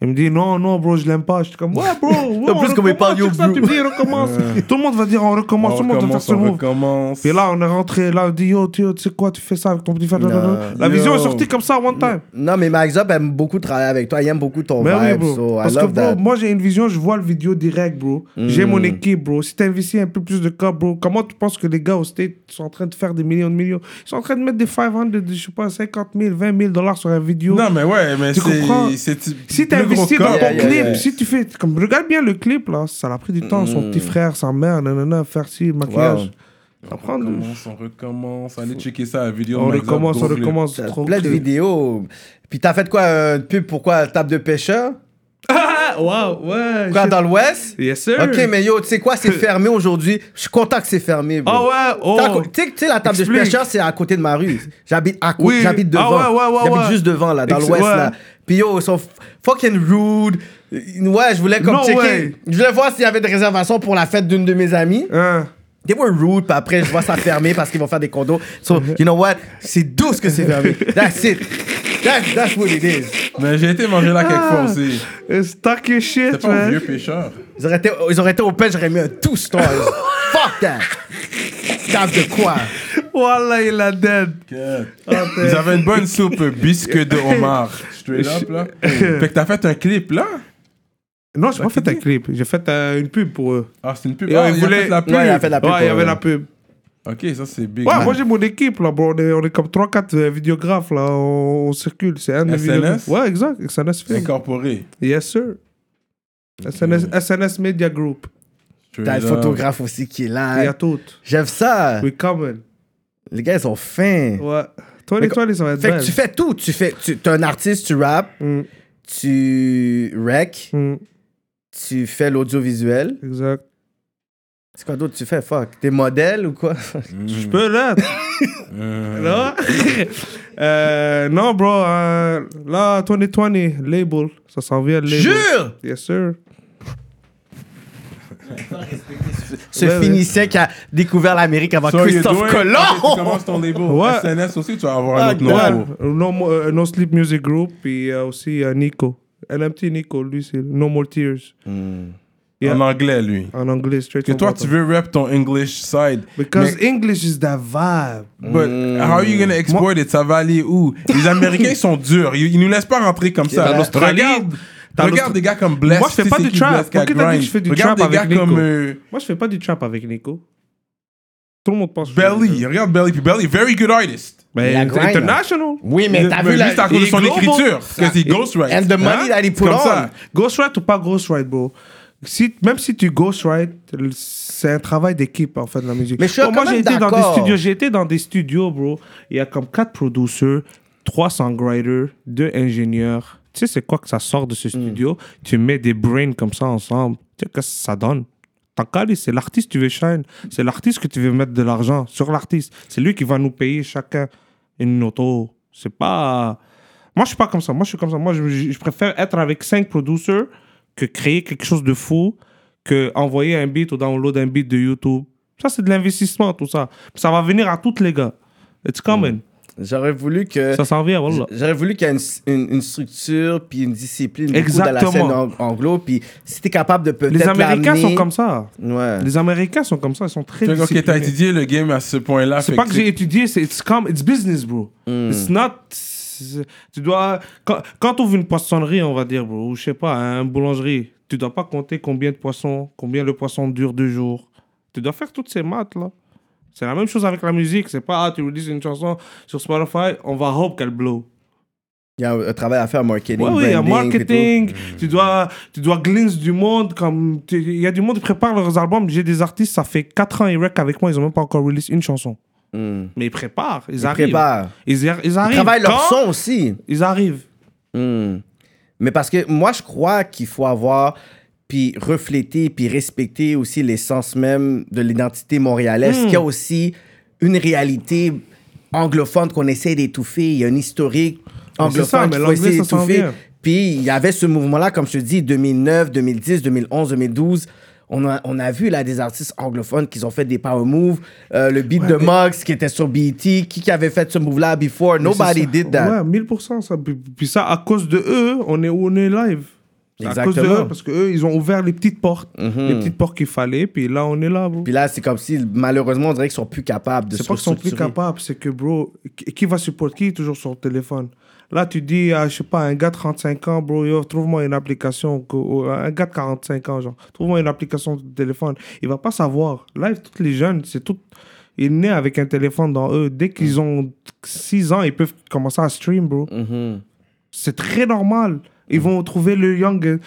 [SPEAKER 5] Il me dit, non, non, bro, je l'aime pas. Je suis comme, ouais, bro. ouais,
[SPEAKER 4] En plus,
[SPEAKER 5] on
[SPEAKER 4] comme il
[SPEAKER 5] recommence,
[SPEAKER 4] parle, yo,
[SPEAKER 5] check ça,
[SPEAKER 4] bro.
[SPEAKER 5] Tu me dis, recommence. Tout le monde va dire, on recommence. Tout le monde va faire ce
[SPEAKER 3] on
[SPEAKER 5] move.
[SPEAKER 3] recommence.
[SPEAKER 5] Puis là, on est rentré, là, on dit, yo, tu tu sais quoi, tu fais ça avec ton petit frère.
[SPEAKER 4] Non.
[SPEAKER 5] La vision est
[SPEAKER 3] Yo.
[SPEAKER 5] sortie comme ça, one time.
[SPEAKER 4] Non, mais Max Up aime beaucoup travailler avec toi. Il aime beaucoup ton
[SPEAKER 5] Mais oui,
[SPEAKER 4] vibe.
[SPEAKER 5] bro.
[SPEAKER 4] so I
[SPEAKER 5] Parce que,
[SPEAKER 4] love
[SPEAKER 5] bro,
[SPEAKER 4] that. Mm.
[SPEAKER 5] moi, j'ai une vision, je vois le vidéo direct, bro. J'ai mon équipe, bro. Si t'investis un peu plus de cas, bro, comment tu penses que les gars au State sont en train de faire des millions de millions Ils sont en train de mettre des 500, je sais pas, 50 000, 20 000 dollars sur un vidéo.
[SPEAKER 3] Non, mais ouais, mais
[SPEAKER 5] Tu comprends
[SPEAKER 3] c'est. c'est-
[SPEAKER 5] Si
[SPEAKER 3] le gros
[SPEAKER 5] t'investis dans
[SPEAKER 3] corps.
[SPEAKER 5] ton
[SPEAKER 4] Yeah, yeah,
[SPEAKER 5] clip,
[SPEAKER 4] yeah.
[SPEAKER 5] si tu fais. Comme, regarde bien le clip, là. Ça l'a pris du temps, son
[SPEAKER 4] Mm.
[SPEAKER 5] petit frère, sa mère, nanana, faire ci, maquillage. Ça prend
[SPEAKER 3] On
[SPEAKER 5] du-
[SPEAKER 3] recommence, on recommence. Allez checker ça, la vidéo.
[SPEAKER 5] On
[SPEAKER 3] Max Up,
[SPEAKER 5] recommence,
[SPEAKER 3] gros
[SPEAKER 5] on
[SPEAKER 3] clip.
[SPEAKER 5] recommence.
[SPEAKER 4] T'as
[SPEAKER 5] trop
[SPEAKER 4] plein de
[SPEAKER 5] clip.
[SPEAKER 4] vidéos. Puis t'as fait quoi euh, Une pub pourquoi Table de pêcheur
[SPEAKER 5] Ah, waouh, ouais.
[SPEAKER 4] Quoi
[SPEAKER 5] shit.
[SPEAKER 4] dans l'Ouest
[SPEAKER 5] Yes, sir.
[SPEAKER 4] Ok, mais yo, tu sais quoi C'est fermé aujourd'hui. Je suis content que c'est fermé. bro.
[SPEAKER 5] Ah ouais, oh.
[SPEAKER 4] T'es à co- Tu sais, tu sais, la table de
[SPEAKER 5] Explique.
[SPEAKER 4] pêcheur, c'est à côté de ma rue. J'habite à côté,
[SPEAKER 5] Oui.
[SPEAKER 4] j'habite devant.
[SPEAKER 5] Ah ouais, ouais, ouais,
[SPEAKER 4] j'habite
[SPEAKER 5] ouais.
[SPEAKER 4] juste devant, là, dans
[SPEAKER 5] Ex-
[SPEAKER 4] l'ouest,
[SPEAKER 5] ouais.
[SPEAKER 4] là. Puis yo, ils sont f- fucking rude. Ouais, je voulais comme
[SPEAKER 5] No
[SPEAKER 4] checker.
[SPEAKER 5] way.
[SPEAKER 4] Je voulais voir s'il y avait des réservations pour la fête d'une de mes amies.
[SPEAKER 5] Hein.
[SPEAKER 4] They were rude, puis après, je vois ça fermé parce qu'ils vont faire des condos. So, you know what? C'est douce que c'est fermé. That's it. That's, that's what it is.
[SPEAKER 3] Mais j'ai été manger là quelques
[SPEAKER 5] Ah,
[SPEAKER 3] fois aussi.
[SPEAKER 5] It's stuck your shit,
[SPEAKER 3] C'est pas un
[SPEAKER 5] man.
[SPEAKER 3] vieux pêcheur.
[SPEAKER 4] Ils auraient été, ils auraient été au pêche, j'aurais mis un tout store. Fuck that. Table de quoi?
[SPEAKER 5] Voilà, il a dead.
[SPEAKER 3] God.
[SPEAKER 4] Ah,
[SPEAKER 3] Ils avaient une bonne soupe biscuit de homard. Straight up, là. Fait que t'as fait un clip, là.
[SPEAKER 5] Non,
[SPEAKER 4] Bah,
[SPEAKER 5] j'ai pas fait un clip. J'ai fait euh, une pub pour eux.
[SPEAKER 3] Ah, c'est une pub.
[SPEAKER 5] Et
[SPEAKER 3] Ah,
[SPEAKER 5] ils
[SPEAKER 3] il a
[SPEAKER 5] voulaient-
[SPEAKER 3] fait la pub.
[SPEAKER 4] Ouais, il a fait la pub.
[SPEAKER 5] ouais, il y avait
[SPEAKER 4] ouais.
[SPEAKER 5] la pub.
[SPEAKER 3] Ok, ça, c'est big.
[SPEAKER 5] Ouais,
[SPEAKER 3] man.
[SPEAKER 5] moi j'ai mon équipe là, bro. On est, on est comme 3-4 vidéographes là. On, on circule. C'est un des
[SPEAKER 3] SNS?
[SPEAKER 5] vidéographes. Ouais, exact. SNS Film.
[SPEAKER 3] Incorporé.
[SPEAKER 5] Yes, sir. SNS, SNS Media Group.
[SPEAKER 4] T'as le
[SPEAKER 3] Straight up.
[SPEAKER 4] photographe aussi qui est
[SPEAKER 5] Il y a
[SPEAKER 4] là.
[SPEAKER 5] tout.
[SPEAKER 4] J'aime ça.
[SPEAKER 5] We coming.
[SPEAKER 4] Les gars, ils sont fins.
[SPEAKER 5] Ouais. 2020, ça va être
[SPEAKER 4] Fait
[SPEAKER 5] belle.
[SPEAKER 4] que tu fais tout. Tu fais, tu, t'es un artiste, tu rap,
[SPEAKER 5] Mm,
[SPEAKER 4] tu rec,
[SPEAKER 5] mm,
[SPEAKER 4] tu fais l'audiovisuel.
[SPEAKER 5] exact.
[SPEAKER 4] Mm. C'est quoi d'autre tu fais? Fuck. T'es modèle ou quoi?
[SPEAKER 5] Je peux l'être.
[SPEAKER 3] Euh,
[SPEAKER 5] Non, Euh, non bro. euh, là, 2020, label. Ça s'en vient, label.
[SPEAKER 4] Jure!
[SPEAKER 5] Yes, sir.
[SPEAKER 4] Ce
[SPEAKER 5] Ouais, ouais.
[SPEAKER 4] Phénicien qui a découvert l'Amérique avant
[SPEAKER 3] So you're
[SPEAKER 4] Christophe
[SPEAKER 3] doing- Tu
[SPEAKER 4] Colomb!
[SPEAKER 3] commences ton label.
[SPEAKER 5] Ouais.
[SPEAKER 3] SNS aussi, tu vas avoir un
[SPEAKER 4] Ah,
[SPEAKER 3] autre
[SPEAKER 5] Ouais, no,
[SPEAKER 3] nom.
[SPEAKER 5] Mo- euh, no Sleep Music Group, puis euh, aussi euh, Nico. LMT Nico, lui, c'est No More Tears. Yeah.
[SPEAKER 3] En anglais, lui.
[SPEAKER 5] En anglais, straight
[SPEAKER 3] Que
[SPEAKER 5] from
[SPEAKER 3] toi,
[SPEAKER 5] bottom.
[SPEAKER 3] tu veux rap ton English side.
[SPEAKER 5] Because
[SPEAKER 3] Mais-
[SPEAKER 5] English is that vibe.
[SPEAKER 3] But how are you gonna
[SPEAKER 4] Mm.
[SPEAKER 3] export it? Ça va aller où? Les Américains ils sont durs. Ils, ils nous laissent pas rentrer comme ça.
[SPEAKER 4] T'as
[SPEAKER 5] l'Australie,
[SPEAKER 3] Regarde,
[SPEAKER 5] t'as
[SPEAKER 3] regarde
[SPEAKER 5] l'Aust-
[SPEAKER 3] des gars comme Bless.
[SPEAKER 5] Moi, je fais
[SPEAKER 3] tu
[SPEAKER 5] pas
[SPEAKER 3] sais
[SPEAKER 5] du
[SPEAKER 3] qui
[SPEAKER 5] trap.
[SPEAKER 3] Bless, qui a
[SPEAKER 5] Pourquoi t'as dit que je fais du
[SPEAKER 3] regarde
[SPEAKER 5] trap
[SPEAKER 3] des
[SPEAKER 5] avec
[SPEAKER 3] gars
[SPEAKER 5] Nico?
[SPEAKER 3] comme euh,
[SPEAKER 5] Moi, je fais pas du trap avec Nico. Tout le monde pense que je fais du
[SPEAKER 3] Belly.
[SPEAKER 5] trap.
[SPEAKER 3] Regarde Belly. Puis Belly, very good artist.
[SPEAKER 5] Mais
[SPEAKER 4] La
[SPEAKER 5] it's
[SPEAKER 4] grind, là.
[SPEAKER 5] international.
[SPEAKER 4] Oui, mais t'as vu la...
[SPEAKER 3] Juste à cause de
[SPEAKER 5] il
[SPEAKER 3] son
[SPEAKER 5] est global.
[SPEAKER 3] écriture. Parce qu'il ghostwrite.
[SPEAKER 4] And the money
[SPEAKER 3] Hein?
[SPEAKER 4] that he
[SPEAKER 3] C'est
[SPEAKER 4] put
[SPEAKER 3] comme
[SPEAKER 4] on.
[SPEAKER 3] ça.
[SPEAKER 5] Ghostwrite ou pas ghostwrite, bro. Si, même si tu ghostwrite, l- c'est un travail d'équipe, en fait, la musique.
[SPEAKER 4] Mais je suis
[SPEAKER 5] Bon,
[SPEAKER 4] quand
[SPEAKER 5] moi, j'ai
[SPEAKER 4] même
[SPEAKER 5] été dans des
[SPEAKER 4] d'accord.
[SPEAKER 5] studios, j'ai été dans des studios, bro. Il y a comme quatre producteurs, trois songwriters, deux ingénieurs. Tu sais, c'est quoi que ça sort de
[SPEAKER 4] Hmm.
[SPEAKER 5] ce studio? Tu mets des brains comme ça ensemble. Tu sais, qu'est-ce que ça donne? T'en calais, c'est l'artiste que tu veux shine. C'est l'artiste que tu veux mettre de l'argent sur l'artiste. C'est lui qui va nous payer chacun une auto. C'est pas. Moi, je suis pas comme ça. Moi, je suis comme ça. Moi, je, je- je préfère être avec cinq producers que créer quelque chose de fou, que envoyer un beat ou download un beat de YouTube. Ça, c'est de l'investissement, tout ça. Puis ça va venir à tous les gars. It's coming.
[SPEAKER 4] Mm. J'aurais voulu que...
[SPEAKER 5] Ça s'en vient, voilà.
[SPEAKER 4] J'aurais voulu qu'il y ait une, une- une structure puis une discipline beaucoup dans la
[SPEAKER 5] Exactement.
[SPEAKER 4] scène ang- anglo. Puis si t'es capable de peut-être
[SPEAKER 5] Les Américains
[SPEAKER 4] l'amener-
[SPEAKER 5] sont comme ça.
[SPEAKER 4] Ouais.
[SPEAKER 5] Les Américains sont comme ça. Ils sont très.
[SPEAKER 3] Fait que, Ok, t'as
[SPEAKER 5] disciplinés.
[SPEAKER 3] étudié le game à ce point-là.
[SPEAKER 5] C'est
[SPEAKER 3] fait
[SPEAKER 5] pas que
[SPEAKER 3] tu-
[SPEAKER 5] j'ai étudié, c'est it's, com- it's business, bro.
[SPEAKER 4] Mm.
[SPEAKER 5] It's not. c'est- Tu dois. Quand, quand t'ouvres une poissonnerie, on va dire, bro, ou je sais pas, hein, une boulangerie, tu dois pas compter combien de poissons, combien le poisson dure deux jours. Tu dois faire toutes ces maths, là. C'est la même chose avec la musique. C'est pas, ah, tu releases une chanson sur Spotify, on va hope qu'elle blow.
[SPEAKER 4] Il y a un, un travail à faire, marketing,
[SPEAKER 5] Ouais, oui, il y a
[SPEAKER 4] branding, puis tout. Mm.
[SPEAKER 5] marketing, tu dois, tu dois glince du monde. comme tu- Il y a du monde qui prépare leurs albums. J'ai des artistes, ça fait 4 ans, ils rec avec moi, ils ont même pas encore release une chanson.
[SPEAKER 4] Mm.
[SPEAKER 5] Mais ils préparent, ils,
[SPEAKER 4] Ils
[SPEAKER 5] arrivent.
[SPEAKER 4] préparent.
[SPEAKER 5] Ils, y- ils
[SPEAKER 4] Ils
[SPEAKER 5] arrivent.
[SPEAKER 4] travaillent leur
[SPEAKER 5] quand
[SPEAKER 4] son aussi.
[SPEAKER 5] Ils arrivent.
[SPEAKER 4] Hmm. Mais parce que moi, je crois qu'il faut avoir puis refléter, puis respecter aussi l'essence même de l'identité montréalaise,
[SPEAKER 5] Hmm.
[SPEAKER 4] qui a aussi une réalité anglophone qu'on essaie d'étouffer. Il y a un historique
[SPEAKER 5] c'est ça,
[SPEAKER 4] anglophone
[SPEAKER 5] mais
[SPEAKER 4] qu'il faut
[SPEAKER 5] l'anglais,
[SPEAKER 4] essayer
[SPEAKER 5] ça s'en
[SPEAKER 4] d'étouffer.
[SPEAKER 5] vient.
[SPEAKER 4] Puis il y avait ce mouvement-là, comme je te dis, 2009, 2010, 2011, 2012. On a, on a vu là des artistes anglophones qui ont fait des power moves. Euh, le beat de Mox qui était sur BET. Qui, qui avait fait ce move-là before? Nobody
[SPEAKER 5] C'est ça.
[SPEAKER 4] did that.
[SPEAKER 5] Ouais, 1000%. Ça. Puis, puis ça, à cause de eux, on est où on est live. C'est À cause de
[SPEAKER 4] Exactement. Mhm.
[SPEAKER 5] eux, parce qu'eux, ils ont ouvert les petites portes. Les petites portes qu'il fallait, puis là, on est là, bro.
[SPEAKER 4] Puis là, c'est comme si malheureusement, on dirait qu'ils sont plus capables de se
[SPEAKER 5] C'est pas qu'ils sont plus
[SPEAKER 4] restructurer.
[SPEAKER 5] capables, c'est que, bro, qui qui va supporter qui est toujours sur le téléphone Là, tu dis, à, je sais pas, un gars de 35 ans, bro, yo, trouve-moi une application, que- ou un gars de 45 ans, genre, trouve-moi une application de téléphone. Il va pas savoir. Là, tous les jeunes, c'est tout. Ils naissent avec un téléphone dans eux. Dès
[SPEAKER 4] Mm.
[SPEAKER 5] qu'ils ont 6 ans, ils peuvent commencer à stream, bro.
[SPEAKER 4] Mm-hmm.
[SPEAKER 5] C'est très normal.
[SPEAKER 4] Mm.
[SPEAKER 5] Ils vont trouver le young. euh,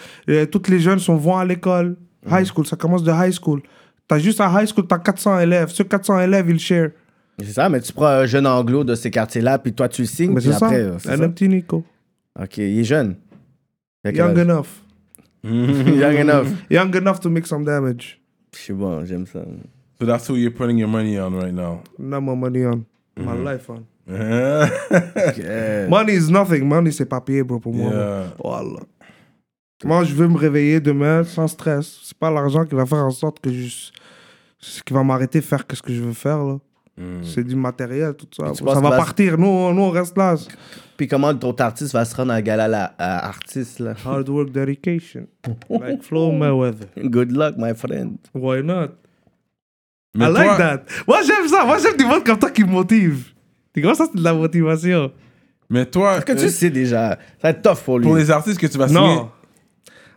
[SPEAKER 5] euh, toutes les jeunes sont vont à l'école.
[SPEAKER 4] Mm.
[SPEAKER 5] High school, ça commence de high school. T'as juste à high school, t'as 400 élèves. Ce 400 élèves, ils share.
[SPEAKER 4] C'est ça, mais tu prends un jeune anglo de ces quartiers-là, puis toi, tu le signes,
[SPEAKER 5] Mais
[SPEAKER 4] puis
[SPEAKER 5] c'est ça.
[SPEAKER 4] après, euh, c'est
[SPEAKER 5] Un
[SPEAKER 4] ça.
[SPEAKER 5] petit Nico.
[SPEAKER 4] OK, il est jeune. Il a quel
[SPEAKER 5] Young
[SPEAKER 4] âge?
[SPEAKER 5] enough.
[SPEAKER 4] Young enough.
[SPEAKER 5] Young enough to make some damage.
[SPEAKER 4] Je suis bon, j'aime ça.
[SPEAKER 3] So that's who you're putting your money on right now.
[SPEAKER 5] Not my money on. My
[SPEAKER 4] Mhm.
[SPEAKER 5] life on.
[SPEAKER 4] OK.
[SPEAKER 5] Money is nothing. Money, c'est papier, bro, pour moi.
[SPEAKER 3] Yeah.
[SPEAKER 5] Voilà. Moi, je veux me réveiller demain sans stress. C'est pas l'argent qui va faire en sorte que je. c'est Ce qui va m'arrêter de faire ce que je veux faire, là. C'est du matériel, tout ça.
[SPEAKER 4] Mhm. Et tu
[SPEAKER 5] bro. Ça
[SPEAKER 4] penses
[SPEAKER 5] va
[SPEAKER 4] que la-
[SPEAKER 5] partir. Nous, on- nous, on reste là.
[SPEAKER 4] Puis comment ton artiste va se rendre à la gala là, à artiste, là?
[SPEAKER 5] Hard work, dedication. Like Flow Mayweather.
[SPEAKER 4] Good luck, my friend.
[SPEAKER 5] Why not?
[SPEAKER 3] Mais
[SPEAKER 5] I
[SPEAKER 3] toi-
[SPEAKER 5] like that. Moi, j'aime ça. Moi, j'aime du monde comme toi qui me motive. Tu vois, ça, c'est de la motivation.
[SPEAKER 3] Mais toi,
[SPEAKER 4] Que tu
[SPEAKER 3] euh,
[SPEAKER 4] sais déjà, ça va être tough pour lui.
[SPEAKER 3] pour les artistes que tu vas signer,
[SPEAKER 5] Non.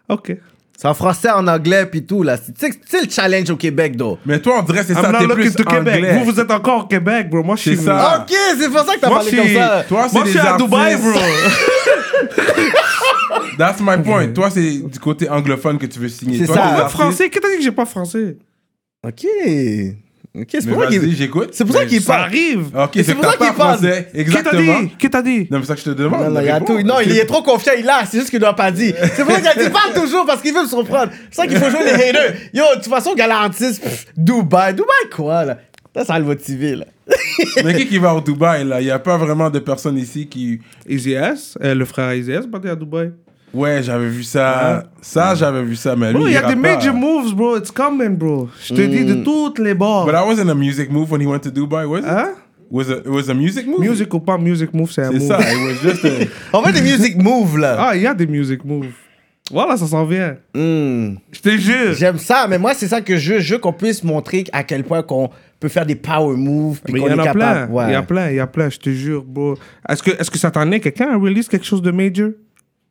[SPEAKER 5] Ok.
[SPEAKER 4] C'est en français, en anglais, puis tout, là. C'est- Tu sais, tu sais le challenge au Québec, though.
[SPEAKER 3] mais toi, on dirait que c'est
[SPEAKER 5] I'm
[SPEAKER 3] ça,
[SPEAKER 5] not
[SPEAKER 3] t'es
[SPEAKER 5] looking
[SPEAKER 3] plus
[SPEAKER 5] to Québec.
[SPEAKER 3] anglais.
[SPEAKER 5] Vous, vous êtes encore au Québec, bro. Moi, je suis.
[SPEAKER 3] C'est ça. Ah.
[SPEAKER 4] OK, c'est pour ça que t'as
[SPEAKER 5] Moi, je
[SPEAKER 4] parlé comme
[SPEAKER 5] suis.
[SPEAKER 4] ça.
[SPEAKER 3] Toi, c'est
[SPEAKER 5] Moi, je
[SPEAKER 3] des
[SPEAKER 5] suis à
[SPEAKER 3] artistes.
[SPEAKER 5] Dubaï, bro.
[SPEAKER 3] That's my point. Toi, c'est du côté anglophone que tu veux signer.
[SPEAKER 4] C'est
[SPEAKER 3] Toi,
[SPEAKER 4] ça.
[SPEAKER 3] t'es
[SPEAKER 4] Même
[SPEAKER 5] Pas
[SPEAKER 3] artiste.
[SPEAKER 5] français. Qu'est-ce que t'as dit que j'ai pas français
[SPEAKER 4] OK. OK, c'est
[SPEAKER 3] Mais
[SPEAKER 4] pour ça
[SPEAKER 3] vas-y,
[SPEAKER 4] qu'il...
[SPEAKER 3] j'écoute.
[SPEAKER 4] C'est pour ça
[SPEAKER 3] Mais-
[SPEAKER 4] qu'il
[SPEAKER 5] Ça
[SPEAKER 4] parle.
[SPEAKER 5] arrive.
[SPEAKER 3] Ok, c'est
[SPEAKER 4] Et c'est
[SPEAKER 3] que
[SPEAKER 4] pour
[SPEAKER 3] t'as
[SPEAKER 4] ça
[SPEAKER 3] pas
[SPEAKER 4] qu'il parle.
[SPEAKER 3] français.
[SPEAKER 5] Qu'est-ce que t'as
[SPEAKER 3] Exactement.
[SPEAKER 5] dit Qu'est-ce que t'as dit
[SPEAKER 3] Non, mais c'est ça que je te demande.
[SPEAKER 4] Non, non, il, y a
[SPEAKER 3] Réponds.
[SPEAKER 4] tout. non il est trop confiant, il l'a, c'est juste qu'il ne l'a pas dit. C'est pour ça qu'il a dit parle toujours parce qu'il veut me surprendre. C'est ça qu'il faut jouer les haters. Yo, de toute façon, galantiste, Dubaï, Dubaï quoi là Ça, ça va le motiver là.
[SPEAKER 3] Mais qui qui va au Dubaï, là Il n'y a pas vraiment de personnes ici qui.
[SPEAKER 5] Easy S, euh, le frère Easy S, parti à Dubaï.
[SPEAKER 3] Ouais, j'avais vu ça. Ça, j'avais vu ça, mais lui.
[SPEAKER 5] Hein? Bro, il y a
[SPEAKER 3] ira
[SPEAKER 5] des
[SPEAKER 3] pas. Hmm.
[SPEAKER 5] major moves, bro. It's coming, bro. Je te dis de toutes les bords.
[SPEAKER 3] But that wasn't a music move when he went to Dubai, was it?
[SPEAKER 5] Hein
[SPEAKER 3] Was it, it was a music move?
[SPEAKER 5] Music ou pas music move, c'est un
[SPEAKER 3] C'est
[SPEAKER 5] move.
[SPEAKER 3] ça, it was just a.
[SPEAKER 4] On fait des music moves là.
[SPEAKER 5] Ah, il y a des music moves. Voilà, ça s'en vient.
[SPEAKER 4] Hmm.
[SPEAKER 5] Je te jure.
[SPEAKER 4] J'aime ça, mais moi, c'est ça que je veux. Je veux qu'on puisse montrer à quel point qu'on peut faire des power moves. Puis
[SPEAKER 5] Mais
[SPEAKER 4] qu'on
[SPEAKER 5] il y en
[SPEAKER 4] est
[SPEAKER 5] a plein,
[SPEAKER 4] capable.
[SPEAKER 5] il
[SPEAKER 4] Ouais.
[SPEAKER 5] y a plein, il y a plein, je te jure, bro. Est-ce que, est que cette année, quelqu'un a release quelque chose de major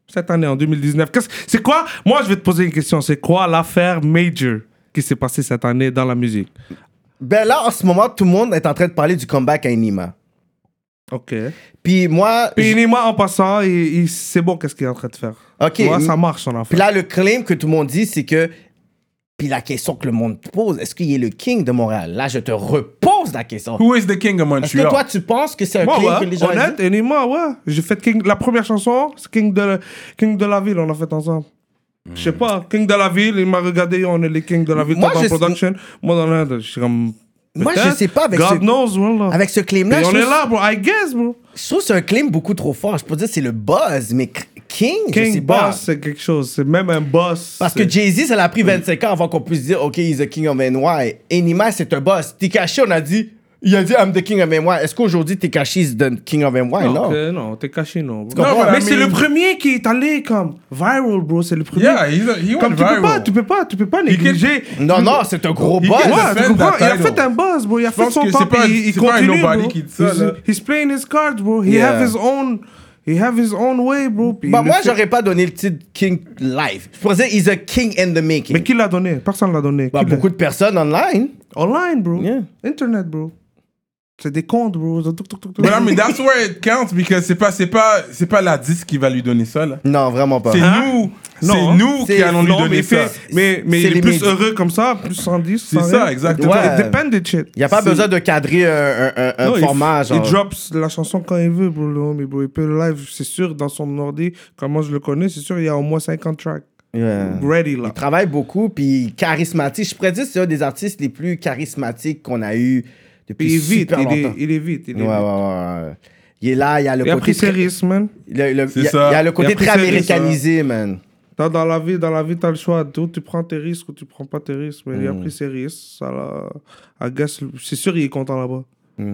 [SPEAKER 5] Cette année, en 2019. qu'est-ce- C'est quoi Moi, je vais te poser une question. C'est quoi l'affaire major qui s'est passée cette année dans la musique
[SPEAKER 4] Ben là, en ce moment, tout le monde est en train de parler du comeback à Inima.
[SPEAKER 5] Ok.
[SPEAKER 4] Puis moi,
[SPEAKER 5] Puis
[SPEAKER 4] je-
[SPEAKER 5] Nima, en passant, il, il sait bon qu'est-ce qu'il est en train de faire.
[SPEAKER 4] Ok.
[SPEAKER 5] Tu vois, ça marche, son affaire.
[SPEAKER 4] Puis là, le claim que tout le monde dit, c'est que. Puis la question que le monde pose, est-ce qu'il est le king de Montréal Là, je te repose la question.
[SPEAKER 3] Who is the king of
[SPEAKER 4] Est-ce que
[SPEAKER 3] Montreal?
[SPEAKER 4] toi, tu penses que c'est un
[SPEAKER 5] Moi,
[SPEAKER 4] claim que
[SPEAKER 5] ouais,
[SPEAKER 4] les gens
[SPEAKER 5] honnête,
[SPEAKER 4] disent
[SPEAKER 5] et Nima, ouais. J'ai fait King, la première chanson, c'est King de, King de la Ville, on l'a fait ensemble. Je sais pas, King de la Ville, il m'a regardé, on est les King de la Ville,
[SPEAKER 4] Moi,
[SPEAKER 5] top en
[SPEAKER 4] je-
[SPEAKER 5] production. Moi, dans l'Inde, je suis comme.
[SPEAKER 4] Moi,
[SPEAKER 5] peut-être.
[SPEAKER 4] je sais pas avec
[SPEAKER 5] God
[SPEAKER 4] ce-
[SPEAKER 5] knows, voilà.
[SPEAKER 4] Avec ce claim-là,
[SPEAKER 5] Et
[SPEAKER 4] je,
[SPEAKER 5] on est
[SPEAKER 4] trouve-
[SPEAKER 5] là, bro, I guess, bro.
[SPEAKER 4] je trouve que c'est un claim beaucoup trop fort. Je peux dire c'est le buzz, mais k- king, je sais
[SPEAKER 5] King
[SPEAKER 4] pas.
[SPEAKER 5] Boss, c'est quelque chose, c'est même un boss.
[SPEAKER 4] Parce que Jay-Z, ça l'a pris 25 ans avant qu'on puisse dire, OK, he's the king of NY. Enima, c'est un boss. Tekashi, on a dit, il a dit, I'm the king of NY. Est-ce qu'aujourd'hui, Tekashi is the king of NY? Non.
[SPEAKER 5] Non, que- non, t'es caché, non. bro.
[SPEAKER 3] comprends?
[SPEAKER 5] Non,
[SPEAKER 3] voilà,
[SPEAKER 5] mais c'est
[SPEAKER 3] mais-
[SPEAKER 5] le premier qui est allé comme viral, bro, c'est le premier.
[SPEAKER 3] Yeah, he's a, he
[SPEAKER 5] Comme
[SPEAKER 3] went
[SPEAKER 5] tu peux pas,
[SPEAKER 3] viral.
[SPEAKER 5] tu peux pas, tu peux pas négliger.
[SPEAKER 4] Non, non, c'est un gros
[SPEAKER 3] Il-
[SPEAKER 4] boss.
[SPEAKER 3] il-
[SPEAKER 5] Ouais,
[SPEAKER 3] defend
[SPEAKER 5] tu comprends?
[SPEAKER 3] that
[SPEAKER 5] Il a
[SPEAKER 3] title.
[SPEAKER 5] fait un buzz, bro. Il a fait
[SPEAKER 3] pense
[SPEAKER 5] son
[SPEAKER 3] que
[SPEAKER 5] temps,
[SPEAKER 3] c'est pas-
[SPEAKER 5] puis il, il
[SPEAKER 3] c'est pas un
[SPEAKER 5] continue,
[SPEAKER 3] nobody
[SPEAKER 5] bro.
[SPEAKER 3] qui dit ça,
[SPEAKER 5] He's-
[SPEAKER 3] là.
[SPEAKER 5] He's playing his cards, bro. He
[SPEAKER 4] Yeah.
[SPEAKER 5] have his own, he have his own way, bro. Puis
[SPEAKER 4] Bah,
[SPEAKER 5] il le
[SPEAKER 4] moi,
[SPEAKER 5] fait.
[SPEAKER 4] j'aurais pas donné le titre King Live. Je pourrais dire He's a King in the making.
[SPEAKER 5] Mais qui l'a donné? Personne l'a donné.
[SPEAKER 4] Bah,
[SPEAKER 5] Qui l'a-
[SPEAKER 4] beaucoup de personnes online.
[SPEAKER 5] Online, bro.
[SPEAKER 4] Yeah.
[SPEAKER 5] Internet, bro. C'est des comptes, bro. Toc, toc, toc, toc.
[SPEAKER 3] But I mean, that's where it counts because c'est pas, c'est pas, c'est pas la disque qui va lui donner ça, là.
[SPEAKER 4] Non, vraiment pas.
[SPEAKER 3] C'est
[SPEAKER 5] Hein?
[SPEAKER 3] nous,
[SPEAKER 5] Non.
[SPEAKER 3] c'est nous qui
[SPEAKER 4] C'est-
[SPEAKER 3] allons lui
[SPEAKER 5] Non, mais
[SPEAKER 3] donner
[SPEAKER 5] il
[SPEAKER 3] ça.
[SPEAKER 5] fait- mais, mais
[SPEAKER 4] C'est
[SPEAKER 5] il est
[SPEAKER 4] les
[SPEAKER 5] plus
[SPEAKER 4] médias.
[SPEAKER 5] heureux comme ça, plus 110.
[SPEAKER 3] C'est ça, exactement.
[SPEAKER 4] Ouais.
[SPEAKER 5] Dependent shit.
[SPEAKER 4] Il n'y a pas besoin de cadrer un, un- un- un
[SPEAKER 5] Non, il f-
[SPEAKER 4] format.
[SPEAKER 5] Il
[SPEAKER 4] genre.
[SPEAKER 5] drops la chanson quand il veut, bro. le homie, bro. Il peut live, c'est sûr, dans son ordi. Comment je le connais, c'est sûr, il y a au moins 50 tracks.
[SPEAKER 4] Yeah.
[SPEAKER 5] ready là.
[SPEAKER 4] Il travaille beaucoup, puis charismatique. Je pourrais dire que c'est un des artistes les plus charismatiques qu'on a eu
[SPEAKER 5] Puis
[SPEAKER 4] depuis
[SPEAKER 5] il est vite,
[SPEAKER 4] super
[SPEAKER 5] il est,
[SPEAKER 4] longtemps.
[SPEAKER 5] il est vite. Il est
[SPEAKER 4] Ouais, ouais,
[SPEAKER 5] vite.
[SPEAKER 4] ouais, ouais. Il est là, il y a le
[SPEAKER 5] Il a
[SPEAKER 4] côté...
[SPEAKER 5] pris
[SPEAKER 4] très-
[SPEAKER 5] serious, man.
[SPEAKER 4] le- le-
[SPEAKER 3] C'est
[SPEAKER 4] Il y a-
[SPEAKER 3] ça.
[SPEAKER 4] il y a le côté
[SPEAKER 5] Il a pris
[SPEAKER 4] très
[SPEAKER 5] sérieux, ça.
[SPEAKER 4] américanisé, man.
[SPEAKER 5] Dans, dans la vie, dans la vie, t'as le choix. Ou tu prends tes risques ou tu prends pas tes risques. Mais il
[SPEAKER 3] Hmm.
[SPEAKER 5] a pris ses risques. Ça l'a- I guess, c'est sûr, il est content là-bas.
[SPEAKER 4] Hmm.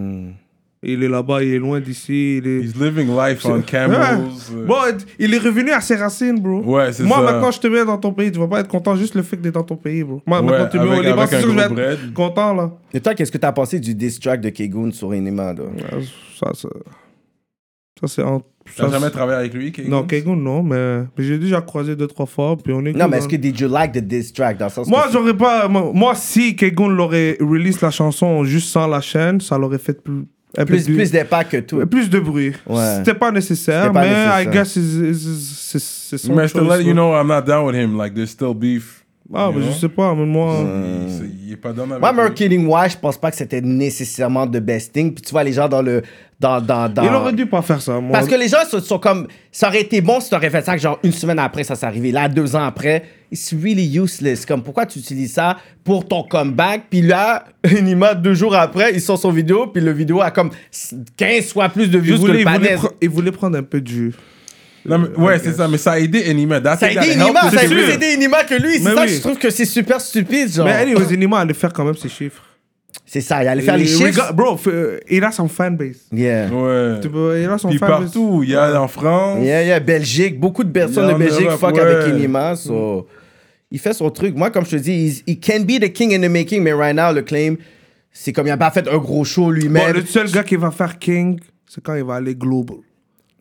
[SPEAKER 5] Il est là-bas, il est loin d'ici. Il est...
[SPEAKER 3] He's living life on camels. euh,
[SPEAKER 5] Ouais. Bon, il est revenu à ses racines, bro.
[SPEAKER 3] Ouais, c'est
[SPEAKER 5] Moi,
[SPEAKER 3] ça.
[SPEAKER 5] maintenant, je te mets dans ton pays. Tu vas pas être content juste le fait que t'es dans ton pays, bro. Moi,
[SPEAKER 3] Ouais,
[SPEAKER 5] maintenant, tu me mets
[SPEAKER 3] avec-
[SPEAKER 5] au Liban,
[SPEAKER 3] avec
[SPEAKER 5] c'est
[SPEAKER 3] un
[SPEAKER 5] sûr que je vais être
[SPEAKER 3] gros bread.
[SPEAKER 5] content, là.
[SPEAKER 4] Et toi, qu'est-ce que t'as pensé du diss track de Kegoon sur Enema, toi?
[SPEAKER 5] Ouais, Ça, ça... ça c'est... en-
[SPEAKER 3] T'as
[SPEAKER 5] ça,
[SPEAKER 3] jamais
[SPEAKER 5] c'est-
[SPEAKER 3] travaillé avec lui, Kegoon?
[SPEAKER 5] Non, Kegoun, non, mais, mais j'ai déjà croisé deux, trois fois, puis on est...
[SPEAKER 4] Non,
[SPEAKER 5] cool,
[SPEAKER 4] mais est-ce
[SPEAKER 5] hein.
[SPEAKER 4] que did you like the diss track dans le sens
[SPEAKER 5] Moi,
[SPEAKER 4] que-
[SPEAKER 5] j'aurais pas... Moi, moi, si Kegoun l'aurait release la chanson juste sans la chaîne, ça l'aurait fait plus... un peu
[SPEAKER 4] plus, plus d'impact que tout.
[SPEAKER 5] plus de bruit.
[SPEAKER 4] Ouais.
[SPEAKER 5] C'était pas nécessaire,
[SPEAKER 4] C'était pas
[SPEAKER 5] mais I
[SPEAKER 4] nécessaire.
[SPEAKER 5] guess is- is- is- c'est c'est son
[SPEAKER 3] Mais je te
[SPEAKER 5] choice,
[SPEAKER 3] let you
[SPEAKER 5] ouais.
[SPEAKER 3] know I'm not down with him. Like, there's still beef.
[SPEAKER 5] Ah,
[SPEAKER 3] you
[SPEAKER 5] mais
[SPEAKER 3] know?
[SPEAKER 5] je sais pas, mais moi...
[SPEAKER 3] Il, c'est- il est pas down avec
[SPEAKER 4] Moi,
[SPEAKER 3] lui.
[SPEAKER 4] Marketing Wise, je pense pas que c'était nécessairement the best thing. Puis tu vois, les gens dans le. Dans, dans, dans...
[SPEAKER 5] Il aurait dû pas faire ça. Moi.
[SPEAKER 4] Parce que les gens se- sont, comme. Ça aurait été bon si tu aurais fait ça, que genre une semaine après, ça s'est arrivé. Là, deux ans après, it's really useless. Comme pourquoi tu utilises ça pour ton comeback? Puis là, Nima, deux jours après, il sort son vidéo, puis le vidéo a comme 15 fois plus de
[SPEAKER 5] il
[SPEAKER 4] vues que
[SPEAKER 5] voulait,
[SPEAKER 4] le
[SPEAKER 5] il, voulait
[SPEAKER 4] panel.
[SPEAKER 5] pre- il voulait prendre un peu de jus.
[SPEAKER 3] Non, mais- ouais, c'est ça, mais ça a aidé Enima. That's
[SPEAKER 4] Ça a
[SPEAKER 3] it that
[SPEAKER 4] aidé
[SPEAKER 3] helped
[SPEAKER 4] Nima,
[SPEAKER 3] his
[SPEAKER 4] ça a
[SPEAKER 3] career.
[SPEAKER 4] plus aidé Nima que
[SPEAKER 5] Mais
[SPEAKER 4] lui. C'est ça que
[SPEAKER 5] oui.
[SPEAKER 4] je trouve que c'est super stupide, genre.
[SPEAKER 5] Mais anyways, Enima allait faire quand même ses chiffres.
[SPEAKER 4] C'est ça, il allait faire les
[SPEAKER 5] Et
[SPEAKER 4] chiffres.
[SPEAKER 5] rega- Bro, f- euh, il a son fanbase.
[SPEAKER 4] Yeah.
[SPEAKER 3] Ouais.
[SPEAKER 5] Tu peux- Il a son
[SPEAKER 3] Puis
[SPEAKER 5] fanbase.
[SPEAKER 3] partout, il y a en France.
[SPEAKER 4] Yeah, yeah, Belgique. Beaucoup de personnes
[SPEAKER 3] Yeah,
[SPEAKER 4] de
[SPEAKER 3] en
[SPEAKER 4] Belgique
[SPEAKER 3] Europe,
[SPEAKER 4] fuck
[SPEAKER 3] ouais.
[SPEAKER 4] avec Enima. So, il fait son truc. Moi, comme je te dis, he's- he can be the king in the making, mais right now, le claim, c'est comme il n'a pas fait un gros show
[SPEAKER 5] Bon,
[SPEAKER 4] lui-même.
[SPEAKER 5] le seul gars qui va faire King, c'est quand il va aller global.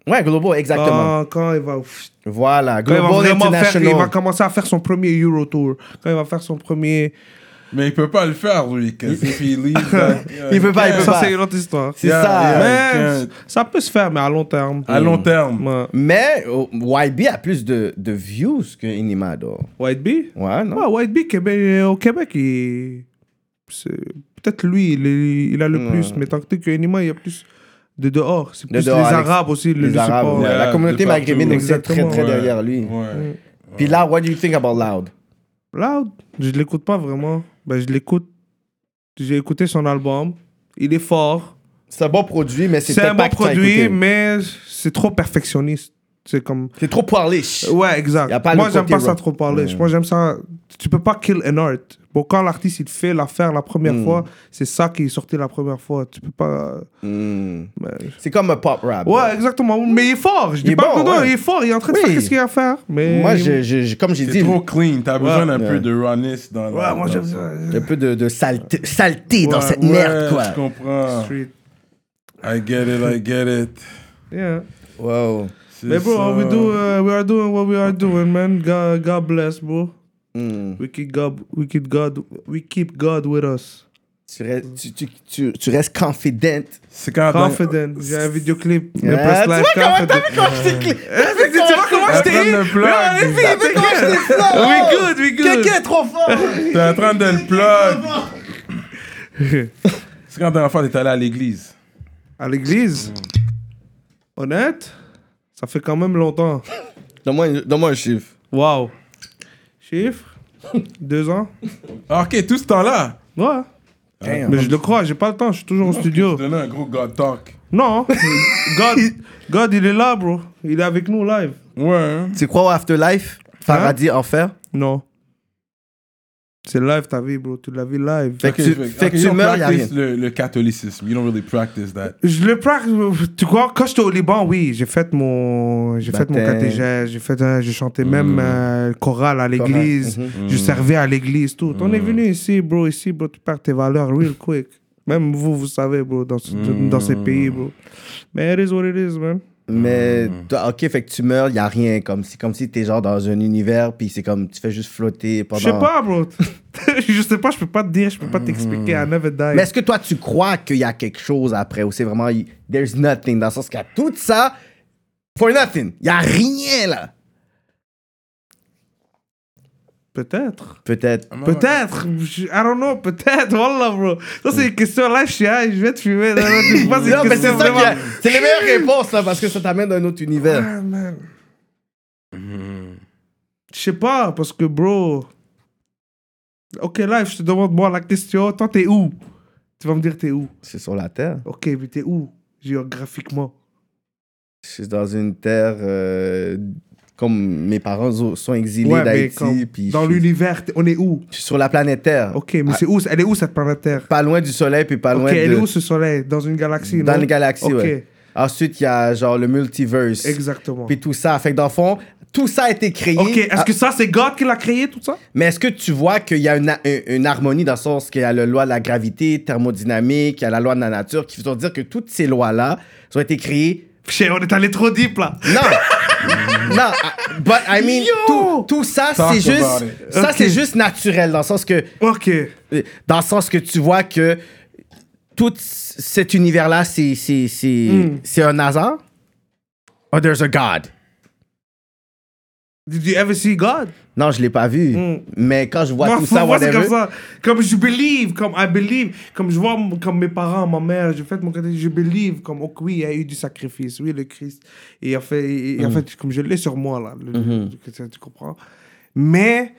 [SPEAKER 4] Ouais, Global, exactement.
[SPEAKER 5] Quand, quand il va,
[SPEAKER 4] Voilà,
[SPEAKER 5] Ah. quand il va
[SPEAKER 4] Global
[SPEAKER 5] vraiment faire, il va
[SPEAKER 4] International.
[SPEAKER 5] commencer à faire son premier Euro Tour. Quand il va faire son premier.
[SPEAKER 3] Mais il peut pas le faire, lui. 'cause if he leaves, that-
[SPEAKER 4] Il peut pas, il peut
[SPEAKER 5] Ça,
[SPEAKER 4] pas.
[SPEAKER 5] c'est une autre histoire.
[SPEAKER 4] C'est
[SPEAKER 3] Yeah,
[SPEAKER 4] ça.
[SPEAKER 3] yeah.
[SPEAKER 5] Mais
[SPEAKER 3] Quand-
[SPEAKER 5] ça peut se faire, mais à long terme.
[SPEAKER 3] À long terme.
[SPEAKER 5] Mm. Ouais.
[SPEAKER 4] Mais oh, YB a plus de, de views que Enima, donc.
[SPEAKER 5] White Bee
[SPEAKER 4] Ouais, non?
[SPEAKER 5] Ouais, White Bee, Québec- euh, au Québec, il... c'est peut-être lui, il, est- il a le plus. Mais tant que t'es que Enima, il y a plus de dehors. C'est plus
[SPEAKER 4] dehors,
[SPEAKER 5] les
[SPEAKER 4] Alex-
[SPEAKER 5] Arabes aussi, le,
[SPEAKER 4] les
[SPEAKER 5] le
[SPEAKER 4] Arabes,
[SPEAKER 5] support.
[SPEAKER 4] ouais. la
[SPEAKER 3] Yeah,
[SPEAKER 4] communauté
[SPEAKER 3] de partout.
[SPEAKER 4] maghrébine aussi est très,
[SPEAKER 5] Exactement.
[SPEAKER 4] très
[SPEAKER 3] Ouais.
[SPEAKER 4] derrière lui.
[SPEAKER 3] Ouais.
[SPEAKER 4] Puis là, what do you think about Loud?
[SPEAKER 5] Loud, je l'écoute pas vraiment. Ben, je l'écoute. J'ai écouté son album. Il est fort.
[SPEAKER 4] C'est un bon produit, mais c'est
[SPEAKER 5] C'est un
[SPEAKER 4] peut-être
[SPEAKER 5] bon
[SPEAKER 4] pas que t'as
[SPEAKER 5] produit,
[SPEAKER 4] écouté.
[SPEAKER 5] mais c'est trop perfectionniste. C'est comme.
[SPEAKER 4] C'est trop polish.
[SPEAKER 5] Ouais, exact.
[SPEAKER 4] Y a pas
[SPEAKER 5] Moi,
[SPEAKER 4] le
[SPEAKER 5] j'aime
[SPEAKER 4] côté
[SPEAKER 5] pas ça
[SPEAKER 4] rock.
[SPEAKER 5] trop parler. Moi, j'aime ça. Tu peux pas kill an art. Bon, quand l'artiste, il fait l'affaire la première fois, c'est ça qui est sorti la première fois. Tu peux pas.
[SPEAKER 4] Hmm.
[SPEAKER 5] Mais-
[SPEAKER 4] C'est comme un pop rap.
[SPEAKER 5] Ouais, exactement. Mais il est fort. Je
[SPEAKER 4] Il est
[SPEAKER 5] dis pas
[SPEAKER 4] bon,
[SPEAKER 5] que non,
[SPEAKER 4] ouais.
[SPEAKER 5] il est fort. Il est en train de
[SPEAKER 4] Oui.
[SPEAKER 5] faire ce qu'il a à faire. Mais
[SPEAKER 4] Moi, je, je- je- comme j'ai
[SPEAKER 3] C'est
[SPEAKER 4] dit,
[SPEAKER 3] trop clean. T'as besoin d'un
[SPEAKER 4] Ouais.
[SPEAKER 3] peu de rawness dans
[SPEAKER 5] Ouais,
[SPEAKER 3] la-
[SPEAKER 5] moi,
[SPEAKER 3] dans-
[SPEAKER 5] j'aime ça.
[SPEAKER 4] un peu de, de saleté, saleté dans
[SPEAKER 3] Ouais,
[SPEAKER 4] cette
[SPEAKER 3] ouais,
[SPEAKER 4] merde, quoi.
[SPEAKER 3] Je comprends.
[SPEAKER 5] Street.
[SPEAKER 3] I get it, I get it.
[SPEAKER 5] Yeah.
[SPEAKER 4] Wow.
[SPEAKER 3] C'est
[SPEAKER 5] Mais bro,
[SPEAKER 3] ça.
[SPEAKER 5] we, do, uh, we are doing what we are doing, man. God, God bless, bro.
[SPEAKER 4] Hmm.
[SPEAKER 5] We keep God, we keep God, we keep God with us.
[SPEAKER 4] Tu, restes, tu, tu, tu, tu restes confident.
[SPEAKER 3] C'est quand
[SPEAKER 5] Confident. J'ai un vidéoclip.
[SPEAKER 4] Ah,
[SPEAKER 5] Press
[SPEAKER 4] ben, tu vois
[SPEAKER 5] Life,
[SPEAKER 4] comment
[SPEAKER 5] Confident.
[SPEAKER 4] t'as vu quand je t'ai clé- T'as vu
[SPEAKER 5] Tu vois comment je t'ai
[SPEAKER 3] Apprendre le
[SPEAKER 5] eu?
[SPEAKER 3] plug.
[SPEAKER 5] Ouais, les filles,
[SPEAKER 4] T'as vu quand je t'ai fleur,
[SPEAKER 5] We
[SPEAKER 4] hein?
[SPEAKER 5] good, we good.
[SPEAKER 4] Quelqu'un est trop fort.
[SPEAKER 3] T'es en train de le plug. C'est quand t'es enfant, t'es allé à l'église.
[SPEAKER 5] À l'église Honnête Ça fait quand même longtemps.
[SPEAKER 4] Donne-moi une- donne-moi un chiffre.
[SPEAKER 5] Waouh. Chiffre Deux ans
[SPEAKER 3] Ah, Ok, tout ce temps-là.
[SPEAKER 5] Ouais.
[SPEAKER 4] Damn.
[SPEAKER 3] Hein?
[SPEAKER 5] Mais je le crois, j'ai pas le temps, je suis toujours au
[SPEAKER 3] Je
[SPEAKER 5] studio.
[SPEAKER 3] donnais un gros God Talk.
[SPEAKER 5] Non God, God, il est là, bro. Il est avec nous live.
[SPEAKER 3] Ouais. hein.
[SPEAKER 4] Tu crois au afterlife? Paradis, enfer?
[SPEAKER 5] Non. C'est live ta vie, bro. Tu l'as vu live.
[SPEAKER 4] Fait que
[SPEAKER 3] Ok,
[SPEAKER 4] tu-
[SPEAKER 3] fait-
[SPEAKER 4] fait
[SPEAKER 3] ok,
[SPEAKER 4] que
[SPEAKER 3] you
[SPEAKER 4] tu
[SPEAKER 3] don't
[SPEAKER 4] meurs, y a
[SPEAKER 3] practice Le, le catholicisme. You don't really practice that.
[SPEAKER 5] Je le pratique, tu crois, quand j'étais au Liban, oui, j'ai fait mon, j'ai fait mon
[SPEAKER 4] Baptême. Mm.
[SPEAKER 5] catégèse, j'ai fait, euh, j'ai chanté même euh, chorale à l'église,
[SPEAKER 4] Mm-hmm.
[SPEAKER 5] je servais à l'église, tout. On
[SPEAKER 4] Mm.
[SPEAKER 5] est venu ici, bro, ici, bro, tu perds tes valeurs real quick. Même vous, vous savez, bro, dans, ce-
[SPEAKER 4] Mm.
[SPEAKER 5] dans ces pays, bro. Mais it is what it is, man.
[SPEAKER 4] Mais,
[SPEAKER 3] Hmm.
[SPEAKER 4] toi, ok, fait que tu meurs, y a rien. Comme, c'est comme si t'es genre dans un univers, puis c'est comme, tu fais juste flotter pendant...
[SPEAKER 5] Je sais pas, bro. je sais pas, je peux pas te dire, je peux pas t'expliquer. I never die.
[SPEAKER 4] Mm. Mais est-ce que toi, tu crois qu'il y a quelque chose après ou c'est vraiment il- there's nothing dans le sens qu'il y a tout ça for nothing? Il n'y a rien là.
[SPEAKER 5] Peut-être.
[SPEAKER 4] Peut-être.
[SPEAKER 5] Peut-être, je- I don't know, peut-être, wallah bro. Ça c'est une question là, je suis, ah, je vais te fumer. Non, non, c'est pas une
[SPEAKER 4] Non, mais c'est
[SPEAKER 5] question
[SPEAKER 4] ça
[SPEAKER 5] vraiment-
[SPEAKER 4] qu'il y a- C'est les meilleures réponses là parce que ça t'amène dans un autre univers.
[SPEAKER 5] Ah, man. Ah, Je sais pas, parce que, bro. Ok, live, je te demande moi la question. Toi, t'es où Tu vas me dire, t'es où
[SPEAKER 4] C'est sur la terre.
[SPEAKER 5] Ok, mais t'es où Géographiquement.
[SPEAKER 4] Je suis dans une terre euh, comme mes parents zo- sont exilés
[SPEAKER 5] Ouais, mais
[SPEAKER 4] d'Haïti.
[SPEAKER 5] comme-
[SPEAKER 4] puis
[SPEAKER 5] dans
[SPEAKER 4] je suis-
[SPEAKER 5] l'univers, t'es- on est où
[SPEAKER 4] je suis sur la planète Terre.
[SPEAKER 5] Ok, mais c'est où Elle est où cette planète Terre
[SPEAKER 4] Pas loin du soleil, puis pas
[SPEAKER 5] Ok,
[SPEAKER 4] loin
[SPEAKER 5] elle est
[SPEAKER 4] de.
[SPEAKER 5] où ce soleil Dans une galaxie
[SPEAKER 4] Dans
[SPEAKER 5] non
[SPEAKER 4] les galaxies,
[SPEAKER 5] Ok,
[SPEAKER 4] ouais. Ensuite, il y a genre le multiverse.
[SPEAKER 5] exactement.
[SPEAKER 4] Puis tout ça. Fait que dans le fond, tout ça a été créé.
[SPEAKER 5] Ok, est-ce
[SPEAKER 4] Ah,
[SPEAKER 5] que ça, c'est God qui l'a créé, tout ça
[SPEAKER 4] Mais est-ce que tu vois qu'il y a une, une- une harmonie dans le sens qu'il y a la loi de la gravité, thermodynamique, il y a la loi de la nature qui veut dire que toutes ces lois-là ont été créées.
[SPEAKER 5] Putain, on est allé trop deep là.
[SPEAKER 4] Non! non! I- But I mean,
[SPEAKER 5] Yo!
[SPEAKER 4] tout, tout ça,
[SPEAKER 3] Talk
[SPEAKER 4] c'est juste,
[SPEAKER 3] about it.
[SPEAKER 4] ça,
[SPEAKER 5] Ok.
[SPEAKER 4] c'est juste naturel dans le sens que
[SPEAKER 5] Ok.
[SPEAKER 4] dans le sens que tu vois que tout cet univers-là, c'est c'est- c'est-
[SPEAKER 5] Hmm.
[SPEAKER 4] c'est un hasard. Or there's a God.
[SPEAKER 5] Did you ever see God
[SPEAKER 4] Non, je l'ai pas vu.
[SPEAKER 5] Mm.
[SPEAKER 4] Mais quand je vois
[SPEAKER 5] Moi,
[SPEAKER 4] tout
[SPEAKER 5] faut
[SPEAKER 4] ça,
[SPEAKER 5] voir, c'est
[SPEAKER 4] whatever,
[SPEAKER 5] comme ça. Comme je believe, comme I believe, comme je vois m- comme mes parents, ma mère, je fête mon côté, je believe, comme ok, oui, il y a eu du sacrifice, oui, le Christ, et en fait, et- et
[SPEAKER 4] Mm.
[SPEAKER 5] en fait comme je l'ai sur moi là, le- le-
[SPEAKER 4] Mm-hmm.
[SPEAKER 5] le chrétien, tu comprends. Mais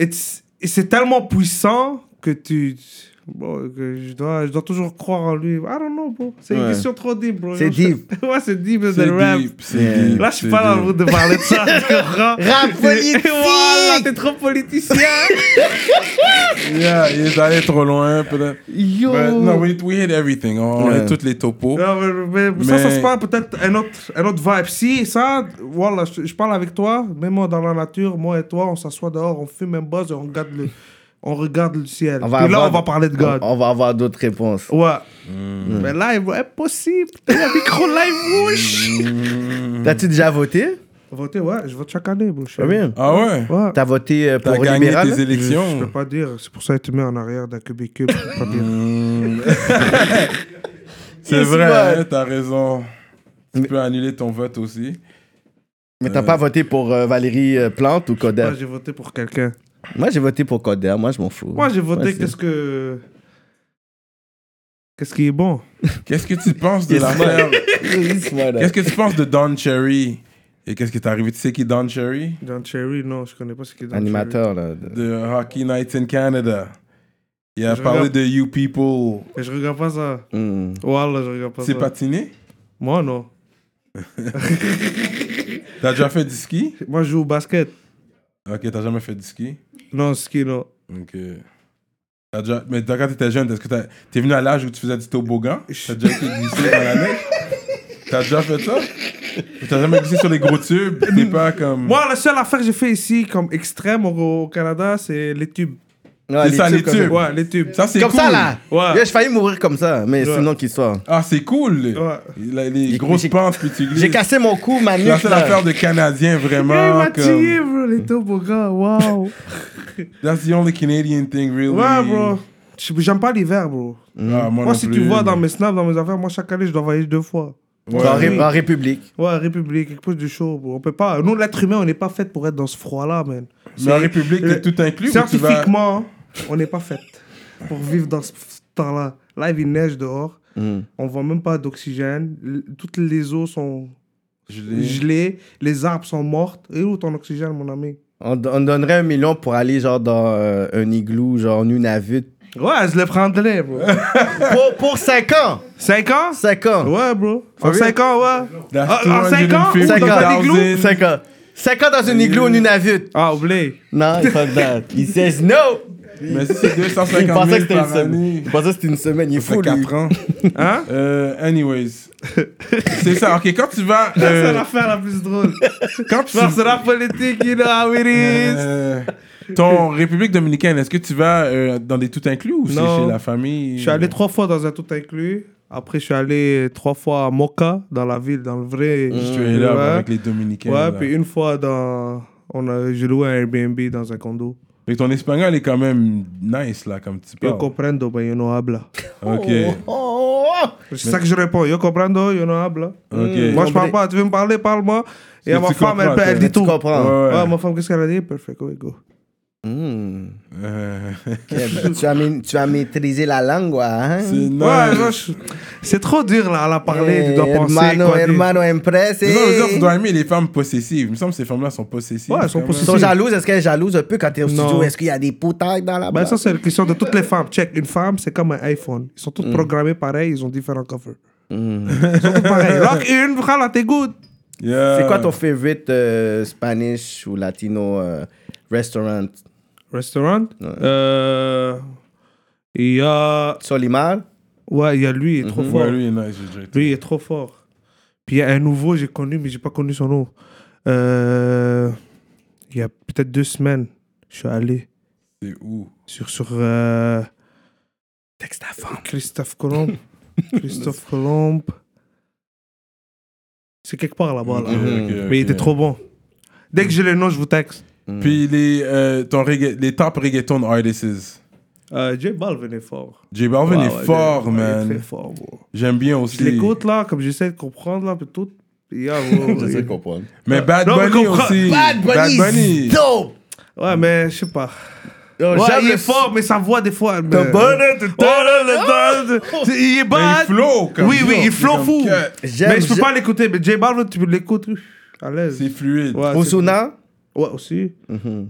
[SPEAKER 5] it's- et c'est tellement puissant que tu. bon, que je, dois, je dois toujours croire en lui. I don't know, bro. C'est une
[SPEAKER 4] Ouais.
[SPEAKER 5] question trop deep, bro.
[SPEAKER 4] C'est deep.
[SPEAKER 5] ouais, c'est deep, c'est
[SPEAKER 3] C'est
[SPEAKER 5] le rap.
[SPEAKER 3] deep, c'est deep,
[SPEAKER 5] Là, je suis
[SPEAKER 3] c'est
[SPEAKER 5] pas dans le
[SPEAKER 3] deep.
[SPEAKER 5] mood de parler de ça. tu comprends?
[SPEAKER 4] Rap politique.
[SPEAKER 5] Voilà, t'es trop politicien.
[SPEAKER 3] Yeah, il est allé trop loin, peut-être.
[SPEAKER 4] Oh.
[SPEAKER 5] Yo.
[SPEAKER 3] But, No, we, we hit everything. On
[SPEAKER 4] Ouais.
[SPEAKER 3] hit toutes les topos.
[SPEAKER 5] Non, mais, mais- mais ça, ça
[SPEAKER 3] Mais-
[SPEAKER 5] se passe peut-être un autre, un autre vibe. Si, ça, voilà, je, je parle avec toi, même moi dans la nature, moi et toi, on s'assoit dehors, on fume un buzz et on regarde le, on regarde le ciel.
[SPEAKER 4] On va
[SPEAKER 5] Puis là,
[SPEAKER 4] avoir-
[SPEAKER 5] on va parler de God.
[SPEAKER 4] On, Hmm. on va avoir d'autres réponses.
[SPEAKER 5] Ouais. Mais live, impossible. Un micro live rouge.
[SPEAKER 3] Mm.
[SPEAKER 4] T'as-tu déjà voté?
[SPEAKER 5] Voter, ouais, je vote chaque année, bro. Je-
[SPEAKER 3] Ah ouais?
[SPEAKER 5] Ouais.
[SPEAKER 4] T'as voté euh,
[SPEAKER 3] T'as
[SPEAKER 4] pour
[SPEAKER 3] gagné tes
[SPEAKER 4] libéral?
[SPEAKER 5] Je peux
[SPEAKER 3] élections.
[SPEAKER 5] pas dire, c'est pour ça que tu mets en arrière d'un cubicule. je peux pas dire.
[SPEAKER 3] C'est
[SPEAKER 4] Yes,
[SPEAKER 3] Mm. vrai,
[SPEAKER 4] man.
[SPEAKER 3] hein, t'as raison. Tu
[SPEAKER 4] Mais-
[SPEAKER 3] peux annuler ton vote aussi.
[SPEAKER 4] Mais t'as pas voté pour euh, Valérie euh, Plante ou Coder?
[SPEAKER 5] Moi, j'ai voté pour quelqu'un.
[SPEAKER 4] Moi, j'ai voté pour Coder. Moi, je m'en fous.
[SPEAKER 5] Moi, j'ai voté,
[SPEAKER 4] Ouais, c'est-
[SPEAKER 5] qu'est-ce que. Qu'est-ce qui est bon
[SPEAKER 3] Qu'est-ce que tu penses de
[SPEAKER 4] Yes,
[SPEAKER 3] la
[SPEAKER 4] man.
[SPEAKER 3] merde?
[SPEAKER 4] Voilà.
[SPEAKER 3] Qu'est-ce que tu penses de Don Cherry? Et qu'est-ce qui t'est arrivé? Tu sais qui est Don Cherry?
[SPEAKER 5] Don Cherry, non, je connais pas ce qu'il est Don
[SPEAKER 4] Animateur, là. de-
[SPEAKER 3] De Hockey Nights in Canada. Il a
[SPEAKER 5] Je
[SPEAKER 3] parlé
[SPEAKER 5] regarde.
[SPEAKER 3] de You People.
[SPEAKER 5] Cherry. Je regarde pas ça.
[SPEAKER 4] Mm.
[SPEAKER 5] Voilà, je regarde pas
[SPEAKER 3] C'est
[SPEAKER 5] ça.
[SPEAKER 3] patiné?
[SPEAKER 5] Moi, non.
[SPEAKER 3] T'as déjà fait du ski?
[SPEAKER 5] Moi, je joue au basket.
[SPEAKER 3] Ok, t'as jamais fait du ski?
[SPEAKER 5] Non, ski, non.
[SPEAKER 3] Ok. T'as déjà... Mais quand t'étais jeune, est-ce que t'as- t'es venu à l'âge où tu faisais du toboggan? T'as déjà été glissé dans la neige? T'as déjà fait ça? T'as jamais glissé sur les gros tubes? T'es
[SPEAKER 5] Mm.
[SPEAKER 3] pas comme...
[SPEAKER 5] Moi, la seule affaire que j'ai fait ici, comme extrême au, au Canada, c'est les tubes.
[SPEAKER 4] Ouais,
[SPEAKER 3] C'est ça, les
[SPEAKER 4] comme ça.
[SPEAKER 3] tubes.
[SPEAKER 5] Ouais, les tubes.
[SPEAKER 3] Ça, c'est
[SPEAKER 4] Comme
[SPEAKER 3] cool.
[SPEAKER 4] ça, là.
[SPEAKER 5] Ouais.
[SPEAKER 4] Yo, J'ai failli mourir comme ça, mais
[SPEAKER 5] Ouais.
[SPEAKER 4] sinon qu'il soit.
[SPEAKER 3] Ah, c'est cool.
[SPEAKER 5] Ouais.
[SPEAKER 3] Les, les
[SPEAKER 4] J'ai-
[SPEAKER 3] grosses
[SPEAKER 4] j'ai-
[SPEAKER 3] pentes que tu
[SPEAKER 4] J'ai
[SPEAKER 3] glisses.
[SPEAKER 4] cassé mon cou, ma
[SPEAKER 3] C'est la
[SPEAKER 4] nuque.
[SPEAKER 3] seule
[SPEAKER 4] là.
[SPEAKER 3] affaire de Canadien,
[SPEAKER 5] Hey, il
[SPEAKER 3] vraiment.
[SPEAKER 5] m'a tué,
[SPEAKER 3] Comme...
[SPEAKER 5] bro, les toboggans, waouh.
[SPEAKER 3] That's the only Canadian thing, really.
[SPEAKER 5] Ouais, bro. Je- J'aime pas l'hiver, bro.
[SPEAKER 3] Ah, moi,
[SPEAKER 5] Moi,
[SPEAKER 3] non
[SPEAKER 5] si
[SPEAKER 3] plus,
[SPEAKER 5] tu vois dans
[SPEAKER 3] mais-
[SPEAKER 5] mes snaps, dans mes affaires, moi, chaque année, je dois voyager deux fois.
[SPEAKER 3] Ouais.
[SPEAKER 4] En, Ré- en République.
[SPEAKER 5] Ouais, République, quelque chose de chaud, bro. On peut pas. Nous, l'être humain, on n'est pas fait pour être dans ce froid-là, man.
[SPEAKER 3] Mais en
[SPEAKER 5] C'est-
[SPEAKER 3] République,
[SPEAKER 5] le-
[SPEAKER 3] t'es tout inclus ou tu vas...
[SPEAKER 5] Euh, Scientifiquement, on n'est pas fait pour vivre dans ce temps-là. Là, il neige dehors.
[SPEAKER 3] Mm.
[SPEAKER 5] On voit même pas d'oxygène. L- Toutes les eaux sont
[SPEAKER 3] Gelé.
[SPEAKER 5] gelées. Les arbres sont mortes. Et où ton oxygène, mon ami
[SPEAKER 4] On, on donnerait un million pour aller genre dans euh, un igloo, genre Nunavut.
[SPEAKER 5] Ouais, je le prendrais, bro.
[SPEAKER 4] pour, pour 5 ans!
[SPEAKER 5] 5 ans
[SPEAKER 4] 5 ans!
[SPEAKER 5] Ouais, bro. En
[SPEAKER 4] Combien
[SPEAKER 5] 5 ans, ouais.
[SPEAKER 3] That's
[SPEAKER 5] Ah, en cinq ans, ou dans un igloo
[SPEAKER 3] 250,000.
[SPEAKER 4] 5 ans! 5 ans dans un igloo au Nunavut!
[SPEAKER 5] Ah, oublie.
[SPEAKER 4] Non, il fuck that. Il says no!
[SPEAKER 3] Mais si c'est
[SPEAKER 4] Il
[SPEAKER 3] 250
[SPEAKER 4] pensait
[SPEAKER 3] 000
[SPEAKER 4] que c'était une
[SPEAKER 3] par
[SPEAKER 4] semaine.
[SPEAKER 3] année,
[SPEAKER 4] Il pensait que c'était une semaine. Il est
[SPEAKER 3] ça fait
[SPEAKER 4] fou, lui.
[SPEAKER 3] 4 ans.
[SPEAKER 5] Hein
[SPEAKER 3] Euh, anyways. c'est ça. OK, quand tu vas... euh,
[SPEAKER 5] C'est l'affaire la plus drôle.
[SPEAKER 3] quand tu...
[SPEAKER 5] Non, c'est la politique, you know how it is.
[SPEAKER 3] Euh, ton République Dominicaine, est-ce que tu vas euh, dans des tout inclus ou c'est
[SPEAKER 5] Non.
[SPEAKER 3] chez la famille
[SPEAKER 5] Je suis allé trois fois dans un tout inclus. Après, je suis allé trois fois à Moca, dans la ville, dans le vrai.
[SPEAKER 3] Je suis allé là avec les Dominicains.
[SPEAKER 5] Euh, Ouais,
[SPEAKER 3] là.
[SPEAKER 5] puis une fois, dans... on a... j'ai loué un Airbnb dans un condo.
[SPEAKER 3] Fait que ton espagnol est quand même nice, là, comme tu
[SPEAKER 5] Yo
[SPEAKER 3] parles.
[SPEAKER 5] comprendo, ben yo no habla. Mm.
[SPEAKER 3] Ok,
[SPEAKER 4] Oh, oh, oh.
[SPEAKER 5] C'est ça que je réponds. Yo comprendo, yo no habla.
[SPEAKER 3] ok.
[SPEAKER 5] Moi, je parle pas. Tu veux me parler, parle-moi. Et
[SPEAKER 3] que
[SPEAKER 5] ma
[SPEAKER 3] tu
[SPEAKER 5] femme, elle,
[SPEAKER 3] comprends,
[SPEAKER 5] elle
[SPEAKER 3] toi.
[SPEAKER 5] dit
[SPEAKER 4] Tu
[SPEAKER 5] tout.
[SPEAKER 4] comprends?
[SPEAKER 3] Ouais, ouais.
[SPEAKER 5] Ouais, ma femme, qu'est-ce qu'elle a dit Perfect, ouais, go.
[SPEAKER 3] Euh,
[SPEAKER 4] Hmm. ben, tu, as ma- tu as maîtrisé la langue, quoi, hein?
[SPEAKER 3] c'est nice.
[SPEAKER 5] Ouais, moi, je- c'est trop dur là, à la parler, tu dois
[SPEAKER 4] Eh,
[SPEAKER 5] penser.
[SPEAKER 4] Hermano,
[SPEAKER 5] quoi, dire.
[SPEAKER 4] hermano, impressé.
[SPEAKER 3] Mais ça veut dire que tu dois aimer les femmes possessives. Il me semble que ces femmes-là sont possessives.
[SPEAKER 5] Ouais, elles sont
[SPEAKER 3] quand même.
[SPEAKER 4] Ils
[SPEAKER 5] possessives.
[SPEAKER 4] sont
[SPEAKER 5] Si.
[SPEAKER 4] jalouses, est-ce qu'elle est jalouse un peu quand t'es au
[SPEAKER 5] Non.
[SPEAKER 4] studio? Est-ce qu'il y a des potards dans la
[SPEAKER 5] Ben,
[SPEAKER 4] place?
[SPEAKER 5] ça, c'est la question de toutes les femmes. Check, une femme, c'est comme un iPhone. Ils sont tous
[SPEAKER 4] Mm.
[SPEAKER 5] programmés pareil, ils ont différents covers.
[SPEAKER 4] Hmm.
[SPEAKER 5] Ils sont tous pareils. Rock une, voilà, t'es good.
[SPEAKER 3] Yeah.
[SPEAKER 4] C'est quoi ton favorite euh, Spanish ou Latino euh, restaurant?
[SPEAKER 5] Restaurant. Euh, Il y a.
[SPEAKER 4] Solimar?
[SPEAKER 5] Ouais, il y a lui, il est
[SPEAKER 4] Mhm.
[SPEAKER 5] trop fort.
[SPEAKER 3] Ouais,
[SPEAKER 5] lui.
[SPEAKER 3] lui, il est nice, j'ai déjà été.
[SPEAKER 5] il est trop fort. Puis il y a un nouveau, j'ai connu, mais j'ai pas connu son nom. Euh, Il y a peut-être deux semaines, je suis allé
[SPEAKER 3] C'est où
[SPEAKER 5] sur. sur euh, Christophe Colomb. Christophe Colomb. C'est quelque part là-bas, là.
[SPEAKER 3] Ok, ok,
[SPEAKER 5] Mais il
[SPEAKER 3] ok.
[SPEAKER 5] était trop bon. Dès que j'ai le nom, je vous texte.
[SPEAKER 3] Puis les, euh, ton reggae- les top reggaeton artists.
[SPEAKER 5] Euh, J Balvin est fort.
[SPEAKER 3] J Balvin
[SPEAKER 5] Ouais,
[SPEAKER 3] est
[SPEAKER 5] ouais,
[SPEAKER 3] Oh, fort,
[SPEAKER 5] ouais, il est
[SPEAKER 3] man.
[SPEAKER 5] très fort, bro.
[SPEAKER 3] J'aime bien aussi.
[SPEAKER 5] Je l'écoute là, comme j'essaie de comprendre là, puis tout. Yeah, bro.
[SPEAKER 4] comprendre.
[SPEAKER 3] Mais Bad
[SPEAKER 5] Non, mais
[SPEAKER 3] Bunny
[SPEAKER 5] comprends-
[SPEAKER 3] aussi.
[SPEAKER 4] Bad Bunny!
[SPEAKER 3] Bunny.
[SPEAKER 4] Dope!
[SPEAKER 5] ouais, mais je sais pas.
[SPEAKER 4] Yo,
[SPEAKER 5] Ouais,
[SPEAKER 4] Oh, j'aime
[SPEAKER 5] il est
[SPEAKER 4] le-
[SPEAKER 5] fort, mais sa voix des fois. elle me-
[SPEAKER 4] T'as bonne- t'as-
[SPEAKER 5] Oh là là, t'as- t'as- Il est
[SPEAKER 3] Mais
[SPEAKER 5] bad.
[SPEAKER 3] il flow, comme
[SPEAKER 5] oui, oui,
[SPEAKER 3] yo,
[SPEAKER 5] il flow
[SPEAKER 3] comme
[SPEAKER 5] fou.
[SPEAKER 3] que-
[SPEAKER 4] J'aime-
[SPEAKER 5] Mais je peux
[SPEAKER 4] j'aime-
[SPEAKER 5] pas l'écouter. Mais J Balvin, tu l'écoutes. oui, À l'aise.
[SPEAKER 3] C'est fluide.
[SPEAKER 5] Ouais, c'est-
[SPEAKER 4] Osuna?
[SPEAKER 5] Ouais, aussi.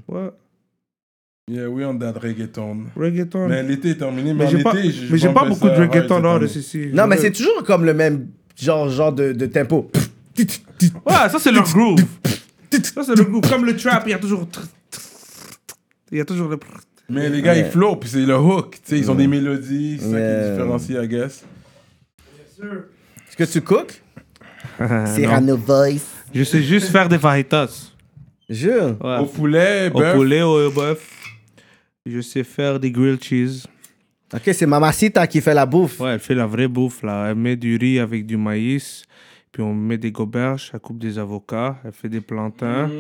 [SPEAKER 5] Ouais,
[SPEAKER 3] Yeah, we on that reggaeton.
[SPEAKER 5] reggaeton.
[SPEAKER 3] Mais l'été est terminé, mais,
[SPEAKER 5] Mais j'ai
[SPEAKER 3] en
[SPEAKER 5] pas,
[SPEAKER 3] été,
[SPEAKER 5] mais j'ai pas
[SPEAKER 3] bumpé
[SPEAKER 5] beaucoup de
[SPEAKER 3] ça
[SPEAKER 5] reggaeton
[SPEAKER 3] hard
[SPEAKER 5] dans
[SPEAKER 3] cette
[SPEAKER 5] le
[SPEAKER 3] année.
[SPEAKER 5] ceci.
[SPEAKER 4] Non, mais c'est toujours comme le même genre, genre de, de tempo.
[SPEAKER 5] Ouais, ça c'est leur groove. ça c'est le groove. Comme le trap, il y a toujours. Il y a toujours le.
[SPEAKER 3] Mais les gars, ils flow, puis c'est le hook. Tu sais, ils ont des mélodies, c'est ça qui
[SPEAKER 4] Yeah.
[SPEAKER 3] différencie, I guess.
[SPEAKER 4] Est-ce que tu cooks? Serrano Voice.
[SPEAKER 5] Je sais juste faire des fajitas.
[SPEAKER 4] Jure.
[SPEAKER 5] Ouais.
[SPEAKER 3] Au poulet,
[SPEAKER 5] Au
[SPEAKER 3] bœuf.
[SPEAKER 5] poulet, au bœuf. Je sais faire des grilled cheese.
[SPEAKER 4] Ok, c'est Mamacita qui fait la bouffe.
[SPEAKER 5] Ouais, elle fait la vraie bouffe là. Elle met du riz avec du maïs. Puis on met des goberges, elle coupe des avocats, elle fait des plantains,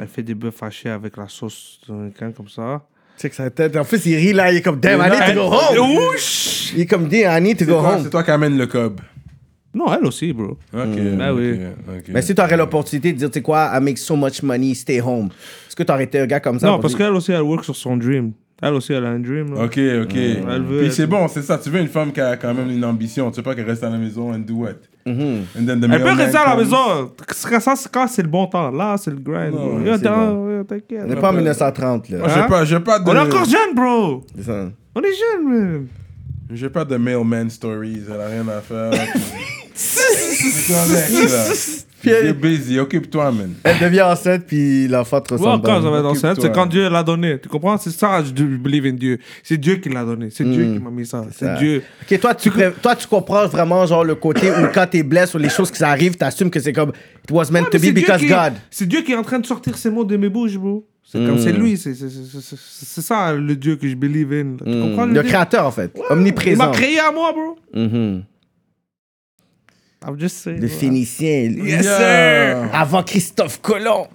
[SPEAKER 5] elle fait des bœufs hachés avec la sauce dominicaine comme ça.
[SPEAKER 4] C'est que sa tête. En plus, il rit là, il est comme damn, I need to Eh, go home.
[SPEAKER 5] Ouch!
[SPEAKER 4] Il est comme damn, I need to
[SPEAKER 3] C'est
[SPEAKER 4] go
[SPEAKER 3] toi, c'est
[SPEAKER 4] home.
[SPEAKER 3] toi qui amène le cob.
[SPEAKER 5] Non, elle aussi, bro.
[SPEAKER 3] Ok.
[SPEAKER 5] Ben
[SPEAKER 3] ok,
[SPEAKER 5] oui.
[SPEAKER 3] ok.
[SPEAKER 4] Mais si tu aurais l'opportunité de dire, tu sais quoi, I make so much money, stay home. Est-ce que tu aurais été un gars comme ça?
[SPEAKER 5] Non,
[SPEAKER 4] pour
[SPEAKER 5] parce
[SPEAKER 4] dire-
[SPEAKER 5] qu'elle aussi, elle work sur son dream. Elle aussi, elle a un dream. là.
[SPEAKER 3] Ok, ok.
[SPEAKER 5] Elle veut
[SPEAKER 3] Puis
[SPEAKER 5] être-
[SPEAKER 3] c'est bon, c'est ça. Tu veux une femme qui a quand même une ambition. Tu veux pas qu'elle reste à la maison and do what.
[SPEAKER 5] Mm-hmm.
[SPEAKER 3] And then the
[SPEAKER 5] Elle peut
[SPEAKER 3] mailman
[SPEAKER 5] rester à la
[SPEAKER 3] comes.
[SPEAKER 5] maison. Quand ça, c'est- quand c'est le bon temps. Là, c'est le grind.
[SPEAKER 3] Non,
[SPEAKER 5] bro.
[SPEAKER 3] ouais,
[SPEAKER 5] Yo,
[SPEAKER 4] c'est
[SPEAKER 5] t'as-
[SPEAKER 4] bon.
[SPEAKER 5] yo, T'inquiète.
[SPEAKER 4] On n'est pas en 1930,
[SPEAKER 3] Moi,
[SPEAKER 4] là.
[SPEAKER 3] Oh, j'ai
[SPEAKER 5] Hein?
[SPEAKER 3] pas, j'ai pas de.
[SPEAKER 5] On est encore jeune, bro.
[SPEAKER 4] C'est ça.
[SPEAKER 5] On est jeune, man.
[SPEAKER 3] J'ai pas de mailman stories. Elle a rien à faire. C'est correct, là.
[SPEAKER 5] euh,
[SPEAKER 3] T'es busy. Occupe-toi, man.
[SPEAKER 4] Elle devient enceinte, puis l'enfant te
[SPEAKER 5] Ouais,
[SPEAKER 4] ressemble.
[SPEAKER 5] quand ça va être
[SPEAKER 3] Occupe-toi.
[SPEAKER 5] enceinte, c'est quand Dieu l'a donné. Tu comprends? C'est ça, je believe in Dieu. C'est Dieu qui l'a donné. C'est Dieu qui m'a mis ça. C'est
[SPEAKER 4] Mm. ça.
[SPEAKER 5] Dieu.
[SPEAKER 4] Ok, toi tu, pré- toi, tu comprends vraiment genre le côté où quand t'es blessé ou les choses qui arrivent, t'assumes que c'est comme it was meant
[SPEAKER 5] Ah, mais
[SPEAKER 4] to
[SPEAKER 5] c'est
[SPEAKER 4] be
[SPEAKER 5] Dieu
[SPEAKER 4] because
[SPEAKER 5] qui-
[SPEAKER 4] God. Mm.
[SPEAKER 5] C'est Dieu qui est en train de sortir ces mots de mes bouches, bro. C'est comme c'est lui. c'est- c'est- C'est c'est- c'est ça le Dieu que je believe in. Tu comprends?
[SPEAKER 4] Mm. Le
[SPEAKER 5] Dieu?
[SPEAKER 4] créateur, en fait.
[SPEAKER 5] Il m'a
[SPEAKER 4] Omniprésent.
[SPEAKER 5] créé à moi, bro.
[SPEAKER 4] Mhm.
[SPEAKER 5] I'm just saying.
[SPEAKER 4] Le
[SPEAKER 5] bro.
[SPEAKER 4] phénicien. lui.
[SPEAKER 5] Yes,
[SPEAKER 3] Yeah.
[SPEAKER 5] sir.
[SPEAKER 4] Avant Christophe Colomb.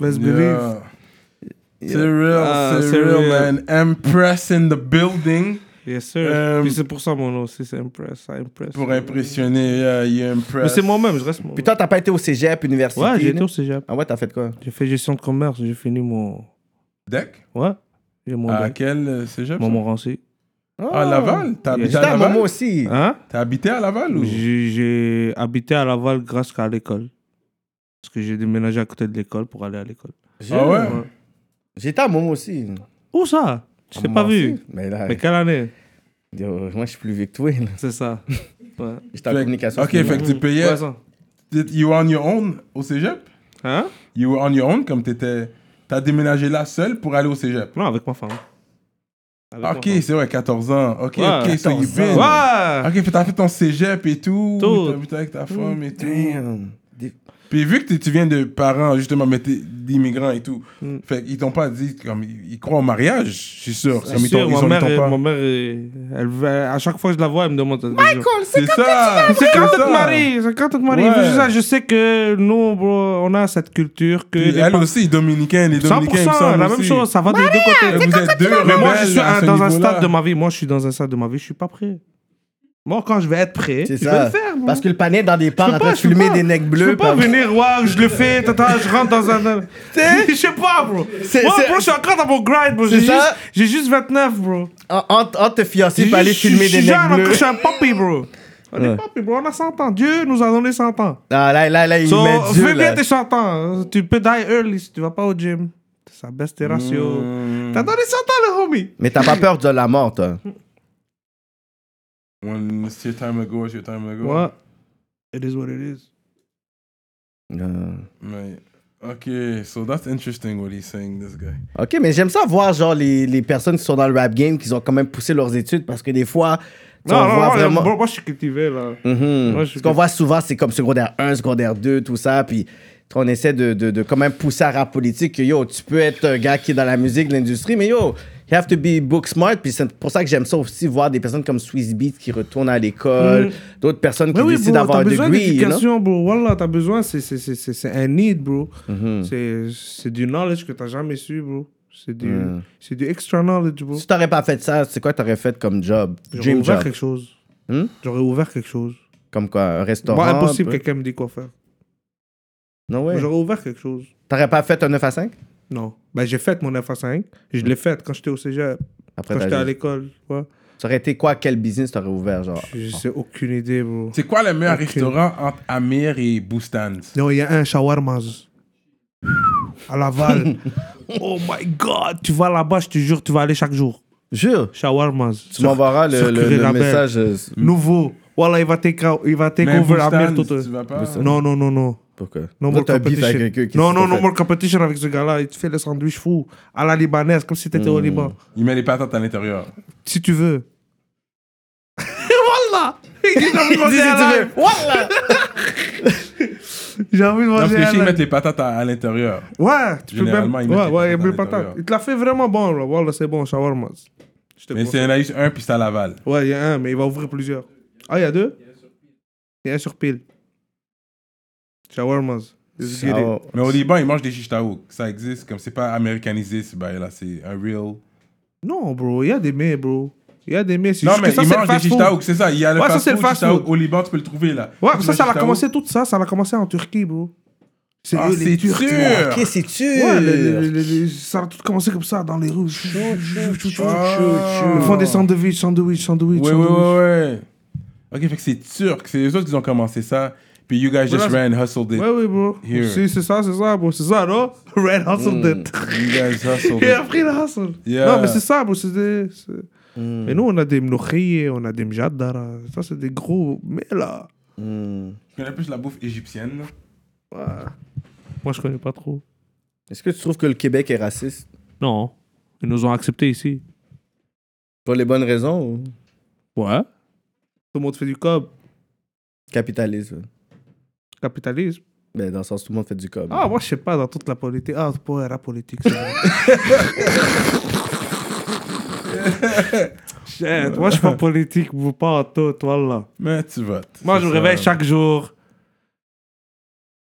[SPEAKER 5] Let's believe.
[SPEAKER 3] Yeah. C'est real,
[SPEAKER 5] Ah,
[SPEAKER 3] c'est
[SPEAKER 5] c'est
[SPEAKER 3] real,
[SPEAKER 5] real.
[SPEAKER 3] man. Empress in the building.
[SPEAKER 5] Yes, sir.
[SPEAKER 3] Euh,
[SPEAKER 5] Puis c'est pour ça mon nom aussi, c'est Impress. I impress.
[SPEAKER 3] Pour impressionner, yeah, you impress.
[SPEAKER 5] Mais c'est moi-même, je reste moi.
[SPEAKER 4] Puis toi, t'as pas été au cégep, université.
[SPEAKER 5] ouais, j'ai été
[SPEAKER 4] non?
[SPEAKER 5] au cégep.
[SPEAKER 4] Ah ouais, t'as fait quoi?
[SPEAKER 5] J'ai fait gestion de commerce, j'ai fini mon.
[SPEAKER 3] Deck?
[SPEAKER 5] Ouais, j'ai mon.
[SPEAKER 4] Ah,
[SPEAKER 3] À
[SPEAKER 5] bac.
[SPEAKER 3] quel euh, cégep? ça?
[SPEAKER 5] Mon Montmorency.
[SPEAKER 3] Ah, Laval? T'as habité
[SPEAKER 4] J'étais
[SPEAKER 3] à
[SPEAKER 4] à
[SPEAKER 3] Laval?
[SPEAKER 4] Momo aussi.
[SPEAKER 5] Hein?
[SPEAKER 3] T'as habité à Laval ou?
[SPEAKER 5] J'ai j'ai habité à Laval grâce à l'école. Parce que j'ai déménagé à côté de l'école pour aller à l'école.
[SPEAKER 3] Ah ouais?
[SPEAKER 4] J'étais à Momo aussi.
[SPEAKER 5] Où ça? Je t'ai
[SPEAKER 4] Momo
[SPEAKER 5] pas
[SPEAKER 4] aussi.
[SPEAKER 5] vu.
[SPEAKER 4] Mais là,
[SPEAKER 5] Mais quelle année?
[SPEAKER 4] yo, moi, je suis plus vieux que toi. là.
[SPEAKER 5] C'est ça. Ouais.
[SPEAKER 4] J'étais en
[SPEAKER 3] Fait-
[SPEAKER 4] communication.
[SPEAKER 3] Ok, fait que tu payais.
[SPEAKER 5] Ouais, ça.
[SPEAKER 3] Did- You were on your own au cégep?
[SPEAKER 5] Hein?
[SPEAKER 3] You were on your own comme t'étais. T'as déménagé là seul pour aller au cégep.
[SPEAKER 5] Non, avec ma femme. Avec ma
[SPEAKER 3] Ah, Ok,
[SPEAKER 5] femme.
[SPEAKER 3] c'est vrai, 14 ans. Ok,
[SPEAKER 5] Ouais,
[SPEAKER 3] ok, so you've
[SPEAKER 4] 14
[SPEAKER 3] been.
[SPEAKER 5] Ouais!
[SPEAKER 3] Ok, fait t'as fait ton cégep et tout.
[SPEAKER 5] Tout. Mm.
[SPEAKER 3] T'as habité avec ta femme et tout.
[SPEAKER 4] Damn. Des-
[SPEAKER 3] Puis vu que t'es- tu viens de parents, justement, mais t'es- d'immigrants et tout,
[SPEAKER 5] Mm.
[SPEAKER 3] fait ils t'ont pas dit, comme, ils ils croient au mariage, je suis sûr.
[SPEAKER 5] C'est
[SPEAKER 3] Comme, ils
[SPEAKER 5] sûr,
[SPEAKER 3] t'ont- ils
[SPEAKER 5] ma,
[SPEAKER 3] ont- ils
[SPEAKER 5] mère,
[SPEAKER 3] t'ont
[SPEAKER 5] est-
[SPEAKER 3] pas-
[SPEAKER 5] ma mère, est- elle, veut- à chaque fois que je la vois, elle me demande. Michael!
[SPEAKER 3] C'est ça!
[SPEAKER 5] C'est quand
[SPEAKER 3] ça.
[SPEAKER 5] tu te maries, c'est quand tu te maries.
[SPEAKER 3] Ouais.
[SPEAKER 5] Je sais- Je sais que nous, bro, on a cette culture que.
[SPEAKER 3] Puis
[SPEAKER 5] les
[SPEAKER 3] elle
[SPEAKER 5] pa-
[SPEAKER 3] aussi, dominicaine, les dominicains, ils me
[SPEAKER 5] 100%,
[SPEAKER 3] semble
[SPEAKER 5] la même
[SPEAKER 3] aussi.
[SPEAKER 5] chose, ça va des deux côtés.
[SPEAKER 3] Vous êtes deux
[SPEAKER 5] Mais moi, je
[SPEAKER 3] rebelles
[SPEAKER 5] suis
[SPEAKER 3] à
[SPEAKER 5] un-
[SPEAKER 3] ce
[SPEAKER 5] dans un
[SPEAKER 3] niveau-là.
[SPEAKER 5] stade de ma vie. Moi, je suis dans un stade de ma vie, je suis pas prêt. Moi, quand je vais être prêt, je
[SPEAKER 4] C'est
[SPEAKER 5] vais
[SPEAKER 4] ça.
[SPEAKER 5] le faire. moi.
[SPEAKER 4] Parce que le panier est dans des
[SPEAKER 5] Hmm. Je
[SPEAKER 4] parcs
[SPEAKER 5] peux
[SPEAKER 4] en
[SPEAKER 5] pas,
[SPEAKER 4] train de
[SPEAKER 5] je peux
[SPEAKER 4] filmer
[SPEAKER 5] pas.
[SPEAKER 4] des necks bleus.
[SPEAKER 5] Je peux pas
[SPEAKER 4] puis-
[SPEAKER 5] venir, ouais, je le fais, tata, je rentre dans un. je sais pas, bro. Moi,
[SPEAKER 4] C'est- c'est-
[SPEAKER 5] bro, je suis encore dans mon grind, bro. J'ai
[SPEAKER 4] C'est ça.
[SPEAKER 5] juste, j'ai juste 29, bro.
[SPEAKER 4] En- Entre entre te fiancer
[SPEAKER 5] J'ai
[SPEAKER 4] et aller
[SPEAKER 5] juste-
[SPEAKER 4] filmer
[SPEAKER 5] je
[SPEAKER 4] des
[SPEAKER 5] suis jeune,
[SPEAKER 4] necks
[SPEAKER 5] encore,
[SPEAKER 4] bleus.
[SPEAKER 5] Je suis un papy, bro. On
[SPEAKER 4] Ouais.
[SPEAKER 5] est papy, bro. On a 100 ans. Dieu nous a donné 100 ans.
[SPEAKER 4] Ah, là, là, là, il
[SPEAKER 5] So,
[SPEAKER 4] met Dieu,
[SPEAKER 5] fais bien
[SPEAKER 4] là.
[SPEAKER 5] tes 100 ans. Tu peux die early si tu vas pas au gym. Ça baisse tes ratios.
[SPEAKER 4] Mm.
[SPEAKER 3] Mm.
[SPEAKER 5] T'as donné 100 ans, le homie.
[SPEAKER 4] Mais t'as pas peur de la mort, toi.
[SPEAKER 3] When it's your time ago, it's your time ago.
[SPEAKER 5] Ouais. It is what it is. Hmm.
[SPEAKER 4] Euh,
[SPEAKER 3] Mais, ok, so that's interesting what he's saying, this guy.
[SPEAKER 4] Ok, mais j'aime ça voir, genre, les, les personnes qui sont dans le rap game, qui ont quand même poussé leurs études, parce que des fois, tu sais,
[SPEAKER 5] Non,
[SPEAKER 4] on
[SPEAKER 5] non,
[SPEAKER 4] voit
[SPEAKER 5] non,
[SPEAKER 4] vraiment...
[SPEAKER 5] bro, moi, je suis cultivé, là.
[SPEAKER 4] Mhm.
[SPEAKER 5] Moi, je-
[SPEAKER 4] Ce qu'on voit souvent, c'est comme secondaire 1, secondaire 2, tout ça, puis on essaie de, de, de quand même pousser à rap politique que, yo, tu peux être un gars qui est dans la musique, l'industrie, mais yo, you have to be book smart, puis c'est pour ça que j'aime ça aussi, voir des personnes comme Swiss Beat qui retournent à l'école,
[SPEAKER 5] Mhm.
[SPEAKER 4] d'autres personnes qui
[SPEAKER 5] Mais oui,
[SPEAKER 4] décident
[SPEAKER 5] bro,
[SPEAKER 4] d'avoir hein?
[SPEAKER 5] t'as
[SPEAKER 4] un
[SPEAKER 5] besoin
[SPEAKER 4] degree, you know?
[SPEAKER 5] d'éducation, bro. Voilà, t'as besoin, c'est- c'est- c'est c'est- c'est un need, bro.
[SPEAKER 4] Mm-hmm.
[SPEAKER 5] C'est- C'est du knowledge que t'as jamais su, bro. C'est du,
[SPEAKER 4] Mm.
[SPEAKER 5] c'est du extra knowledge, bro.
[SPEAKER 4] Si t'aurais pas fait ça, c'est quoi t'aurais fait comme job?
[SPEAKER 5] J'aurais
[SPEAKER 4] Dream
[SPEAKER 5] ouvert
[SPEAKER 4] job.
[SPEAKER 5] quelque chose.
[SPEAKER 4] Hmm?
[SPEAKER 5] J'aurais ouvert quelque chose.
[SPEAKER 4] Comme quoi, un restaurant?
[SPEAKER 5] Moi, impossible
[SPEAKER 4] peu-
[SPEAKER 5] que quelqu'un me dise quoi faire.
[SPEAKER 4] Non, ouais.
[SPEAKER 5] J'aurais ouvert quelque chose.
[SPEAKER 4] T'aurais pas fait un 9 à 5?
[SPEAKER 5] Non. Ben, j'ai fait mon 9 à 5. Je l'ai fait quand j'étais au cégep,
[SPEAKER 4] Hmm. Après,
[SPEAKER 5] quand j'étais à
[SPEAKER 4] t'as
[SPEAKER 5] l'école. Ouais.
[SPEAKER 4] Ça aurait été quoi? Quel business t'aurais ouvert, genre?
[SPEAKER 5] Je sais aucune idée, bro.
[SPEAKER 3] C'est quoi le meilleur
[SPEAKER 5] Ok.
[SPEAKER 3] restaurant entre Amir et Boustans?
[SPEAKER 5] Non, il y a un shawarmaz. À Laval. oh my God. Tu vas là-bas, je te jure, tu vas aller chaque jour.
[SPEAKER 4] Jure!
[SPEAKER 5] Shawarmaz.
[SPEAKER 4] Tu m'enverras le,
[SPEAKER 5] sur
[SPEAKER 4] le-
[SPEAKER 5] Curé
[SPEAKER 4] le
[SPEAKER 5] Rabel.
[SPEAKER 4] message. euh,
[SPEAKER 5] Nouveau. Voilà, il va take, out- il va take
[SPEAKER 3] Mais
[SPEAKER 5] over Amir
[SPEAKER 3] Boustans,
[SPEAKER 5] Toto.
[SPEAKER 3] tu vas pas?
[SPEAKER 5] Non, non, non, non.
[SPEAKER 4] Pourquoi
[SPEAKER 5] No
[SPEAKER 4] Là,
[SPEAKER 5] more
[SPEAKER 4] t'as un beef avec
[SPEAKER 5] competition.
[SPEAKER 4] quelqu'un, qu'est-ce
[SPEAKER 5] Non,
[SPEAKER 4] que
[SPEAKER 5] non,
[SPEAKER 4] t'as
[SPEAKER 5] no
[SPEAKER 4] fait?
[SPEAKER 5] more competition avec ce gars-là. Il te fait le sandwich fou à la libanaise, comme si t'étais
[SPEAKER 4] Hmm.
[SPEAKER 5] au Liban.
[SPEAKER 3] Il met les patates à l'intérieur.
[SPEAKER 5] Si tu veux. voilà J'ai envie de
[SPEAKER 4] Dis
[SPEAKER 5] manger
[SPEAKER 4] si tu
[SPEAKER 5] un
[SPEAKER 4] veux.
[SPEAKER 5] live. J'ai envie de
[SPEAKER 3] Non, parce
[SPEAKER 5] manger
[SPEAKER 3] que
[SPEAKER 5] un
[SPEAKER 3] chez, ils mettent
[SPEAKER 5] live.
[SPEAKER 3] les patates à, à l'intérieur.
[SPEAKER 5] Ouais, tu peux
[SPEAKER 3] Généralement,
[SPEAKER 5] même.
[SPEAKER 3] ils mettent
[SPEAKER 5] Ouais,
[SPEAKER 3] les
[SPEAKER 5] ouais, il met
[SPEAKER 3] patates à
[SPEAKER 5] patate.
[SPEAKER 3] l'intérieur.
[SPEAKER 5] Il te l'a fait vraiment bon, là. Voilà, c'est bon, shawarma. Je te
[SPEAKER 3] Mais
[SPEAKER 5] conseille.
[SPEAKER 3] c'est en a juste un, puis c'est à Laval.
[SPEAKER 5] Ouais, il y a un, mais il va ouvrir plusieurs. Ah, il y a deux Il y a un sur pile. Shawarmas. Let's get it.
[SPEAKER 4] Ah,
[SPEAKER 3] Mais au Liban, ils mangent des shish taouk. Ça existe, comme c'est pas américanisé, ce bail-là. C'est un real.
[SPEAKER 5] Non, bro, il y a des mets, bro. Il y a des mets. c'est
[SPEAKER 3] Non,
[SPEAKER 5] juste
[SPEAKER 3] mais
[SPEAKER 5] que ça,
[SPEAKER 3] ils
[SPEAKER 5] c'est le
[SPEAKER 3] mangent des
[SPEAKER 5] fast
[SPEAKER 3] shish
[SPEAKER 5] food.
[SPEAKER 3] taouk, c'est ça. Il y a le
[SPEAKER 5] Ouais, ça,
[SPEAKER 3] fast
[SPEAKER 5] c'est le
[SPEAKER 3] food, shish
[SPEAKER 5] fast
[SPEAKER 3] taouk.
[SPEAKER 5] food.
[SPEAKER 3] Au Liban, tu peux le trouver, là.
[SPEAKER 5] Ouais,
[SPEAKER 3] Tu
[SPEAKER 5] ça,
[SPEAKER 3] manges
[SPEAKER 5] ça
[SPEAKER 3] shish
[SPEAKER 5] l'a
[SPEAKER 3] taouk.
[SPEAKER 5] commencé tout ça, ça l'a commencé en Turquie, bro. C'est
[SPEAKER 3] Ah,
[SPEAKER 5] eux, les
[SPEAKER 3] c'est
[SPEAKER 5] Turcs.
[SPEAKER 3] sûr.
[SPEAKER 4] Ok, c'est sûr.
[SPEAKER 5] Ouais, le- le- le- le- ça a tout commencé comme ça, dans les rues.
[SPEAKER 3] Ah.
[SPEAKER 5] Ils font des sandwichs, sandwichs, sandwichs,
[SPEAKER 3] Ouais, ouais,
[SPEAKER 5] sandwichs.
[SPEAKER 3] ouais, ouais. Ok, fait que c'est turc. C'est les autres qui ont commencé ça. Puis you guys just
[SPEAKER 5] Voilà,
[SPEAKER 3] ran, hustled it.
[SPEAKER 5] Ouais, ouais, bro.
[SPEAKER 3] Here.
[SPEAKER 5] Si, c'est ça, c'est ça, bro. C'est ça, non? Red hustled it.
[SPEAKER 3] You guys hustled
[SPEAKER 5] Il a
[SPEAKER 3] it.
[SPEAKER 5] pris le hustle.
[SPEAKER 3] Yeah. Mm.
[SPEAKER 5] Non, mais c'est ça, bro. C'est des. c'est-
[SPEAKER 4] Mm,
[SPEAKER 5] Mais nous, on a des mnoukhiers, on a des mjaddara. Ça, c'est des gros. Mais là.
[SPEAKER 4] mm.
[SPEAKER 3] Je connais plus la bouffe égyptienne, là.
[SPEAKER 5] Moi, je connais pas trop.
[SPEAKER 4] Est-ce que tu trouves que le Québec est raciste
[SPEAKER 5] Non. Ils nous ont acceptés ici.
[SPEAKER 4] Pour les bonnes raisons ou
[SPEAKER 5] Ouais. Tout le monde fait du cob.
[SPEAKER 4] capitalisme
[SPEAKER 5] Capitalisme.
[SPEAKER 4] ben, Dans le sens, tout le monde fait du com.
[SPEAKER 5] Ah, moi, je sais pas, dans toute la politique. Ah, c'est pas la politique. c'est vrai. Shit, moi, je suis pas politique, vous pas en tout, voilà.
[SPEAKER 3] Mais tu votes.
[SPEAKER 5] Moi, je
[SPEAKER 3] C'est
[SPEAKER 5] me
[SPEAKER 3] ça.
[SPEAKER 5] réveille chaque jour.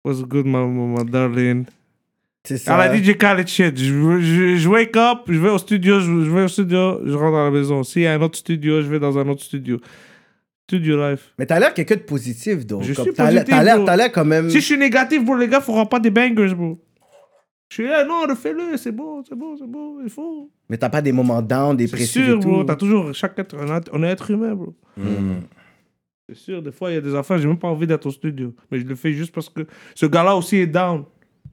[SPEAKER 5] What's good, my, my, my darling?
[SPEAKER 4] c'est ça.
[SPEAKER 5] À la DJ Khaled shit. Je, je, je wake up, je vais au studio, je, je vais au studio, je rentre à la maison. S'il y a un autre studio, je vais dans un autre studio. Studio life.
[SPEAKER 4] Mais t'as l'air quelqu'un de positif, donc.
[SPEAKER 5] Je
[SPEAKER 4] Comme
[SPEAKER 5] suis
[SPEAKER 4] t'as l'air-
[SPEAKER 5] positif,
[SPEAKER 4] T'as l'air,
[SPEAKER 5] bro.
[SPEAKER 4] t'as l'air quand même.
[SPEAKER 5] Si je suis négatif, bro, les gars, feront pas des bangers, bro. Je suis là, non, refais-le, c'est bon, c'est bon, c'est bon, il faut.
[SPEAKER 4] Mais t'as pas des moments down,
[SPEAKER 5] C'est
[SPEAKER 4] dépressifs
[SPEAKER 5] sûr,
[SPEAKER 4] et tout.
[SPEAKER 5] bro, t'as toujours, chaque être, on est- on est être humain, bro.
[SPEAKER 3] Mm.
[SPEAKER 5] C'est sûr, des fois, il y a des affaires, j'ai même pas envie d'être au studio. Mais je le fais juste parce que ce gars-là aussi est down.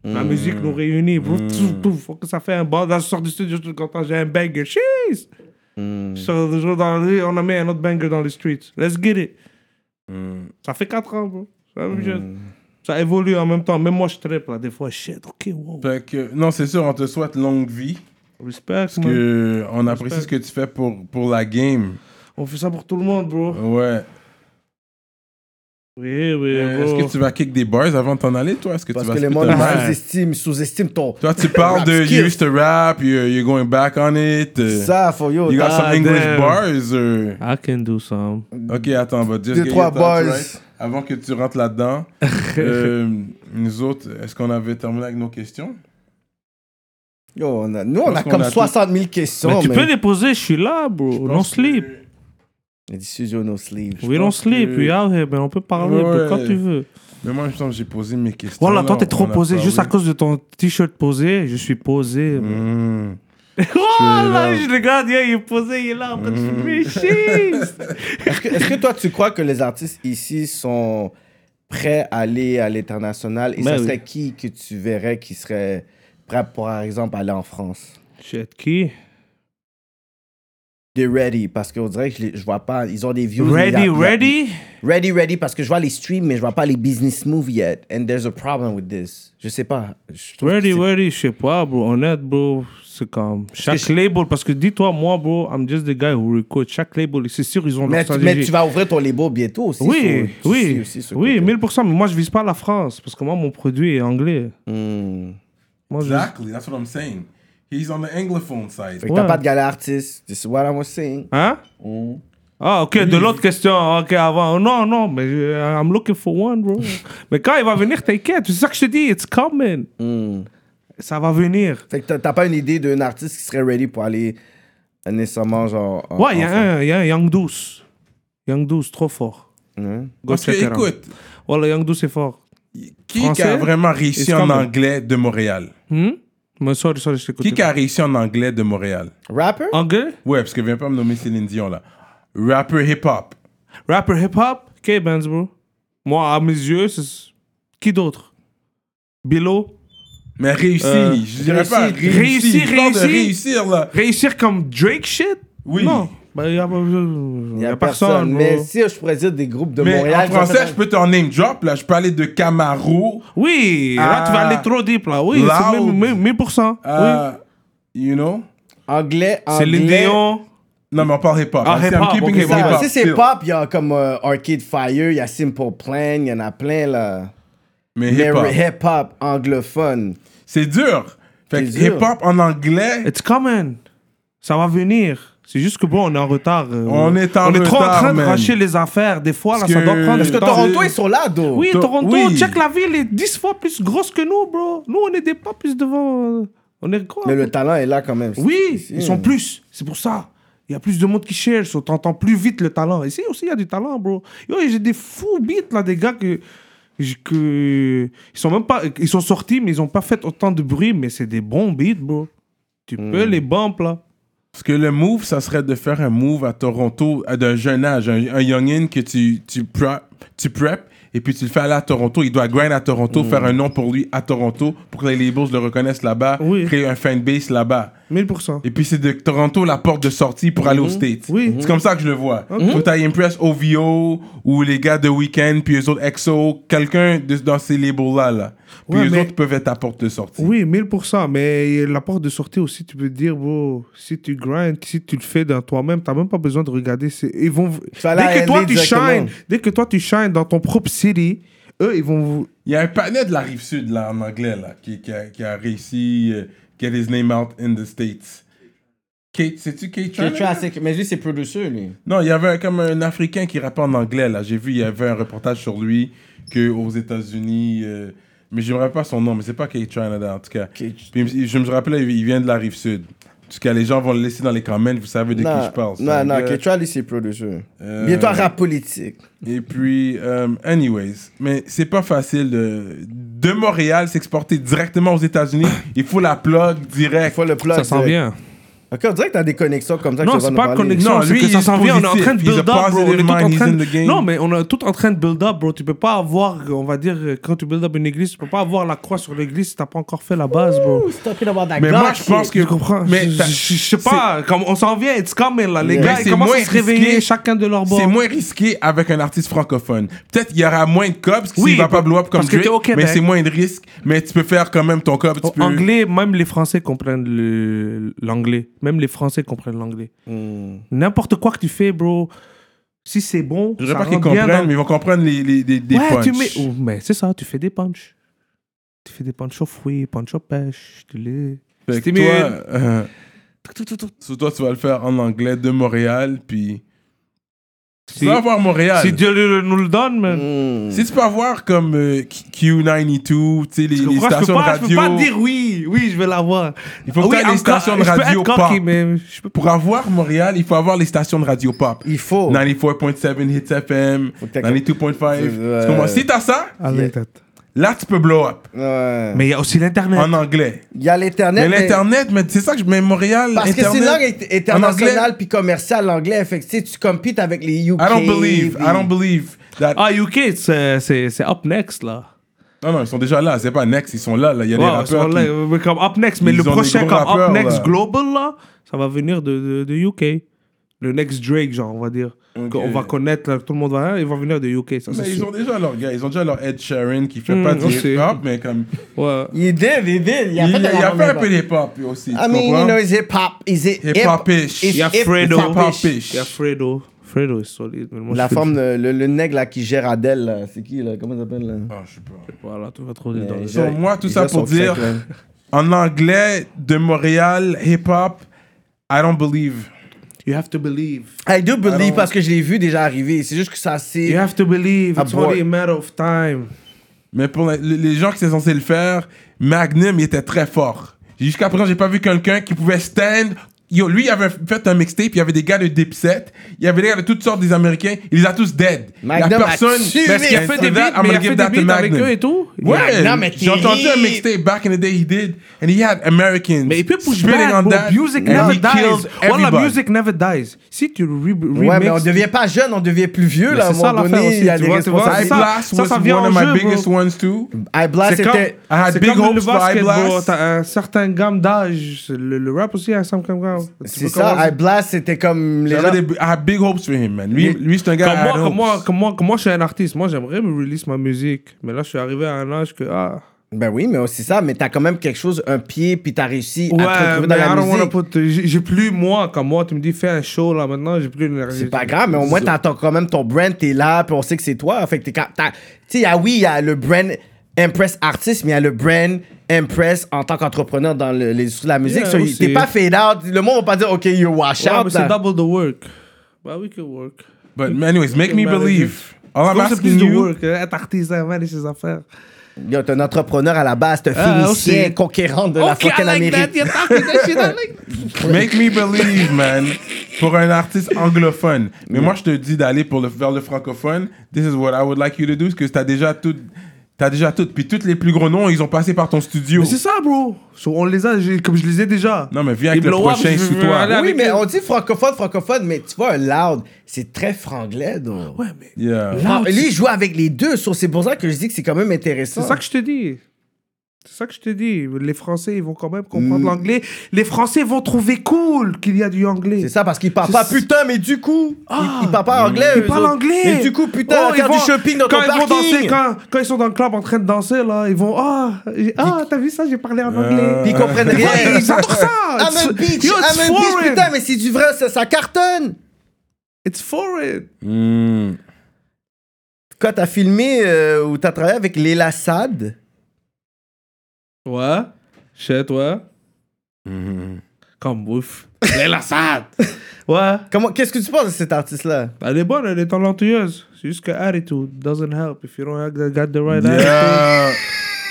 [SPEAKER 4] Mm,
[SPEAKER 5] La musique nous réunit, bro. Tout, tout, faut que ça fait un bon. Là, je sors du studio, je suis content, j'ai un banger. Cheese!
[SPEAKER 4] mm.
[SPEAKER 5] Je sors je joue dans la rue, on a mis un autre banger dans les streets. Let's get it.
[SPEAKER 3] mm.
[SPEAKER 5] Ça fait 4 ans, bro. C'est la même chose.
[SPEAKER 4] Mm.
[SPEAKER 5] Ça évolue en même temps. Même moi, je trip, là, des fois. Shit, ok, wow.
[SPEAKER 3] Fait que, non, c'est sûr, on te souhaite longue vie.
[SPEAKER 5] Respect,
[SPEAKER 3] Parce
[SPEAKER 5] man.
[SPEAKER 3] que on apprécie ce que tu fais pour, pour la game.
[SPEAKER 5] On fait ça pour tout le monde, bro.
[SPEAKER 3] Ouais.
[SPEAKER 5] Oui, oui,
[SPEAKER 3] Euh, Est-ce
[SPEAKER 5] bro.
[SPEAKER 3] que tu vas kick des bars avant de t'en aller, toi? Est-ce que
[SPEAKER 4] Parce
[SPEAKER 3] tu vas
[SPEAKER 4] que le
[SPEAKER 3] spit
[SPEAKER 4] monde
[SPEAKER 3] un bar?
[SPEAKER 4] sous-estime, sous-estime ton.
[SPEAKER 3] Toi, tu parles de
[SPEAKER 4] skill.
[SPEAKER 3] you used to rap, you, you're going back on it. euh,
[SPEAKER 4] Ça, for you.
[SPEAKER 3] You got some
[SPEAKER 4] t'as
[SPEAKER 3] English
[SPEAKER 5] damn.
[SPEAKER 3] bars? or-
[SPEAKER 5] I can do some.
[SPEAKER 3] Ok, attends, on va dire
[SPEAKER 4] Deux,
[SPEAKER 3] que-
[SPEAKER 4] trois
[SPEAKER 3] attends,
[SPEAKER 4] bars.
[SPEAKER 3] right, Avant que tu rentres là-dedans, euh, nous autres, est-ce qu'on avait terminé avec nos questions?
[SPEAKER 4] Yo, on a- nous, on
[SPEAKER 3] Parce
[SPEAKER 4] a
[SPEAKER 3] qu'on
[SPEAKER 4] comme
[SPEAKER 3] a tout.
[SPEAKER 4] 60 000 questions.
[SPEAKER 5] Mais tu
[SPEAKER 4] mais-
[SPEAKER 5] peux les poser, je suis là, bro. Oh, Non
[SPEAKER 3] pense que-
[SPEAKER 5] sleep.
[SPEAKER 4] Les studios no sleep.
[SPEAKER 5] We don't sleep, we out here, mais on peut parler
[SPEAKER 3] Ouais.
[SPEAKER 5] quand tu veux.
[SPEAKER 3] Mais moi, je sens que j'ai posé mes questions.
[SPEAKER 5] Voilà,
[SPEAKER 3] là,
[SPEAKER 5] toi, t'es
[SPEAKER 3] on
[SPEAKER 5] trop
[SPEAKER 3] a
[SPEAKER 5] posé.
[SPEAKER 3] parlé.
[SPEAKER 5] Juste à cause de ton t-shirt posé, je suis posé.
[SPEAKER 3] Hmm.
[SPEAKER 5] Voilà,
[SPEAKER 3] Tu es là.
[SPEAKER 5] Oh, je le regarde, yeah, il est posé, il est là en train de fumer. Sheesh.
[SPEAKER 4] Est-ce que, est-ce que toi, tu crois que les artistes ici sont prêts à aller à l'international Et
[SPEAKER 5] Ben
[SPEAKER 4] ça
[SPEAKER 5] oui.
[SPEAKER 4] serait qui que tu verrais qui serait prêt, pour, par exemple, à aller en France
[SPEAKER 5] Shit, qui
[SPEAKER 4] Des ready, parce qu'on dirait que je, les- je vois pas. Ils ont des views. mais il
[SPEAKER 5] Ready,
[SPEAKER 4] y a- il y a-
[SPEAKER 5] ready
[SPEAKER 4] Ready, ready, parce que je vois les streams, mais je vois pas les business moves yet. And there's a problem with this. Je sais pas. Je trouve que
[SPEAKER 5] Ready,
[SPEAKER 4] c'est-
[SPEAKER 5] ready, je sais pas, bro. Honnête, bro, c'est comme chaque
[SPEAKER 4] je-
[SPEAKER 5] label. Parce que dis-toi, moi, bro, I'm just the guy who record. Chaque label, c'est sûr, ils ont
[SPEAKER 4] Mais,
[SPEAKER 5] leur
[SPEAKER 4] tu, mais
[SPEAKER 5] stratégie.
[SPEAKER 4] tu vas ouvrir ton label bientôt aussi.
[SPEAKER 5] Oui,
[SPEAKER 4] sur-
[SPEAKER 5] oui,
[SPEAKER 4] sur- aussi, sur
[SPEAKER 5] oui,
[SPEAKER 4] côté.
[SPEAKER 5] 1000%. Mais moi, je vise pas la France parce que moi, mon produit est anglais.
[SPEAKER 4] Hmm.
[SPEAKER 5] Moi, je
[SPEAKER 3] Exactly, that's what I'm saying. He's on the anglophone side.
[SPEAKER 4] Fait que t'as
[SPEAKER 5] Ouais.
[SPEAKER 4] pas de galère artiste. This is what I'm saying.
[SPEAKER 5] Hein?
[SPEAKER 3] Mm.
[SPEAKER 5] Ah, ok, de l'autre question. Ok, avant. Non, non, mais euh, I'm looking for one, bro. mais quand il va venir, t'inquiète. C'est ça que je te dis, it's coming.
[SPEAKER 3] Mm.
[SPEAKER 4] Hmm.
[SPEAKER 5] Ça va venir.
[SPEAKER 4] Fait que t'as- t'as pas une idée d'un artiste qui serait ready pour aller euh, nécessairement genre.
[SPEAKER 3] Ah,
[SPEAKER 4] en-
[SPEAKER 5] Ouais, il y
[SPEAKER 4] en
[SPEAKER 5] a
[SPEAKER 4] France.
[SPEAKER 5] un, il y a un Young Douce. Young Douce, trop fort.
[SPEAKER 4] Hmm.
[SPEAKER 5] Go
[SPEAKER 3] Parce que,
[SPEAKER 5] check it out.
[SPEAKER 3] écoute,
[SPEAKER 5] Voilà, Young Douce est fort.
[SPEAKER 3] qui
[SPEAKER 5] Français?
[SPEAKER 3] qui a vraiment réussi
[SPEAKER 5] It's
[SPEAKER 3] en
[SPEAKER 5] coming.
[SPEAKER 3] anglais de Montréal?
[SPEAKER 5] Hmm? Mais sorry, sorry, je t'écoute.
[SPEAKER 3] Qui qui a réussi en anglais de Montréal?
[SPEAKER 4] Rapper?
[SPEAKER 5] Anglais?
[SPEAKER 3] Ouais, parce que viens pas me nommer Céline Dion, là. Rapper hip-hop.
[SPEAKER 5] Rapper hip-hop? K-Benz, bro. Moi, à mes yeux, c'est... Qui d'autre? Bilo?
[SPEAKER 3] Mais réussi,
[SPEAKER 5] Euh,
[SPEAKER 3] je dirais pas
[SPEAKER 5] réussi,
[SPEAKER 3] réussi.
[SPEAKER 5] réussi,
[SPEAKER 3] Je parle de
[SPEAKER 5] réussi.
[SPEAKER 3] réussir, là.
[SPEAKER 5] Réussir comme Drake shit?
[SPEAKER 3] Oui.
[SPEAKER 5] Non. Bah, il y a, y
[SPEAKER 4] Il
[SPEAKER 5] a personne,
[SPEAKER 4] mais
[SPEAKER 5] bro.
[SPEAKER 4] si je pourrais dire des groupes de
[SPEAKER 3] Mais
[SPEAKER 4] Montréal.
[SPEAKER 3] en français,
[SPEAKER 4] ça-
[SPEAKER 3] je peux t'en name drop, là. Je peux aller de Camaro
[SPEAKER 5] Oui, là,
[SPEAKER 3] Ah.
[SPEAKER 5] tu vas aller trop deep, là. Oui, c'est
[SPEAKER 3] Loud.
[SPEAKER 5] même- même 1000%. Oui.
[SPEAKER 3] à... euh, You know?
[SPEAKER 4] Anglais,
[SPEAKER 3] Ah,
[SPEAKER 4] anglais.
[SPEAKER 5] Céline Dion.
[SPEAKER 3] Non, mais on parle hip-hop.
[SPEAKER 5] Ah,
[SPEAKER 3] I'm
[SPEAKER 5] hip-hop,
[SPEAKER 3] keeping
[SPEAKER 5] ok,
[SPEAKER 3] it
[SPEAKER 5] bon.
[SPEAKER 3] hip-hop
[SPEAKER 4] Ça, Si c'est
[SPEAKER 3] still.
[SPEAKER 4] pop, il y a comme euh, Arcade Fire, il y a Simple Plan, il y en a plein là.
[SPEAKER 3] Mais
[SPEAKER 4] Mais
[SPEAKER 3] hip-hop.
[SPEAKER 4] hip-hop anglophone.
[SPEAKER 3] C'est dur. Fait que
[SPEAKER 4] C'est dur.
[SPEAKER 3] hip-hop en anglais,
[SPEAKER 5] It's coming. Ça va venir. C'est juste que bon, on est en retard. euh,
[SPEAKER 3] On est en
[SPEAKER 5] On est trop en
[SPEAKER 3] retard,
[SPEAKER 5] train de
[SPEAKER 3] man.
[SPEAKER 5] racher les affaires. Des fois, là,
[SPEAKER 3] Parce
[SPEAKER 5] ça
[SPEAKER 3] que-
[SPEAKER 5] doit prendre.
[SPEAKER 3] Parce
[SPEAKER 5] du
[SPEAKER 4] Parce que
[SPEAKER 5] temps.
[SPEAKER 4] Toronto, ils sont là, d'où?
[SPEAKER 5] Oui,
[SPEAKER 3] To-
[SPEAKER 5] Toronto,
[SPEAKER 3] oui.
[SPEAKER 5] check la ville est 10 fois plus grosse que nous, bro. Nous, on est des pas plus devant. euh, On est quoi
[SPEAKER 4] Mais le talent est là quand même.
[SPEAKER 5] Oui, ils sont plus. C'est pour ça. Il y a plus de monde qui cherche. On t'entend plus vite le talent. Ici aussi, il y a du talent, bro. Yo, j'ai des fous beats, là, des gars que. que ils, sont même pas, ils sont sortis, mais ils n'ont pas fait autant de bruit. Mais c'est des bons beats, bro. Tu peux les bump, là.
[SPEAKER 3] parce que le move, ça serait de faire un move à Toronto à d'un jeune âge, un, un youngin que tu, tu, prep, tu prep et puis tu le fais aller à Toronto. Il doit grind à Toronto, faire un nom pour lui à Toronto pour que les labels le reconnaissent là-bas,
[SPEAKER 5] Oui.
[SPEAKER 3] créer un fanbase là-bas.
[SPEAKER 5] 1000%.
[SPEAKER 3] Et puis c'est de Toronto la porte de sortie pour aller aux States.
[SPEAKER 5] Mhm. Oui.
[SPEAKER 3] C'est comme ça que je le vois. Faut que t'ailles impress OVO ou les gars de Weekend, puis eux autres EXO, quelqu'un de- dans ces labels-là. Là. Puis
[SPEAKER 5] Ouais,
[SPEAKER 3] eux
[SPEAKER 5] mais-
[SPEAKER 3] autres peuvent être ta porte de sortie.
[SPEAKER 5] Oui, 1000%. Mais la porte de sortie aussi, tu peux te dire, bro, si tu grind, si tu le fais dans toi-même, t'as même pas besoin de regarder. c'est- Ils vont...
[SPEAKER 4] vas aller
[SPEAKER 5] Dès
[SPEAKER 4] à
[SPEAKER 5] que toi,
[SPEAKER 4] LA
[SPEAKER 5] tu
[SPEAKER 4] directement.
[SPEAKER 5] shines, dès que toi, tu shines dans ton propre city, eux, ils vont... vous-
[SPEAKER 3] Il y a un panel de la rive sud là, en anglais là, qui, qui, a, qui a réussi euh, get his name out in the States. Kate, c'est-tu Kate Turner?
[SPEAKER 4] Mais lui, c'est producer, lui.
[SPEAKER 3] Non, il y avait un- comme un Africain qui rappait en anglais là. J'ai vu, il y avait un reportage sur lui que aux États-Unis. euh, mais je me rappelle pas son nom, mais c'est pas Kate Turner en tout cas. Puis je me rappelle, il il vient de la rive sud. En tout cas, les gens vont le laisser dans les comments, vous savez de qui je
[SPEAKER 4] Non,
[SPEAKER 3] parle. C'est
[SPEAKER 4] non,
[SPEAKER 3] un
[SPEAKER 4] non,
[SPEAKER 3] gars-
[SPEAKER 4] Ketra, lui, c'est producer.
[SPEAKER 3] Euh,
[SPEAKER 4] Bientôt rap politique.
[SPEAKER 3] Et puis, euh, anyways, mais c'est pas facile de, de Montréal s'exporter directement aux États-Unis. Il faut la plug
[SPEAKER 4] Il
[SPEAKER 3] direct.
[SPEAKER 4] faut le plug.
[SPEAKER 5] Ça s'en
[SPEAKER 4] direct.
[SPEAKER 5] vient.
[SPEAKER 4] Ok, on dirait que t'as des connexions comme ça. que
[SPEAKER 5] Non,
[SPEAKER 4] tu vas
[SPEAKER 5] c'est
[SPEAKER 4] nous
[SPEAKER 5] pas
[SPEAKER 4] parler.
[SPEAKER 5] connexion,
[SPEAKER 3] Non,
[SPEAKER 5] c'est
[SPEAKER 3] lui,
[SPEAKER 5] que ça
[SPEAKER 3] il
[SPEAKER 5] s'en
[SPEAKER 3] est
[SPEAKER 5] vient. On est en
[SPEAKER 3] positif.
[SPEAKER 5] train de
[SPEAKER 3] He's a
[SPEAKER 5] build up, bro. On est
[SPEAKER 3] positive
[SPEAKER 5] tout en
[SPEAKER 3] mind. He's
[SPEAKER 5] train
[SPEAKER 3] in the
[SPEAKER 5] de...
[SPEAKER 3] game.
[SPEAKER 5] Non, mais on est tout en train de build up, bro. Tu peux pas avoir, on va dire, euh, quand tu build up une église, tu peux pas avoir la croix sur l'église si t'as pas encore fait la base, bro.
[SPEAKER 4] Who's talking about that
[SPEAKER 3] Mais
[SPEAKER 4] God
[SPEAKER 3] moi, je
[SPEAKER 4] shit?
[SPEAKER 3] pense que.
[SPEAKER 5] Tu comprends
[SPEAKER 3] Mais
[SPEAKER 5] Mais je,
[SPEAKER 3] t'as-
[SPEAKER 5] je- je sais pas, comme on s'en vient, it's coming, là. Les
[SPEAKER 3] Mais
[SPEAKER 5] gars,
[SPEAKER 3] c'est
[SPEAKER 5] ils commencent
[SPEAKER 3] moins
[SPEAKER 5] à se réveiller
[SPEAKER 3] risqué.
[SPEAKER 5] chacun de leur bord.
[SPEAKER 3] C'est moins risqué avec un artiste francophone. Peut-être qu'il y aura moins de cops s'il
[SPEAKER 5] Oui,
[SPEAKER 3] va pas blow up comme
[SPEAKER 5] parce que
[SPEAKER 3] Drake,
[SPEAKER 5] t'es au Québec.
[SPEAKER 3] mais c'est moins de risques. Mais tu peux faire quand même ton cop. Tu
[SPEAKER 5] En
[SPEAKER 3] peux...
[SPEAKER 5] Anglais, même les Français comprennent le- l'anglais. Même les Français comprennent l'anglais.
[SPEAKER 4] Hmm.
[SPEAKER 5] N'importe quoi que tu fais, bro, si c'est bon,
[SPEAKER 3] Je
[SPEAKER 5] ça
[SPEAKER 3] dirais pas qu'ils
[SPEAKER 5] rentre bien
[SPEAKER 3] comprennent,
[SPEAKER 5] dans-
[SPEAKER 3] mais ils vont comprendre les, les, les- des
[SPEAKER 5] ouais,
[SPEAKER 3] punchs.
[SPEAKER 5] tu mets... Oh, mais c'est ça, tu fais des punchs. Tu fais des punchs aux fruits, punch aux pêches, tu les...
[SPEAKER 3] Fait que
[SPEAKER 5] Stimule.
[SPEAKER 3] toi, euh, sur toi, tu vas le faire en anglais de Montréal, puis Tu vas voir Montréal.
[SPEAKER 5] Si Dieu le- nous le donne, man.
[SPEAKER 3] Si tu peux avoir comme euh, Q- Q92, tu sais, les,
[SPEAKER 5] Tu
[SPEAKER 3] les
[SPEAKER 5] comprends? je, peux
[SPEAKER 3] stations de
[SPEAKER 5] pas, je peux
[SPEAKER 3] radio.
[SPEAKER 5] pas dire oui, oui, je vais l'avoir. Il
[SPEAKER 3] faut que
[SPEAKER 5] oui,
[SPEAKER 3] t'aies
[SPEAKER 5] encore,
[SPEAKER 3] les stations de
[SPEAKER 5] je peux
[SPEAKER 3] radio
[SPEAKER 5] être cocky,
[SPEAKER 3] pop.
[SPEAKER 5] mais je peux
[SPEAKER 3] Pour avoir Montréal, il faut avoir les stations de radio pop.
[SPEAKER 4] Il
[SPEAKER 5] Oh.
[SPEAKER 4] faut.
[SPEAKER 3] 94.7 Hits FM,
[SPEAKER 4] Faut que t'aies-
[SPEAKER 3] 92.5.
[SPEAKER 4] Euh,
[SPEAKER 3] Tu comprends? Si t'as ça,
[SPEAKER 5] Ah, l'Internet.
[SPEAKER 3] là, tu peux blow up
[SPEAKER 4] Ouais.
[SPEAKER 5] Mais il y a aussi l'Internet.
[SPEAKER 3] en anglais.
[SPEAKER 4] Il y a l'Internet.
[SPEAKER 3] Mais
[SPEAKER 4] mais-
[SPEAKER 3] l'Internet, mais c'est ça que je mets Montréal.
[SPEAKER 4] Parce que c'est une
[SPEAKER 3] Internet,
[SPEAKER 4] langue
[SPEAKER 3] en
[SPEAKER 4] est-
[SPEAKER 3] anglais.
[SPEAKER 4] internationale puis commerciale, l'anglais. Fait que tu sais, tu compites avec les UK.
[SPEAKER 3] I don't believe, I don't believe that.
[SPEAKER 5] Ah, UK, c'est c'est- c'est up next, là.
[SPEAKER 3] Non, non, ils sont déjà là, c'est pas next, ils sont là, là. Il y a des
[SPEAKER 5] Ouais,
[SPEAKER 3] rappeurs.
[SPEAKER 5] ils sont là,
[SPEAKER 3] qui-
[SPEAKER 5] euh, comme Up Next, mais
[SPEAKER 3] Ils
[SPEAKER 5] le
[SPEAKER 3] ont des
[SPEAKER 5] prochain
[SPEAKER 3] gros
[SPEAKER 5] comme
[SPEAKER 3] rappeurs,
[SPEAKER 5] Up Next
[SPEAKER 3] là.
[SPEAKER 5] Global, là, ça va venir de, de, de UK. Le next Drake, genre, on va dire. On va connaître, là, tout le monde va, hein, il va venir de UK, ça c'est
[SPEAKER 3] Mais ils
[SPEAKER 5] sûr.
[SPEAKER 3] ont déjà leur gars, ils ont déjà leur Ed Sheeran qui fait
[SPEAKER 5] Hmm,
[SPEAKER 3] pas
[SPEAKER 5] on
[SPEAKER 3] du
[SPEAKER 5] sait.
[SPEAKER 3] hip-hop, mais comme.
[SPEAKER 5] Ouais.
[SPEAKER 4] Il est dead, il est dead. Il
[SPEAKER 3] Il,
[SPEAKER 4] a fait,
[SPEAKER 3] il
[SPEAKER 4] de la
[SPEAKER 3] a
[SPEAKER 4] bombe
[SPEAKER 3] fait un
[SPEAKER 4] hip-hop.
[SPEAKER 3] peu d'hip-hop lui aussi.
[SPEAKER 4] I
[SPEAKER 3] tu
[SPEAKER 4] mean, you
[SPEAKER 3] comprends?
[SPEAKER 4] know, is hip hop, is it hip
[SPEAKER 3] Hip-hop-ish.
[SPEAKER 4] is
[SPEAKER 5] Il y a
[SPEAKER 4] hip-
[SPEAKER 5] Fredo.
[SPEAKER 4] hip-hop-ish.
[SPEAKER 3] Hip-hop-ish.
[SPEAKER 5] Il y a Fredo. Fredo est solide. mais moi,
[SPEAKER 4] La
[SPEAKER 5] je fais-
[SPEAKER 4] forme, de- le, le nègre là qui gère Adèle, là, c'est qui là Comment ça s'appelle là
[SPEAKER 3] Ah, je sais pas.
[SPEAKER 5] Voilà, tout va trop vite dans
[SPEAKER 4] Ouais,
[SPEAKER 5] le
[SPEAKER 4] je-
[SPEAKER 3] Pour moi, tout
[SPEAKER 4] Les
[SPEAKER 3] ça
[SPEAKER 4] gens
[SPEAKER 3] pour
[SPEAKER 4] sont
[SPEAKER 3] dire,
[SPEAKER 4] secs, là.
[SPEAKER 3] en anglais, de Montréal, hip-hop, I don't believe.
[SPEAKER 5] You have to believe.
[SPEAKER 4] I do believe
[SPEAKER 3] Alors-
[SPEAKER 4] parce que je l'ai vu déjà arriver. C'est juste que ça c'est.
[SPEAKER 5] You have to believe. It's
[SPEAKER 4] Abort.
[SPEAKER 5] only a matter of time.
[SPEAKER 3] Mais pour la- les les gens qui sont censés le faire, Magnum, il était très fort. Jusqu'à présent, j'ai pas vu quelqu'un qui pouvait stand. Yo, lui, il avait fait un mixtape, il y avait des gars de Dipset, il y avait des gars de toutes sortes des Américains, il les a tous dead.
[SPEAKER 4] Magnum
[SPEAKER 3] la
[SPEAKER 4] a
[SPEAKER 3] personne.
[SPEAKER 4] tué.
[SPEAKER 3] Mais ce
[SPEAKER 5] Il
[SPEAKER 3] qu'il
[SPEAKER 5] a fait des
[SPEAKER 3] that,
[SPEAKER 5] beats, mais
[SPEAKER 3] I'm
[SPEAKER 5] il
[SPEAKER 3] gonna
[SPEAKER 5] a fait
[SPEAKER 3] give that
[SPEAKER 5] des
[SPEAKER 3] to
[SPEAKER 5] beats avec
[SPEAKER 3] Magnum.
[SPEAKER 5] eux et tout.
[SPEAKER 3] Ouais,
[SPEAKER 4] Magnum est
[SPEAKER 3] j'ai entendu un mixtape back in the day he did, and he had Americans.
[SPEAKER 5] Mais il peut push
[SPEAKER 3] spitting
[SPEAKER 5] back,
[SPEAKER 3] on
[SPEAKER 5] bro.
[SPEAKER 3] that,
[SPEAKER 5] Music
[SPEAKER 3] and
[SPEAKER 5] never
[SPEAKER 3] he kills
[SPEAKER 5] dies. Voilà,
[SPEAKER 3] everybody.
[SPEAKER 5] music never dies. Si tu re remixes...
[SPEAKER 4] Ouais, mais on devient pas jeune, on devient plus vieux
[SPEAKER 5] Mais
[SPEAKER 4] là. À un
[SPEAKER 5] c'est ça,
[SPEAKER 4] moment
[SPEAKER 5] l'affaire
[SPEAKER 4] donné,
[SPEAKER 5] aussi,
[SPEAKER 4] il y a
[SPEAKER 5] tu
[SPEAKER 4] des
[SPEAKER 5] vois, c'est vrai.
[SPEAKER 3] I
[SPEAKER 5] Ça,
[SPEAKER 4] responsabilités.
[SPEAKER 3] Blast
[SPEAKER 5] ça,
[SPEAKER 3] was
[SPEAKER 5] ça vient
[SPEAKER 3] one
[SPEAKER 5] en
[SPEAKER 3] of my
[SPEAKER 5] jeu,
[SPEAKER 3] biggest
[SPEAKER 5] bro.
[SPEAKER 3] ones too.
[SPEAKER 4] I Blast
[SPEAKER 5] C'est comme,
[SPEAKER 4] c'était.
[SPEAKER 3] I had
[SPEAKER 5] c'est
[SPEAKER 3] big
[SPEAKER 5] comme le
[SPEAKER 3] hopes for
[SPEAKER 5] basket,
[SPEAKER 3] I
[SPEAKER 5] bro.
[SPEAKER 3] Blast.
[SPEAKER 5] T'as un certain gamme d'âge. Le, le rap aussi a un certain gamme. Tu
[SPEAKER 4] C'est
[SPEAKER 5] peux
[SPEAKER 4] ça,
[SPEAKER 5] commencer-
[SPEAKER 4] I Blast c'était comme les gens.
[SPEAKER 3] J'avais des- I had big hopes for him, man. Lui, lui c'est un gars.
[SPEAKER 5] Comme
[SPEAKER 3] I had
[SPEAKER 5] moi, comme, moi,
[SPEAKER 3] hopes.
[SPEAKER 5] comme, moi, comme moi, je suis un artiste. Moi, j'aimerais me release ma musique. Mais là, je suis arrivé à un âge que... Ah,
[SPEAKER 4] Ben oui, mais c'est ça, mais t'as quand même quelque chose, un pied, puis t'as réussi
[SPEAKER 5] ouais,
[SPEAKER 4] à te retrouver
[SPEAKER 5] mais
[SPEAKER 4] dans
[SPEAKER 5] I
[SPEAKER 4] la
[SPEAKER 5] don't wanna
[SPEAKER 4] musique.
[SPEAKER 5] put- J'ai j'ai plus moi. Comme moi, tu me dis, fais un show là maintenant. J'ai plus l'énergie.
[SPEAKER 4] C'est pas grave, mais au moins t'as t'as quand même ton brand, t'es là, puis on sait que c'est toi. Fait que t'es quand. t'as- Tu sais, il y a- oui, il y a le brand Impress artiste, mais il y a le brand Impress en tant qu'entrepreneur dans le- l'industrie de la musique.
[SPEAKER 5] Yeah,
[SPEAKER 4] So,
[SPEAKER 5] aussi.
[SPEAKER 4] t'es pas fade out. Le monde va pas dire, OK, you wash
[SPEAKER 5] Ouais, mais
[SPEAKER 4] out.
[SPEAKER 5] c'est
[SPEAKER 4] là.
[SPEAKER 5] double the work. Bah, we can work.
[SPEAKER 3] But anyways, make me
[SPEAKER 5] Comme
[SPEAKER 3] believe. All I'm
[SPEAKER 5] Comme c'est plus
[SPEAKER 3] asking
[SPEAKER 5] de
[SPEAKER 3] you,
[SPEAKER 5] work, hein, être artisan, man, et ses affaires.
[SPEAKER 4] Yo, T'es un entrepreneur à la base, t'es
[SPEAKER 5] Ah,
[SPEAKER 4] phénicien,
[SPEAKER 5] aussi.
[SPEAKER 4] conquérant de la fucking Amérique.
[SPEAKER 5] you're talking that shit, I like that.
[SPEAKER 3] make me believe, man. Pour un artiste anglophone. Mais moi, je te dis d'aller pour le, vers le francophone. This is what I would like you to do, parce que t'as déjà tout, t'as déjà tout. Puis tous les plus gros noms, ils ont passé par ton studio.
[SPEAKER 5] Mais c'est ça, bro. So, on les a, j'ai- comme je les ai déjà.
[SPEAKER 3] Non, mais viens avec
[SPEAKER 5] Les
[SPEAKER 3] le
[SPEAKER 5] blow up,
[SPEAKER 3] prochain
[SPEAKER 5] je
[SPEAKER 3] sous
[SPEAKER 5] veux
[SPEAKER 3] toi.
[SPEAKER 5] aller
[SPEAKER 4] Oui,
[SPEAKER 5] avec
[SPEAKER 4] mais
[SPEAKER 5] eux.
[SPEAKER 4] on dit francophone, francophone, mais tu vois, un loud, c'est très franglais, donc.
[SPEAKER 5] Ouais, mais
[SPEAKER 3] Yeah.
[SPEAKER 4] Ah, lui, il joue avec les deux, so c'est pour ça que je dis que c'est quand même intéressant.
[SPEAKER 5] c'est ça que je te dis. C'est ça que je te dis. Les Français, ils vont quand même comprendre
[SPEAKER 4] Mm.
[SPEAKER 5] l'anglais. Les Français vont trouver cool qu'il y a du anglais.
[SPEAKER 4] C'est ça, parce qu'il parle
[SPEAKER 5] C'est-
[SPEAKER 4] pas putain, mais du coup.
[SPEAKER 5] Ah.
[SPEAKER 4] il, il parle pas anglais.
[SPEAKER 5] Ils
[SPEAKER 4] eux
[SPEAKER 5] parlent
[SPEAKER 4] autres.
[SPEAKER 5] anglais.
[SPEAKER 4] Mais du coup, putain,
[SPEAKER 5] Oh,
[SPEAKER 4] faire
[SPEAKER 5] ils
[SPEAKER 4] du
[SPEAKER 5] vont-
[SPEAKER 4] shopping dans
[SPEAKER 5] quand
[SPEAKER 4] ton
[SPEAKER 5] ils vont
[SPEAKER 4] parking.
[SPEAKER 5] danser, quand, quand ils sont dans le club en train de danser, là, ils vont Ah, j'ai- ah t'as vu ça, j'ai parlé en
[SPEAKER 4] Puis
[SPEAKER 5] anglais.
[SPEAKER 4] ils comprennent rien.
[SPEAKER 5] Ouais, Ils adorent ça.
[SPEAKER 4] I'm
[SPEAKER 5] It's-
[SPEAKER 4] a bitch,
[SPEAKER 5] yo, it's
[SPEAKER 4] I'm a bitch,
[SPEAKER 5] foreign.
[SPEAKER 4] putain, mais c'est du vrai, ça, ça cartonne.
[SPEAKER 5] It's foreign.
[SPEAKER 3] Mm.
[SPEAKER 4] Quand t'as filmé euh, ou t'as travaillé avec Léla Sad,
[SPEAKER 5] Ouais. Chez toi.
[SPEAKER 3] Mm-hmm.
[SPEAKER 5] Comme ouf. Elle la sad. Ouais.
[SPEAKER 4] comment, qu'est-ce que tu penses de cet artiste-là
[SPEAKER 5] Elle est bonne, elle est talentueuse. C'est juste que attitude doesn't help if you don't have the- got the right attitude.
[SPEAKER 3] Yeah.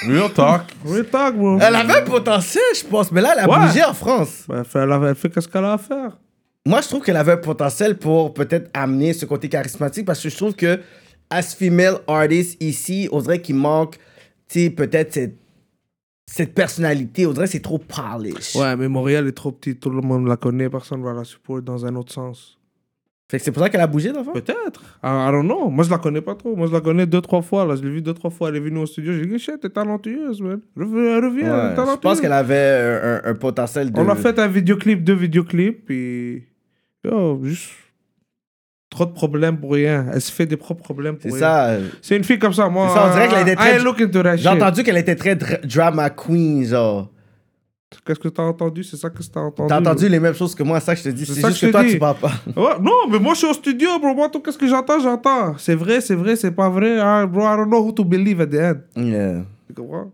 [SPEAKER 3] Real talk.
[SPEAKER 5] Real talk, bro.
[SPEAKER 4] Elle avait un potentiel, je pense, mais là, elle a
[SPEAKER 5] Ouais.
[SPEAKER 4] bougé en France.
[SPEAKER 5] Elle fait, Bah, elle a- elle fait qu'est-ce qu'elle a à faire.
[SPEAKER 4] Moi, je trouve qu'elle avait un potentiel pour peut-être amener ce côté charismatique parce que je trouve que, as female artist ici, on dirait qu'il manque, tu sais, peut-être cette, cette personnalité. On dirait que c'est trop polish.
[SPEAKER 5] Ouais, mais Montréal est trop petit, tout le monde la connaît, personne va la support dans un autre sens.
[SPEAKER 4] Fait que c'est pour ça qu'elle a bougé, d'avant.
[SPEAKER 5] Peut-être. Ah, I, I don't know. Moi, je la connais pas trop. Moi, je la connais deux, trois fois. Là, je l'ai vue deux, trois fois. Elle est venue au studio. J'ai dit, shit, t'es talentueuse, man. Reviens, elle revient, elle est
[SPEAKER 4] je
[SPEAKER 5] talentueuse.
[SPEAKER 4] pense qu'elle avait euh, un, un potentiel de...
[SPEAKER 5] On a fait un vidéoclip, deux vidéoclips, puis. Yo, juste. Trop de problèmes pour rien. Elle se fait des propres problèmes pour
[SPEAKER 4] C'est
[SPEAKER 5] rien.
[SPEAKER 4] ça.
[SPEAKER 5] C'est une fille comme ça, moi.
[SPEAKER 4] C'est ça, on dirait qu'elle
[SPEAKER 5] I-
[SPEAKER 4] était très-
[SPEAKER 5] I look into that
[SPEAKER 4] J'ai
[SPEAKER 5] shit.
[SPEAKER 4] entendu qu'elle était très dra- drama queen, genre.
[SPEAKER 5] Qu'est-ce que t'as entendu C'est ça que t'as entendu.
[SPEAKER 4] T'as entendu les mêmes choses que moi, ça que je te dis.
[SPEAKER 5] C'est
[SPEAKER 4] C'est
[SPEAKER 5] ça
[SPEAKER 4] juste
[SPEAKER 5] que je
[SPEAKER 4] que,
[SPEAKER 5] te
[SPEAKER 4] toi,
[SPEAKER 5] dis.
[SPEAKER 4] tu parles pas.
[SPEAKER 5] bro. Ouais, non, mais moi, je suis au studio, bro. Moi, tout, qu'est-ce que j'entends, j'entends. C'est vrai, c'est vrai, c'est pas vrai. Ah, bro, I don't know who to believe at the end.
[SPEAKER 4] yeah.
[SPEAKER 5] Tu comprends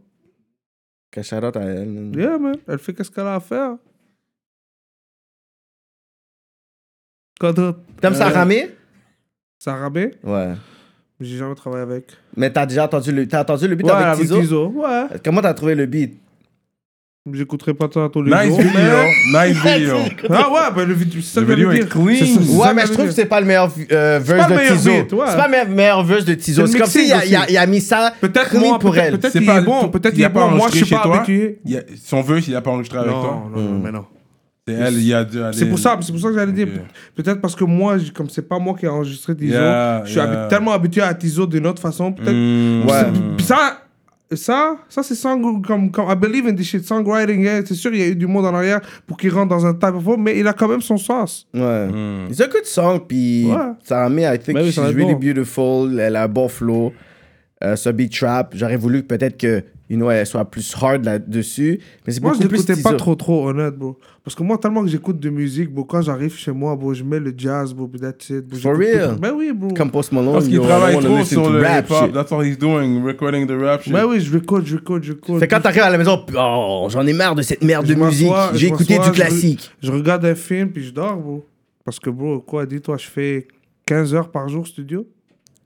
[SPEAKER 4] Que shout out à elle.
[SPEAKER 5] Yeah, man. Elle fait qu'est-ce qu'elle a à faire. Quand Euh,
[SPEAKER 4] T'aimes ça ramer?
[SPEAKER 5] Sarabé,
[SPEAKER 4] Ouais.
[SPEAKER 5] j'ai jamais travaillé avec.
[SPEAKER 4] Mais t'as déjà entendu le, t'as entendu le beat
[SPEAKER 5] ouais,
[SPEAKER 4] avec Tizo?
[SPEAKER 5] Tizo, Ouais.
[SPEAKER 4] Comment t'as trouvé le beat?
[SPEAKER 5] J'écouterai pas ça tous les
[SPEAKER 3] Nice
[SPEAKER 5] jours.
[SPEAKER 3] video.
[SPEAKER 5] mais-
[SPEAKER 3] Nice video.
[SPEAKER 5] Ah ouais, bah, le vidéo, c'est ça
[SPEAKER 3] Le
[SPEAKER 5] que je
[SPEAKER 3] vidéo
[SPEAKER 5] veux
[SPEAKER 3] est
[SPEAKER 5] dire.
[SPEAKER 3] clean.
[SPEAKER 5] C'est ça- c'est ça
[SPEAKER 4] Ouais, mais
[SPEAKER 5] que je
[SPEAKER 4] je trouve
[SPEAKER 5] veux
[SPEAKER 4] que
[SPEAKER 5] dire.
[SPEAKER 4] c'est pas le meilleur euh, verse
[SPEAKER 5] pas le
[SPEAKER 4] de
[SPEAKER 5] meilleur
[SPEAKER 4] Tizo.
[SPEAKER 5] beat, ouais.
[SPEAKER 4] C'est pas le meilleur- meilleur verse de Tizo.
[SPEAKER 5] C'est le
[SPEAKER 4] C'est comme
[SPEAKER 5] mixing
[SPEAKER 4] s'il a,
[SPEAKER 5] aussi.
[SPEAKER 4] il a, il a mis ça
[SPEAKER 5] Peut-être
[SPEAKER 4] clean
[SPEAKER 5] moi,
[SPEAKER 4] pour
[SPEAKER 5] peut-être-
[SPEAKER 4] elle.
[SPEAKER 5] peut-être
[SPEAKER 3] C'est
[SPEAKER 5] il
[SPEAKER 3] pas
[SPEAKER 5] est bon, peut-être
[SPEAKER 3] il
[SPEAKER 5] il
[SPEAKER 3] a
[SPEAKER 5] est
[SPEAKER 3] pas
[SPEAKER 5] bon. Moi, je
[SPEAKER 3] enregistré
[SPEAKER 5] suis
[SPEAKER 3] chez
[SPEAKER 5] pas
[SPEAKER 3] toi.
[SPEAKER 5] habitué.
[SPEAKER 3] Il y a- Son vœu, il a pas enregistré avec toi. Hmm.
[SPEAKER 5] Non, non, non, mais non.
[SPEAKER 3] C'est elle, il y a deux. elle
[SPEAKER 5] C'est
[SPEAKER 3] est-
[SPEAKER 5] pour ça, c'est pour ça que j'allais dire.
[SPEAKER 3] Ok.
[SPEAKER 5] Peut-être parce que moi, j- comme c'est pas moi qui ai enregistré Tizo,
[SPEAKER 3] Yeah,
[SPEAKER 5] je suis
[SPEAKER 3] yeah.
[SPEAKER 5] habi- tellement habitué à Tizo d'une autre façon. Peut-être.
[SPEAKER 3] Mm.
[SPEAKER 4] Ouais.
[SPEAKER 5] Puis Ça, ça, ça c'est song comme, comme I believe in this shit, songwriting. yeah. C'est sûr, il y a eu du monde en arrière pour qu'il rentre dans un type of form, mais il a quand même son sens.
[SPEAKER 4] Ouais.
[SPEAKER 3] Mm.
[SPEAKER 4] It's a good song, puis
[SPEAKER 5] Mm. Ouais.
[SPEAKER 4] ça a mis, I think
[SPEAKER 5] Mais oui,
[SPEAKER 4] she's
[SPEAKER 5] ça va être
[SPEAKER 4] really
[SPEAKER 5] bon.
[SPEAKER 4] beautiful. Elle a un bon flow. Euh, ce beat trap, j'aurais voulu que peut-être que, you know, elle soit plus hard là-dessus. Mais c'est
[SPEAKER 5] Moi,
[SPEAKER 4] beaucoup
[SPEAKER 5] je
[SPEAKER 4] plus
[SPEAKER 5] l'écoutais pas
[SPEAKER 4] Tizo.
[SPEAKER 5] trop, trop, honnête, bro. Parce que moi, tellement que j'écoute de musique, bro, quand j'arrive chez moi, bro, je mets le jazz, bro, puis that's it. Bro,
[SPEAKER 4] For
[SPEAKER 5] j'écoute
[SPEAKER 4] real?
[SPEAKER 5] tout. Ben oui, bro.
[SPEAKER 4] Comme Post Malone.
[SPEAKER 3] Parce qu'il
[SPEAKER 4] yo, I
[SPEAKER 3] travaille
[SPEAKER 4] wanna
[SPEAKER 3] trop
[SPEAKER 4] listen
[SPEAKER 3] sur
[SPEAKER 4] to
[SPEAKER 3] le
[SPEAKER 4] rap
[SPEAKER 3] hip-hop.
[SPEAKER 4] shit.
[SPEAKER 3] That's all he's doing, recording the rap shit.
[SPEAKER 5] Ben oui, je record, je record, je record.
[SPEAKER 4] Fait que quand t'arrives à la maison, oh, j'en ai marre de cette merde de
[SPEAKER 5] Je
[SPEAKER 4] musique.
[SPEAKER 5] m'assois, je
[SPEAKER 4] J'ai écouté
[SPEAKER 5] m'assois,
[SPEAKER 4] du
[SPEAKER 5] je-
[SPEAKER 4] classique.
[SPEAKER 5] Je regarde un film, puis je dors, bro. Parce que, bro, quoi, dis-toi, je fais 15 heures par jour studio.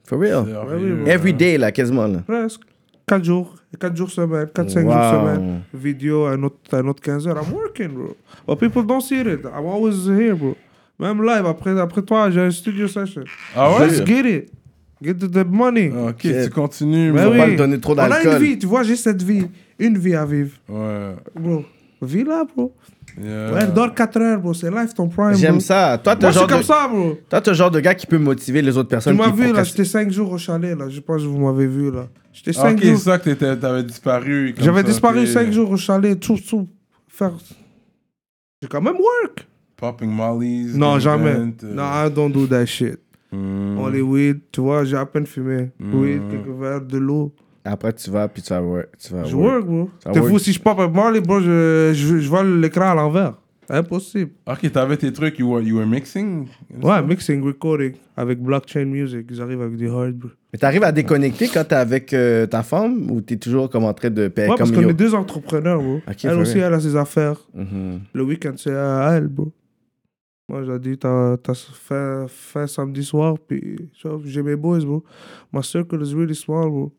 [SPEAKER 4] For real.
[SPEAKER 3] Alors,
[SPEAKER 5] Ouais, oui,
[SPEAKER 3] euh,
[SPEAKER 5] ouais.
[SPEAKER 4] Every day, là, quasiment, là.
[SPEAKER 5] Presque. 4 jours. 4 jours semaine, 4-5
[SPEAKER 4] Wow.
[SPEAKER 5] jours semaine. Vidéo, un autre, un autre 15 heures. I'm working, bro. But people don't see it. I'm always here, bro. Même live, après, après toi, j'ai un studio session.
[SPEAKER 3] Ah ouais?
[SPEAKER 5] Let's get it. Get the, the money.
[SPEAKER 3] Ok, tu continues.
[SPEAKER 5] Ben
[SPEAKER 3] mon-
[SPEAKER 4] oui. Ah. pas me donner trop
[SPEAKER 5] On a
[SPEAKER 4] d'alcool.
[SPEAKER 5] une vie, tu vois, j'ai cette vie. Une vie à vivre,
[SPEAKER 3] Ouais.
[SPEAKER 5] bro. Vis là, bro.
[SPEAKER 3] Yeah.
[SPEAKER 5] Ouais, dors 4 heures, bro. C'est life, ton prime, bro.
[SPEAKER 4] J'aime ça. Toi, t'es
[SPEAKER 5] Moi,
[SPEAKER 4] le
[SPEAKER 5] je
[SPEAKER 4] genre
[SPEAKER 5] suis comme
[SPEAKER 4] de-
[SPEAKER 5] ça, bro.
[SPEAKER 4] toi, t'es le genre de gars qui peut motiver les autres
[SPEAKER 5] Tu
[SPEAKER 4] personnes.
[SPEAKER 5] m'as
[SPEAKER 4] qui
[SPEAKER 5] vu, là,
[SPEAKER 4] procrastinent.
[SPEAKER 5] j'étais 5 jours au chalet, là. Je pense que vous m'avez vu, là. J'étais
[SPEAKER 4] Ah,
[SPEAKER 5] 5
[SPEAKER 3] Ok, c'est
[SPEAKER 5] jours.
[SPEAKER 3] ça que t'étais- t'avais disparu. comme
[SPEAKER 5] J'avais
[SPEAKER 3] ça,
[SPEAKER 5] disparu
[SPEAKER 3] t'es-
[SPEAKER 5] 5 jours au chalet, tout, tout. Faire. J'ai quand même work.
[SPEAKER 3] Popping Molly's.
[SPEAKER 5] Non,
[SPEAKER 3] the
[SPEAKER 5] jamais.
[SPEAKER 3] event, euh,
[SPEAKER 5] Non, I don't do that shit.
[SPEAKER 3] mm.
[SPEAKER 5] Hollywood, tu vois, j'ai à peine fumé.
[SPEAKER 4] Mm.
[SPEAKER 5] Oui, quelques verres, de l'eau.
[SPEAKER 4] Après, tu vas, puis tu vas work. Tu vas
[SPEAKER 5] Je work, bro.
[SPEAKER 4] Ça
[SPEAKER 5] T'es
[SPEAKER 4] work.
[SPEAKER 5] fou si je pop un Marley, bro, je, je, je vole l'écran à l'envers. Impossible.
[SPEAKER 3] Ok, t'avais tes trucs, you were, you were mixing?
[SPEAKER 5] Ouais, mixing, recording, avec blockchain music. J'arrive avec du hard, bro.
[SPEAKER 4] Mais t'arrives à déconnecter quand t'es avec euh, ta femme ou t'es toujours comme en train de payer
[SPEAKER 5] Ouais, parce
[SPEAKER 4] comme
[SPEAKER 5] qu'on
[SPEAKER 4] yo?
[SPEAKER 5] est deux entrepreneurs, bro.
[SPEAKER 4] Ok,
[SPEAKER 5] elle
[SPEAKER 4] for
[SPEAKER 5] aussi,
[SPEAKER 4] real.
[SPEAKER 5] elle a ses affaires.
[SPEAKER 4] Mhm.
[SPEAKER 5] Le week-end, c'est à elle, bro. Moi, j'ai dit, t'as t'as fin, fin samedi soir, puis tu vois, j'ai mes boys, bro. My circle is really small, bro.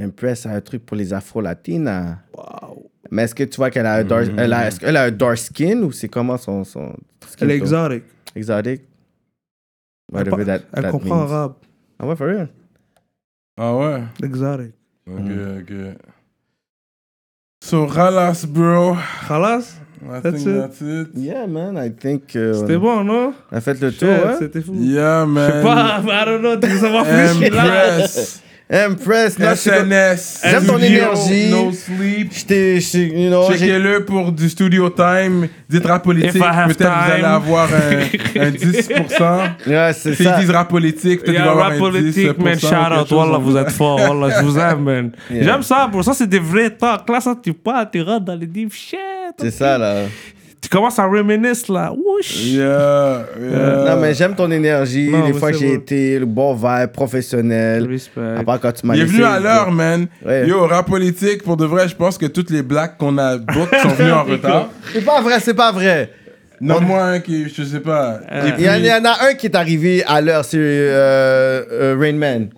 [SPEAKER 4] Impress a un truc pour les afro-latines. hein.
[SPEAKER 5] Wow.
[SPEAKER 4] Mais est-ce que tu vois qu'elle a, un dark- elle a- est-ce qu'elle a un dark skin ou c'est comment son, son skin
[SPEAKER 5] Elle est
[SPEAKER 4] tone?
[SPEAKER 5] exotic.
[SPEAKER 4] Exotic?
[SPEAKER 5] Elle,
[SPEAKER 4] Whatever
[SPEAKER 5] pa-
[SPEAKER 4] that,
[SPEAKER 5] elle
[SPEAKER 4] that
[SPEAKER 5] comprend
[SPEAKER 4] means.
[SPEAKER 5] arabe.
[SPEAKER 4] Ah ouais, for real?
[SPEAKER 3] Ah ouais?
[SPEAKER 5] Exotic.
[SPEAKER 3] Ok,
[SPEAKER 4] Mm.
[SPEAKER 3] ok. So, Ralas, bro.
[SPEAKER 5] Khalas,
[SPEAKER 3] I
[SPEAKER 5] That's
[SPEAKER 3] think
[SPEAKER 5] it.
[SPEAKER 3] that's it.
[SPEAKER 4] Yeah, man, I think... euh,
[SPEAKER 5] c'était bon, non?
[SPEAKER 4] On a fait le tour,
[SPEAKER 5] Shit,
[SPEAKER 4] hein?
[SPEAKER 5] C'était fou.
[SPEAKER 3] Yeah, man.
[SPEAKER 5] Je sais pas, I don't know, tu veux savoir plus, je suis là.
[SPEAKER 3] Impress.
[SPEAKER 4] Impress, là, je suis comme-
[SPEAKER 3] SNS.
[SPEAKER 4] J'aime ton
[SPEAKER 3] Studio,
[SPEAKER 4] énergie.
[SPEAKER 3] No sleep.
[SPEAKER 4] je t'ai- je- you know, j'ai-
[SPEAKER 3] Checkez-le pour du studio time. Dites rap politique.
[SPEAKER 5] If I have
[SPEAKER 3] Peut-être vous allez
[SPEAKER 5] time.
[SPEAKER 3] avoir un, un 10%.
[SPEAKER 4] Ouais, c'est
[SPEAKER 3] S'ils
[SPEAKER 4] ça.
[SPEAKER 3] disent rap politique, peut-être qu'il va avoir un 10%. ou quelque chose. hein.
[SPEAKER 5] êtes fort, Wallah, je vous aime, man.
[SPEAKER 4] Yeah.
[SPEAKER 5] ça, bro, ça c'est des vrais talks. Là, ça, tu parles, tu rentres dans les deep shit.
[SPEAKER 4] C'est ça, là.
[SPEAKER 5] Tu commences à reminisce, là. Wouch.
[SPEAKER 3] Yeah, yeah.
[SPEAKER 4] Euh, Non, mais j'aime ton énergie.
[SPEAKER 5] Non,
[SPEAKER 4] les
[SPEAKER 5] mais
[SPEAKER 4] fois que
[SPEAKER 5] c'est
[SPEAKER 4] j'ai
[SPEAKER 5] bon.
[SPEAKER 4] été, le bon vibe, professionnel.
[SPEAKER 5] Respect.
[SPEAKER 4] À part quand tu m'as
[SPEAKER 3] Il est
[SPEAKER 4] laissé-
[SPEAKER 3] venu à l'heure, man.
[SPEAKER 4] Ouais.
[SPEAKER 3] Yo, rap politique, pour de vrai, je pense que toutes les blacks qu'on a booked sont venus en retard.
[SPEAKER 4] C'est pas vrai, c'est pas vrai.
[SPEAKER 3] Non, moi, un qui, je sais pas.
[SPEAKER 5] Euh.
[SPEAKER 3] Et
[SPEAKER 4] Il y, en, il
[SPEAKER 3] puis-
[SPEAKER 4] y en a un qui est arrivé à l'heure, c'est euh, euh, Rain Man.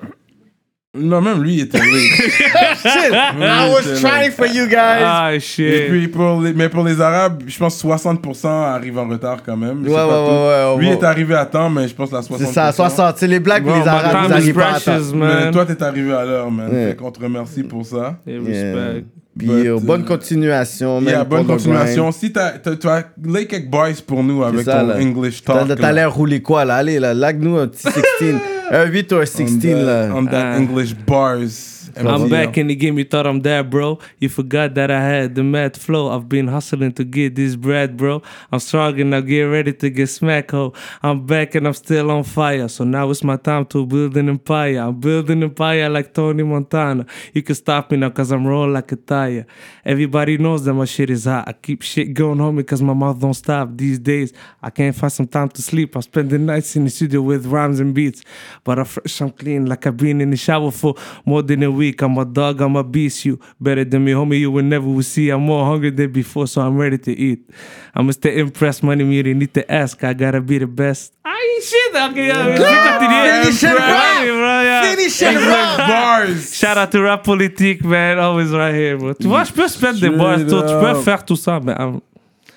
[SPEAKER 3] Non, même lui, il était late.
[SPEAKER 4] Shit, I was trying for you guys.
[SPEAKER 5] Ah,
[SPEAKER 3] Et
[SPEAKER 5] shit.
[SPEAKER 3] puis, pour les, mais pour les Arabes, je pense 60% arrivent en retard quand même. Je sais
[SPEAKER 4] Ouais,
[SPEAKER 3] pas
[SPEAKER 4] ouais,
[SPEAKER 3] tout.
[SPEAKER 4] ouais, ouais, on
[SPEAKER 3] Lui
[SPEAKER 4] va-
[SPEAKER 3] est arrivé à temps, mais je pense la 60%.
[SPEAKER 4] C'est ça, 60. C'est les blacks
[SPEAKER 5] Bro,
[SPEAKER 4] et les
[SPEAKER 5] my
[SPEAKER 4] arabes, ils
[SPEAKER 5] time is
[SPEAKER 4] arrivent pas à temps.
[SPEAKER 5] precious,
[SPEAKER 3] Mais
[SPEAKER 5] man.
[SPEAKER 3] toi, t'es arrivé à l'heure, man.
[SPEAKER 4] Ouais.
[SPEAKER 3] Fait qu'on te remercie pour ça.
[SPEAKER 5] Et
[SPEAKER 4] Yeah.
[SPEAKER 5] respect.
[SPEAKER 4] Puis
[SPEAKER 3] But,
[SPEAKER 4] euh,
[SPEAKER 3] euh,
[SPEAKER 4] bonne continuation, man.
[SPEAKER 3] Yeah, bonne
[SPEAKER 4] pour le grind.
[SPEAKER 3] continuation. Si t'as, t'as, tu as lay quelques boys pour nous avec
[SPEAKER 4] ça,
[SPEAKER 3] ton
[SPEAKER 4] là.
[SPEAKER 3] English
[SPEAKER 4] T'as
[SPEAKER 3] talk.
[SPEAKER 4] t'as
[SPEAKER 3] là.
[SPEAKER 4] l'air roulé quoi, là? Allez, là, lag-nous un petit 16. Un 8 ou un 16,
[SPEAKER 3] on that,
[SPEAKER 4] là.
[SPEAKER 3] on that
[SPEAKER 5] Ah.
[SPEAKER 3] English bars. hein.
[SPEAKER 5] I'm
[SPEAKER 3] MTL.
[SPEAKER 5] back in the game. You thought I'm dead, bro. You forgot that I had the mad flow. I've been hustling to get this bread, bro. I'm strong and now get ready to get smack ho. I'm back and I'm still on fire. So now it's my time to build an empire. I'm building empire like Tony Montana. You can stop me now cause I'm roll like a tire. Everybody knows that my shit is hot. I keep shit going homie cause my mouth don't stop. These days I can't find some time to sleep. I spend the nights in the studio with rhymes and beats. But I'm fresh, I'm clean, like I've been in the shower for more than a week. I'm a dog, I'm a beast. You better than me, homie. You will never will see. I'm more hungry than before, so I'm ready to eat. I'm Mr. Impress, money meter. Need to ask. I gotta be the best. I ain't shit. Ok, yeah, je vais continuer.
[SPEAKER 4] Finish it,
[SPEAKER 5] Ouais,
[SPEAKER 4] bro.
[SPEAKER 5] bro, yeah.
[SPEAKER 4] Finish it,
[SPEAKER 3] Exact
[SPEAKER 4] bro.
[SPEAKER 3] bars.
[SPEAKER 5] Shout out to Rap Politique, man. Always right here, bro. Tu vois, je peux se mettre des
[SPEAKER 3] Straight
[SPEAKER 5] bars, tout. Tu peux
[SPEAKER 3] up.
[SPEAKER 5] faire tout ça, mais. um,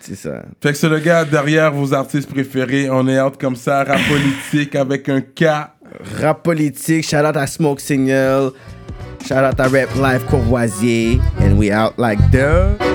[SPEAKER 4] C'est ça.
[SPEAKER 3] Fait que c'est le gars derrière vos artistes préférés. On est out comme ça, rap politique avec un K.
[SPEAKER 4] Rap politique, shout out à Smoke Signal, shout out à Rap Life Courvoisier, and we out like the.